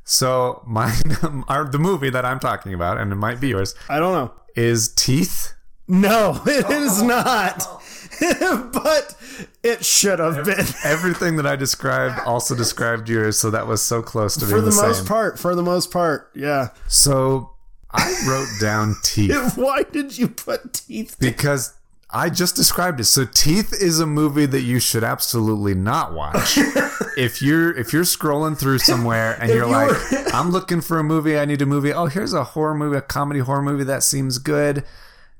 So my our, the movie that I'm talking about, and it might be yours,
I don't know.
is Teeth.
No, it is not. but it should have been.
Everything that I described also described yours, so that was so close to
For
being
the
the,
most
same.
part, for the most part, yeah.
So I wrote down teeth
Why did you put teeth?
because I just described it. So Teeth is a movie that you should absolutely not watch. if you're if you're scrolling through somewhere and you're
you
like,
were-
I'm looking for a movie, I need a movie. Oh, here's a horror movie, a comedy horror movie that seems good.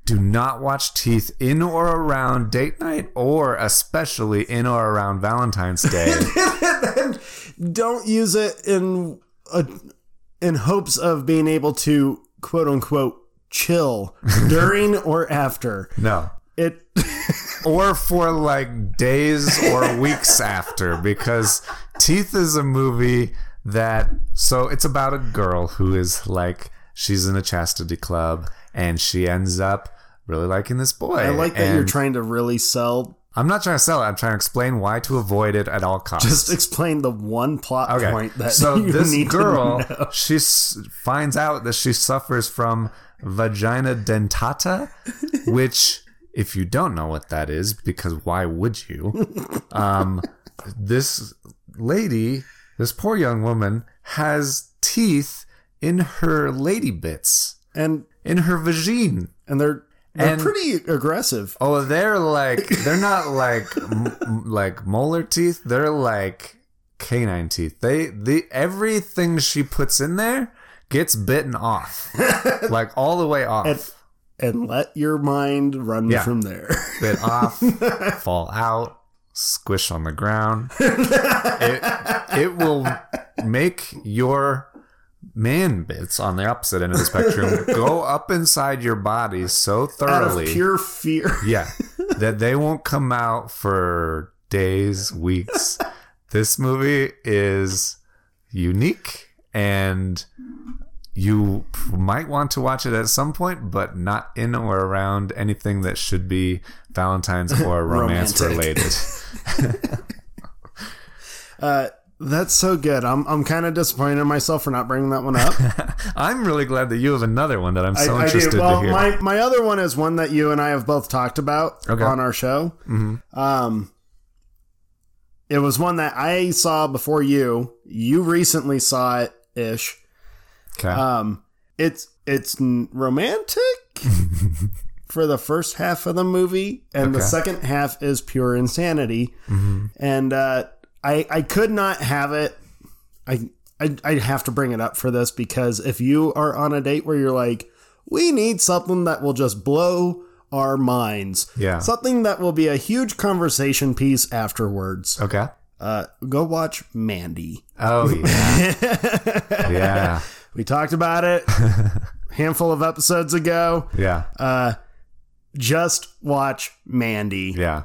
Do not watch Teeth in or around date night or especially in or around Valentine's Day.
Don't use it in a, in hopes of being able to quote unquote chill during or after
no.
it.
or for like days or weeks after because Teeth is a movie that so it's about a girl who is like she's in a chastity club and she ends up really liking this boy.
I like that you're
And
trying to really sell.
I'm not trying to sell it. I'm trying to explain why to avoid it at all costs.
Just explain the one plot
Okay.
point that
so
you
this
need
girl
to know.
she s- finds out that she suffers from vagina dentata which if you don't know what that is because why would you um this lady this poor young woman has teeth in her lady bits
and
in her vagine
and they're they're
And-
pretty aggressive.
oh they're like they're not like m- m- like molar teeth they're like canine teeth they the everything she puts in there gets bitten off like all the way off
And let your mind run
Yeah.
from there.
bit off fall out squish on the ground it, it will make your man bits on the opposite end of the spectrum go up inside your body so
Out
thoroughly
of pure fear.
Yeah. that they won't come out for days, weeks. this movie is unique and you might want to watch it at some point, but not in or around anything that should be Valentine's or romance
Romantic.
related.
Uh, that's so good. I'm I'm kind of disappointed in myself for not bringing that one up.
I'm really glad that you have another one that I'm so
I, I
interested
do. Well,
to hear.
my my other one is one that you and I have both talked about
Okay.
on our show.
Mhm.
Um, it was one that I saw before you. You recently saw it ish.
okay.
Um, it's it's n- romantic for the first half of the movie, and
Okay.
the
Mm-hmm.
second half is pure insanity. And uh, I I could not have it. I, I I have to bring it up for this because if you are on a date where you're like, we need something that will just blow our minds,
Yeah.
something that will be a huge conversation piece afterwards.
okay.
Uh, go watch Mandy.
Oh, yeah. yeah.
We talked about it a handful of episodes ago.
Yeah.
Just watch Mandy.
Yeah.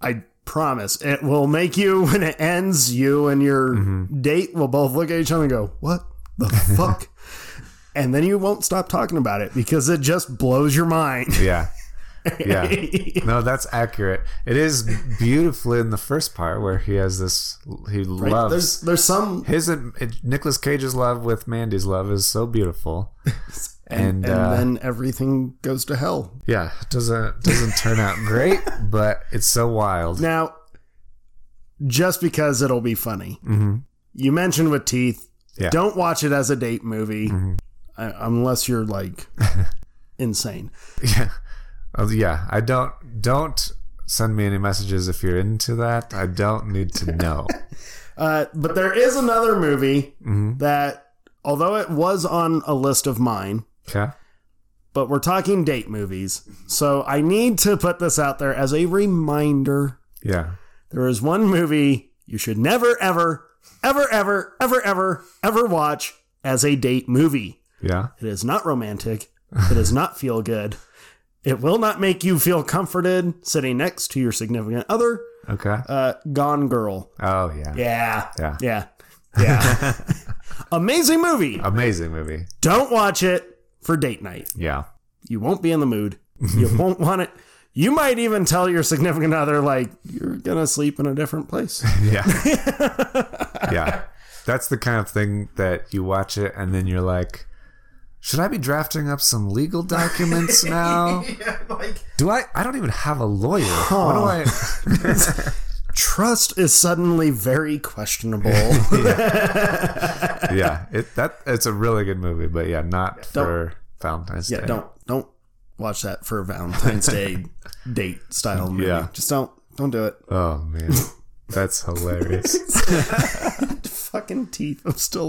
I promise it will make you, when it ends, you and your
Mm-hmm.
date will both look at each other and go, What the fuck? And then you won't stop talking about it because it just blows your mind.
Yeah. Yeah. No, that's accurate. It is beautiful in the first part where he has this. He
There's
loves
there's some
his and Nicholas Cage's love with Mandy's love is so beautiful, and,
and
uh,
then everything goes to hell.
yeah, it doesn't doesn't turn out great, but it's so wild.
Now, just because it'll be funny,
Mhm.
you mentioned with teeth,
Yeah.
don't watch it as a date movie uh, unless you're like insane.
Yeah, Oh, yeah. I don't don't send me any messages if you're into that. I don't need to know.
Uh, but there is another movie
Mhm.
that, although it was on a list of mine,
Okay.
but we're talking date movies. So I need to put this out there as a reminder.
Yeah.
There is one movie you should never, ever, ever, ever, ever, ever, ever watch as a date movie.
Yeah.
It is not romantic. It does not feel good. It will not make you feel comforted sitting next to your significant other.
Okay.
Uh, Gone Girl.
Oh yeah.
Yeah.
Yeah.
Yeah. Yeah. Amazing movie.
Amazing movie.
Don't watch it for date night.
Yeah.
You won't be in the mood. You won't want it. You might even tell your significant other, like, you're going to sleep in a different place.
Yeah. yeah. That's the kind of thing that you watch it and then you're like, should I be drafting up some legal documents now? Do I? I don't even have a lawyer. What do I?
Trust is suddenly very questionable.
Yeah, it, that it's a really good movie, but yeah, not for Valentine's
yeah,
Day.
don't, don't watch that for a Valentine's Day date style movie.
Yeah.
Just don't don't do it.
Oh man, that's hilarious.
Fucking teeth. I'm still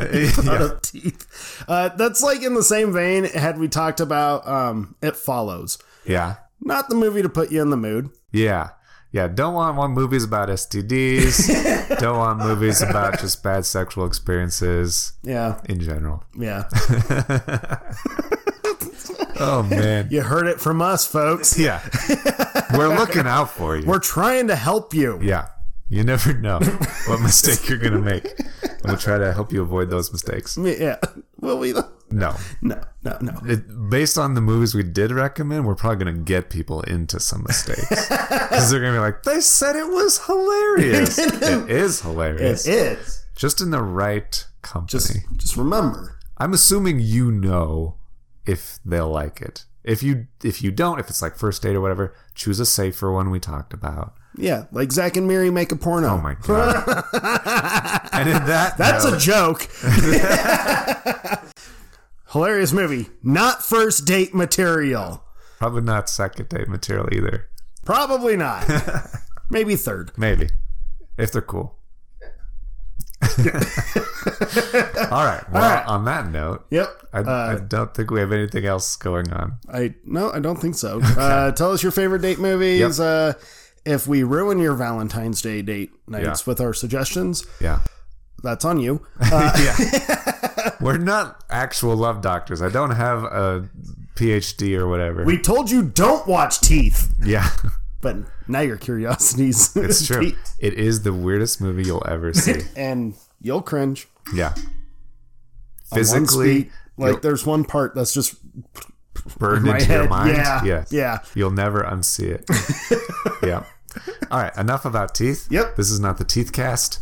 at
Yeah.
the thought of teeth. Uh, that's like in the same vein had we talked about um, It Follows.
yeah,
Not the movie to put you in the mood.
yeah, yeah. Don't want one movies about STDs. don't want movies about just bad sexual experiences
Yeah,
in general.
yeah.
Oh man,
You heard it from us, folks.
yeah. We're looking out for you.
We're trying to help you.
yeah. You never know what mistake you're gonna make. We'll try to help you avoid those mistakes.
Yeah. Will we? though?
No,
No, no, no.
it, based on the movies we did recommend, we're probably going to get people into some mistakes because they're going to be like, "They said it was hilarious. it is hilarious,
It is.
just in the right company."
Just, just remember.
I'm assuming you know if they'll like it. If you if you don't, if it's like first date or whatever, choose a safer one we talked about.
Yeah, like Zach and Mary make a porno.
Oh my god! and in that,
That's
note-
a joke. Hilarious movie. Not first date material.
probably not second date material either.
Probably not. Maybe third.
Maybe. If they're cool. All right. Well,
All right. Uh,
on that note,
Yep.
I, I don't think we have anything else going on.
I no, I don't think so. Uh, tell us your favorite date movies. Uh, if we ruin your Valentine's Day date nights
Yeah.
with our suggestions,
Yeah.
that's on you. Uh,
yeah. We're not actual love doctors. I don't have a PhD or whatever.
we told you don't watch teeth,
yeah.
but now your curiosities.
It's true. It is the weirdest movie you'll ever see.
and you'll cringe.
Yeah.
on one
Physically
speed. like there's one part that's just
burned
my
into
head.
your mind.
Yeah,
Yes.
yeah.
You'll never unsee it. yeah. All right. Enough about teeth.
Yep.
This is not the teeth cast.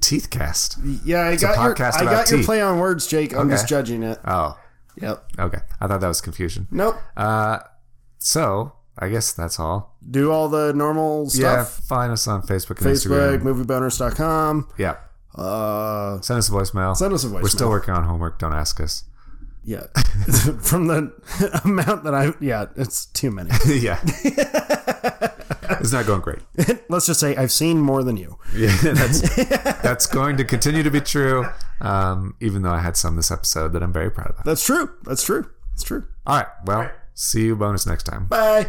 Teeth cast.
Yeah, I
a
got your,
podcast
I
about
got your
tea.
play on words, Jake. I'm just
Okay.
judging it.
Oh,
Yep.
okay. I thought that was confusion.
Nope.
Uh, so I guess that's all.
Do all the normal
Yeah.
stuff.
Find us on Facebook and
Facebook,
Instagram.
movieboners.com.
Yeah.
Uh,
Send us a voicemail.
send us a voicemail.
We're still working on homework. Don't ask us.
yeah. From the amount that I yeah, it's too many.
yeah. it's not going great.
Let's just say I've seen more than you.
Yeah, that's that's going to continue to be true. Um, even though I had some this episode that I'm very proud about.
That's true. That's true. That's true.
All right. Well, see you bonus next time.
Bye.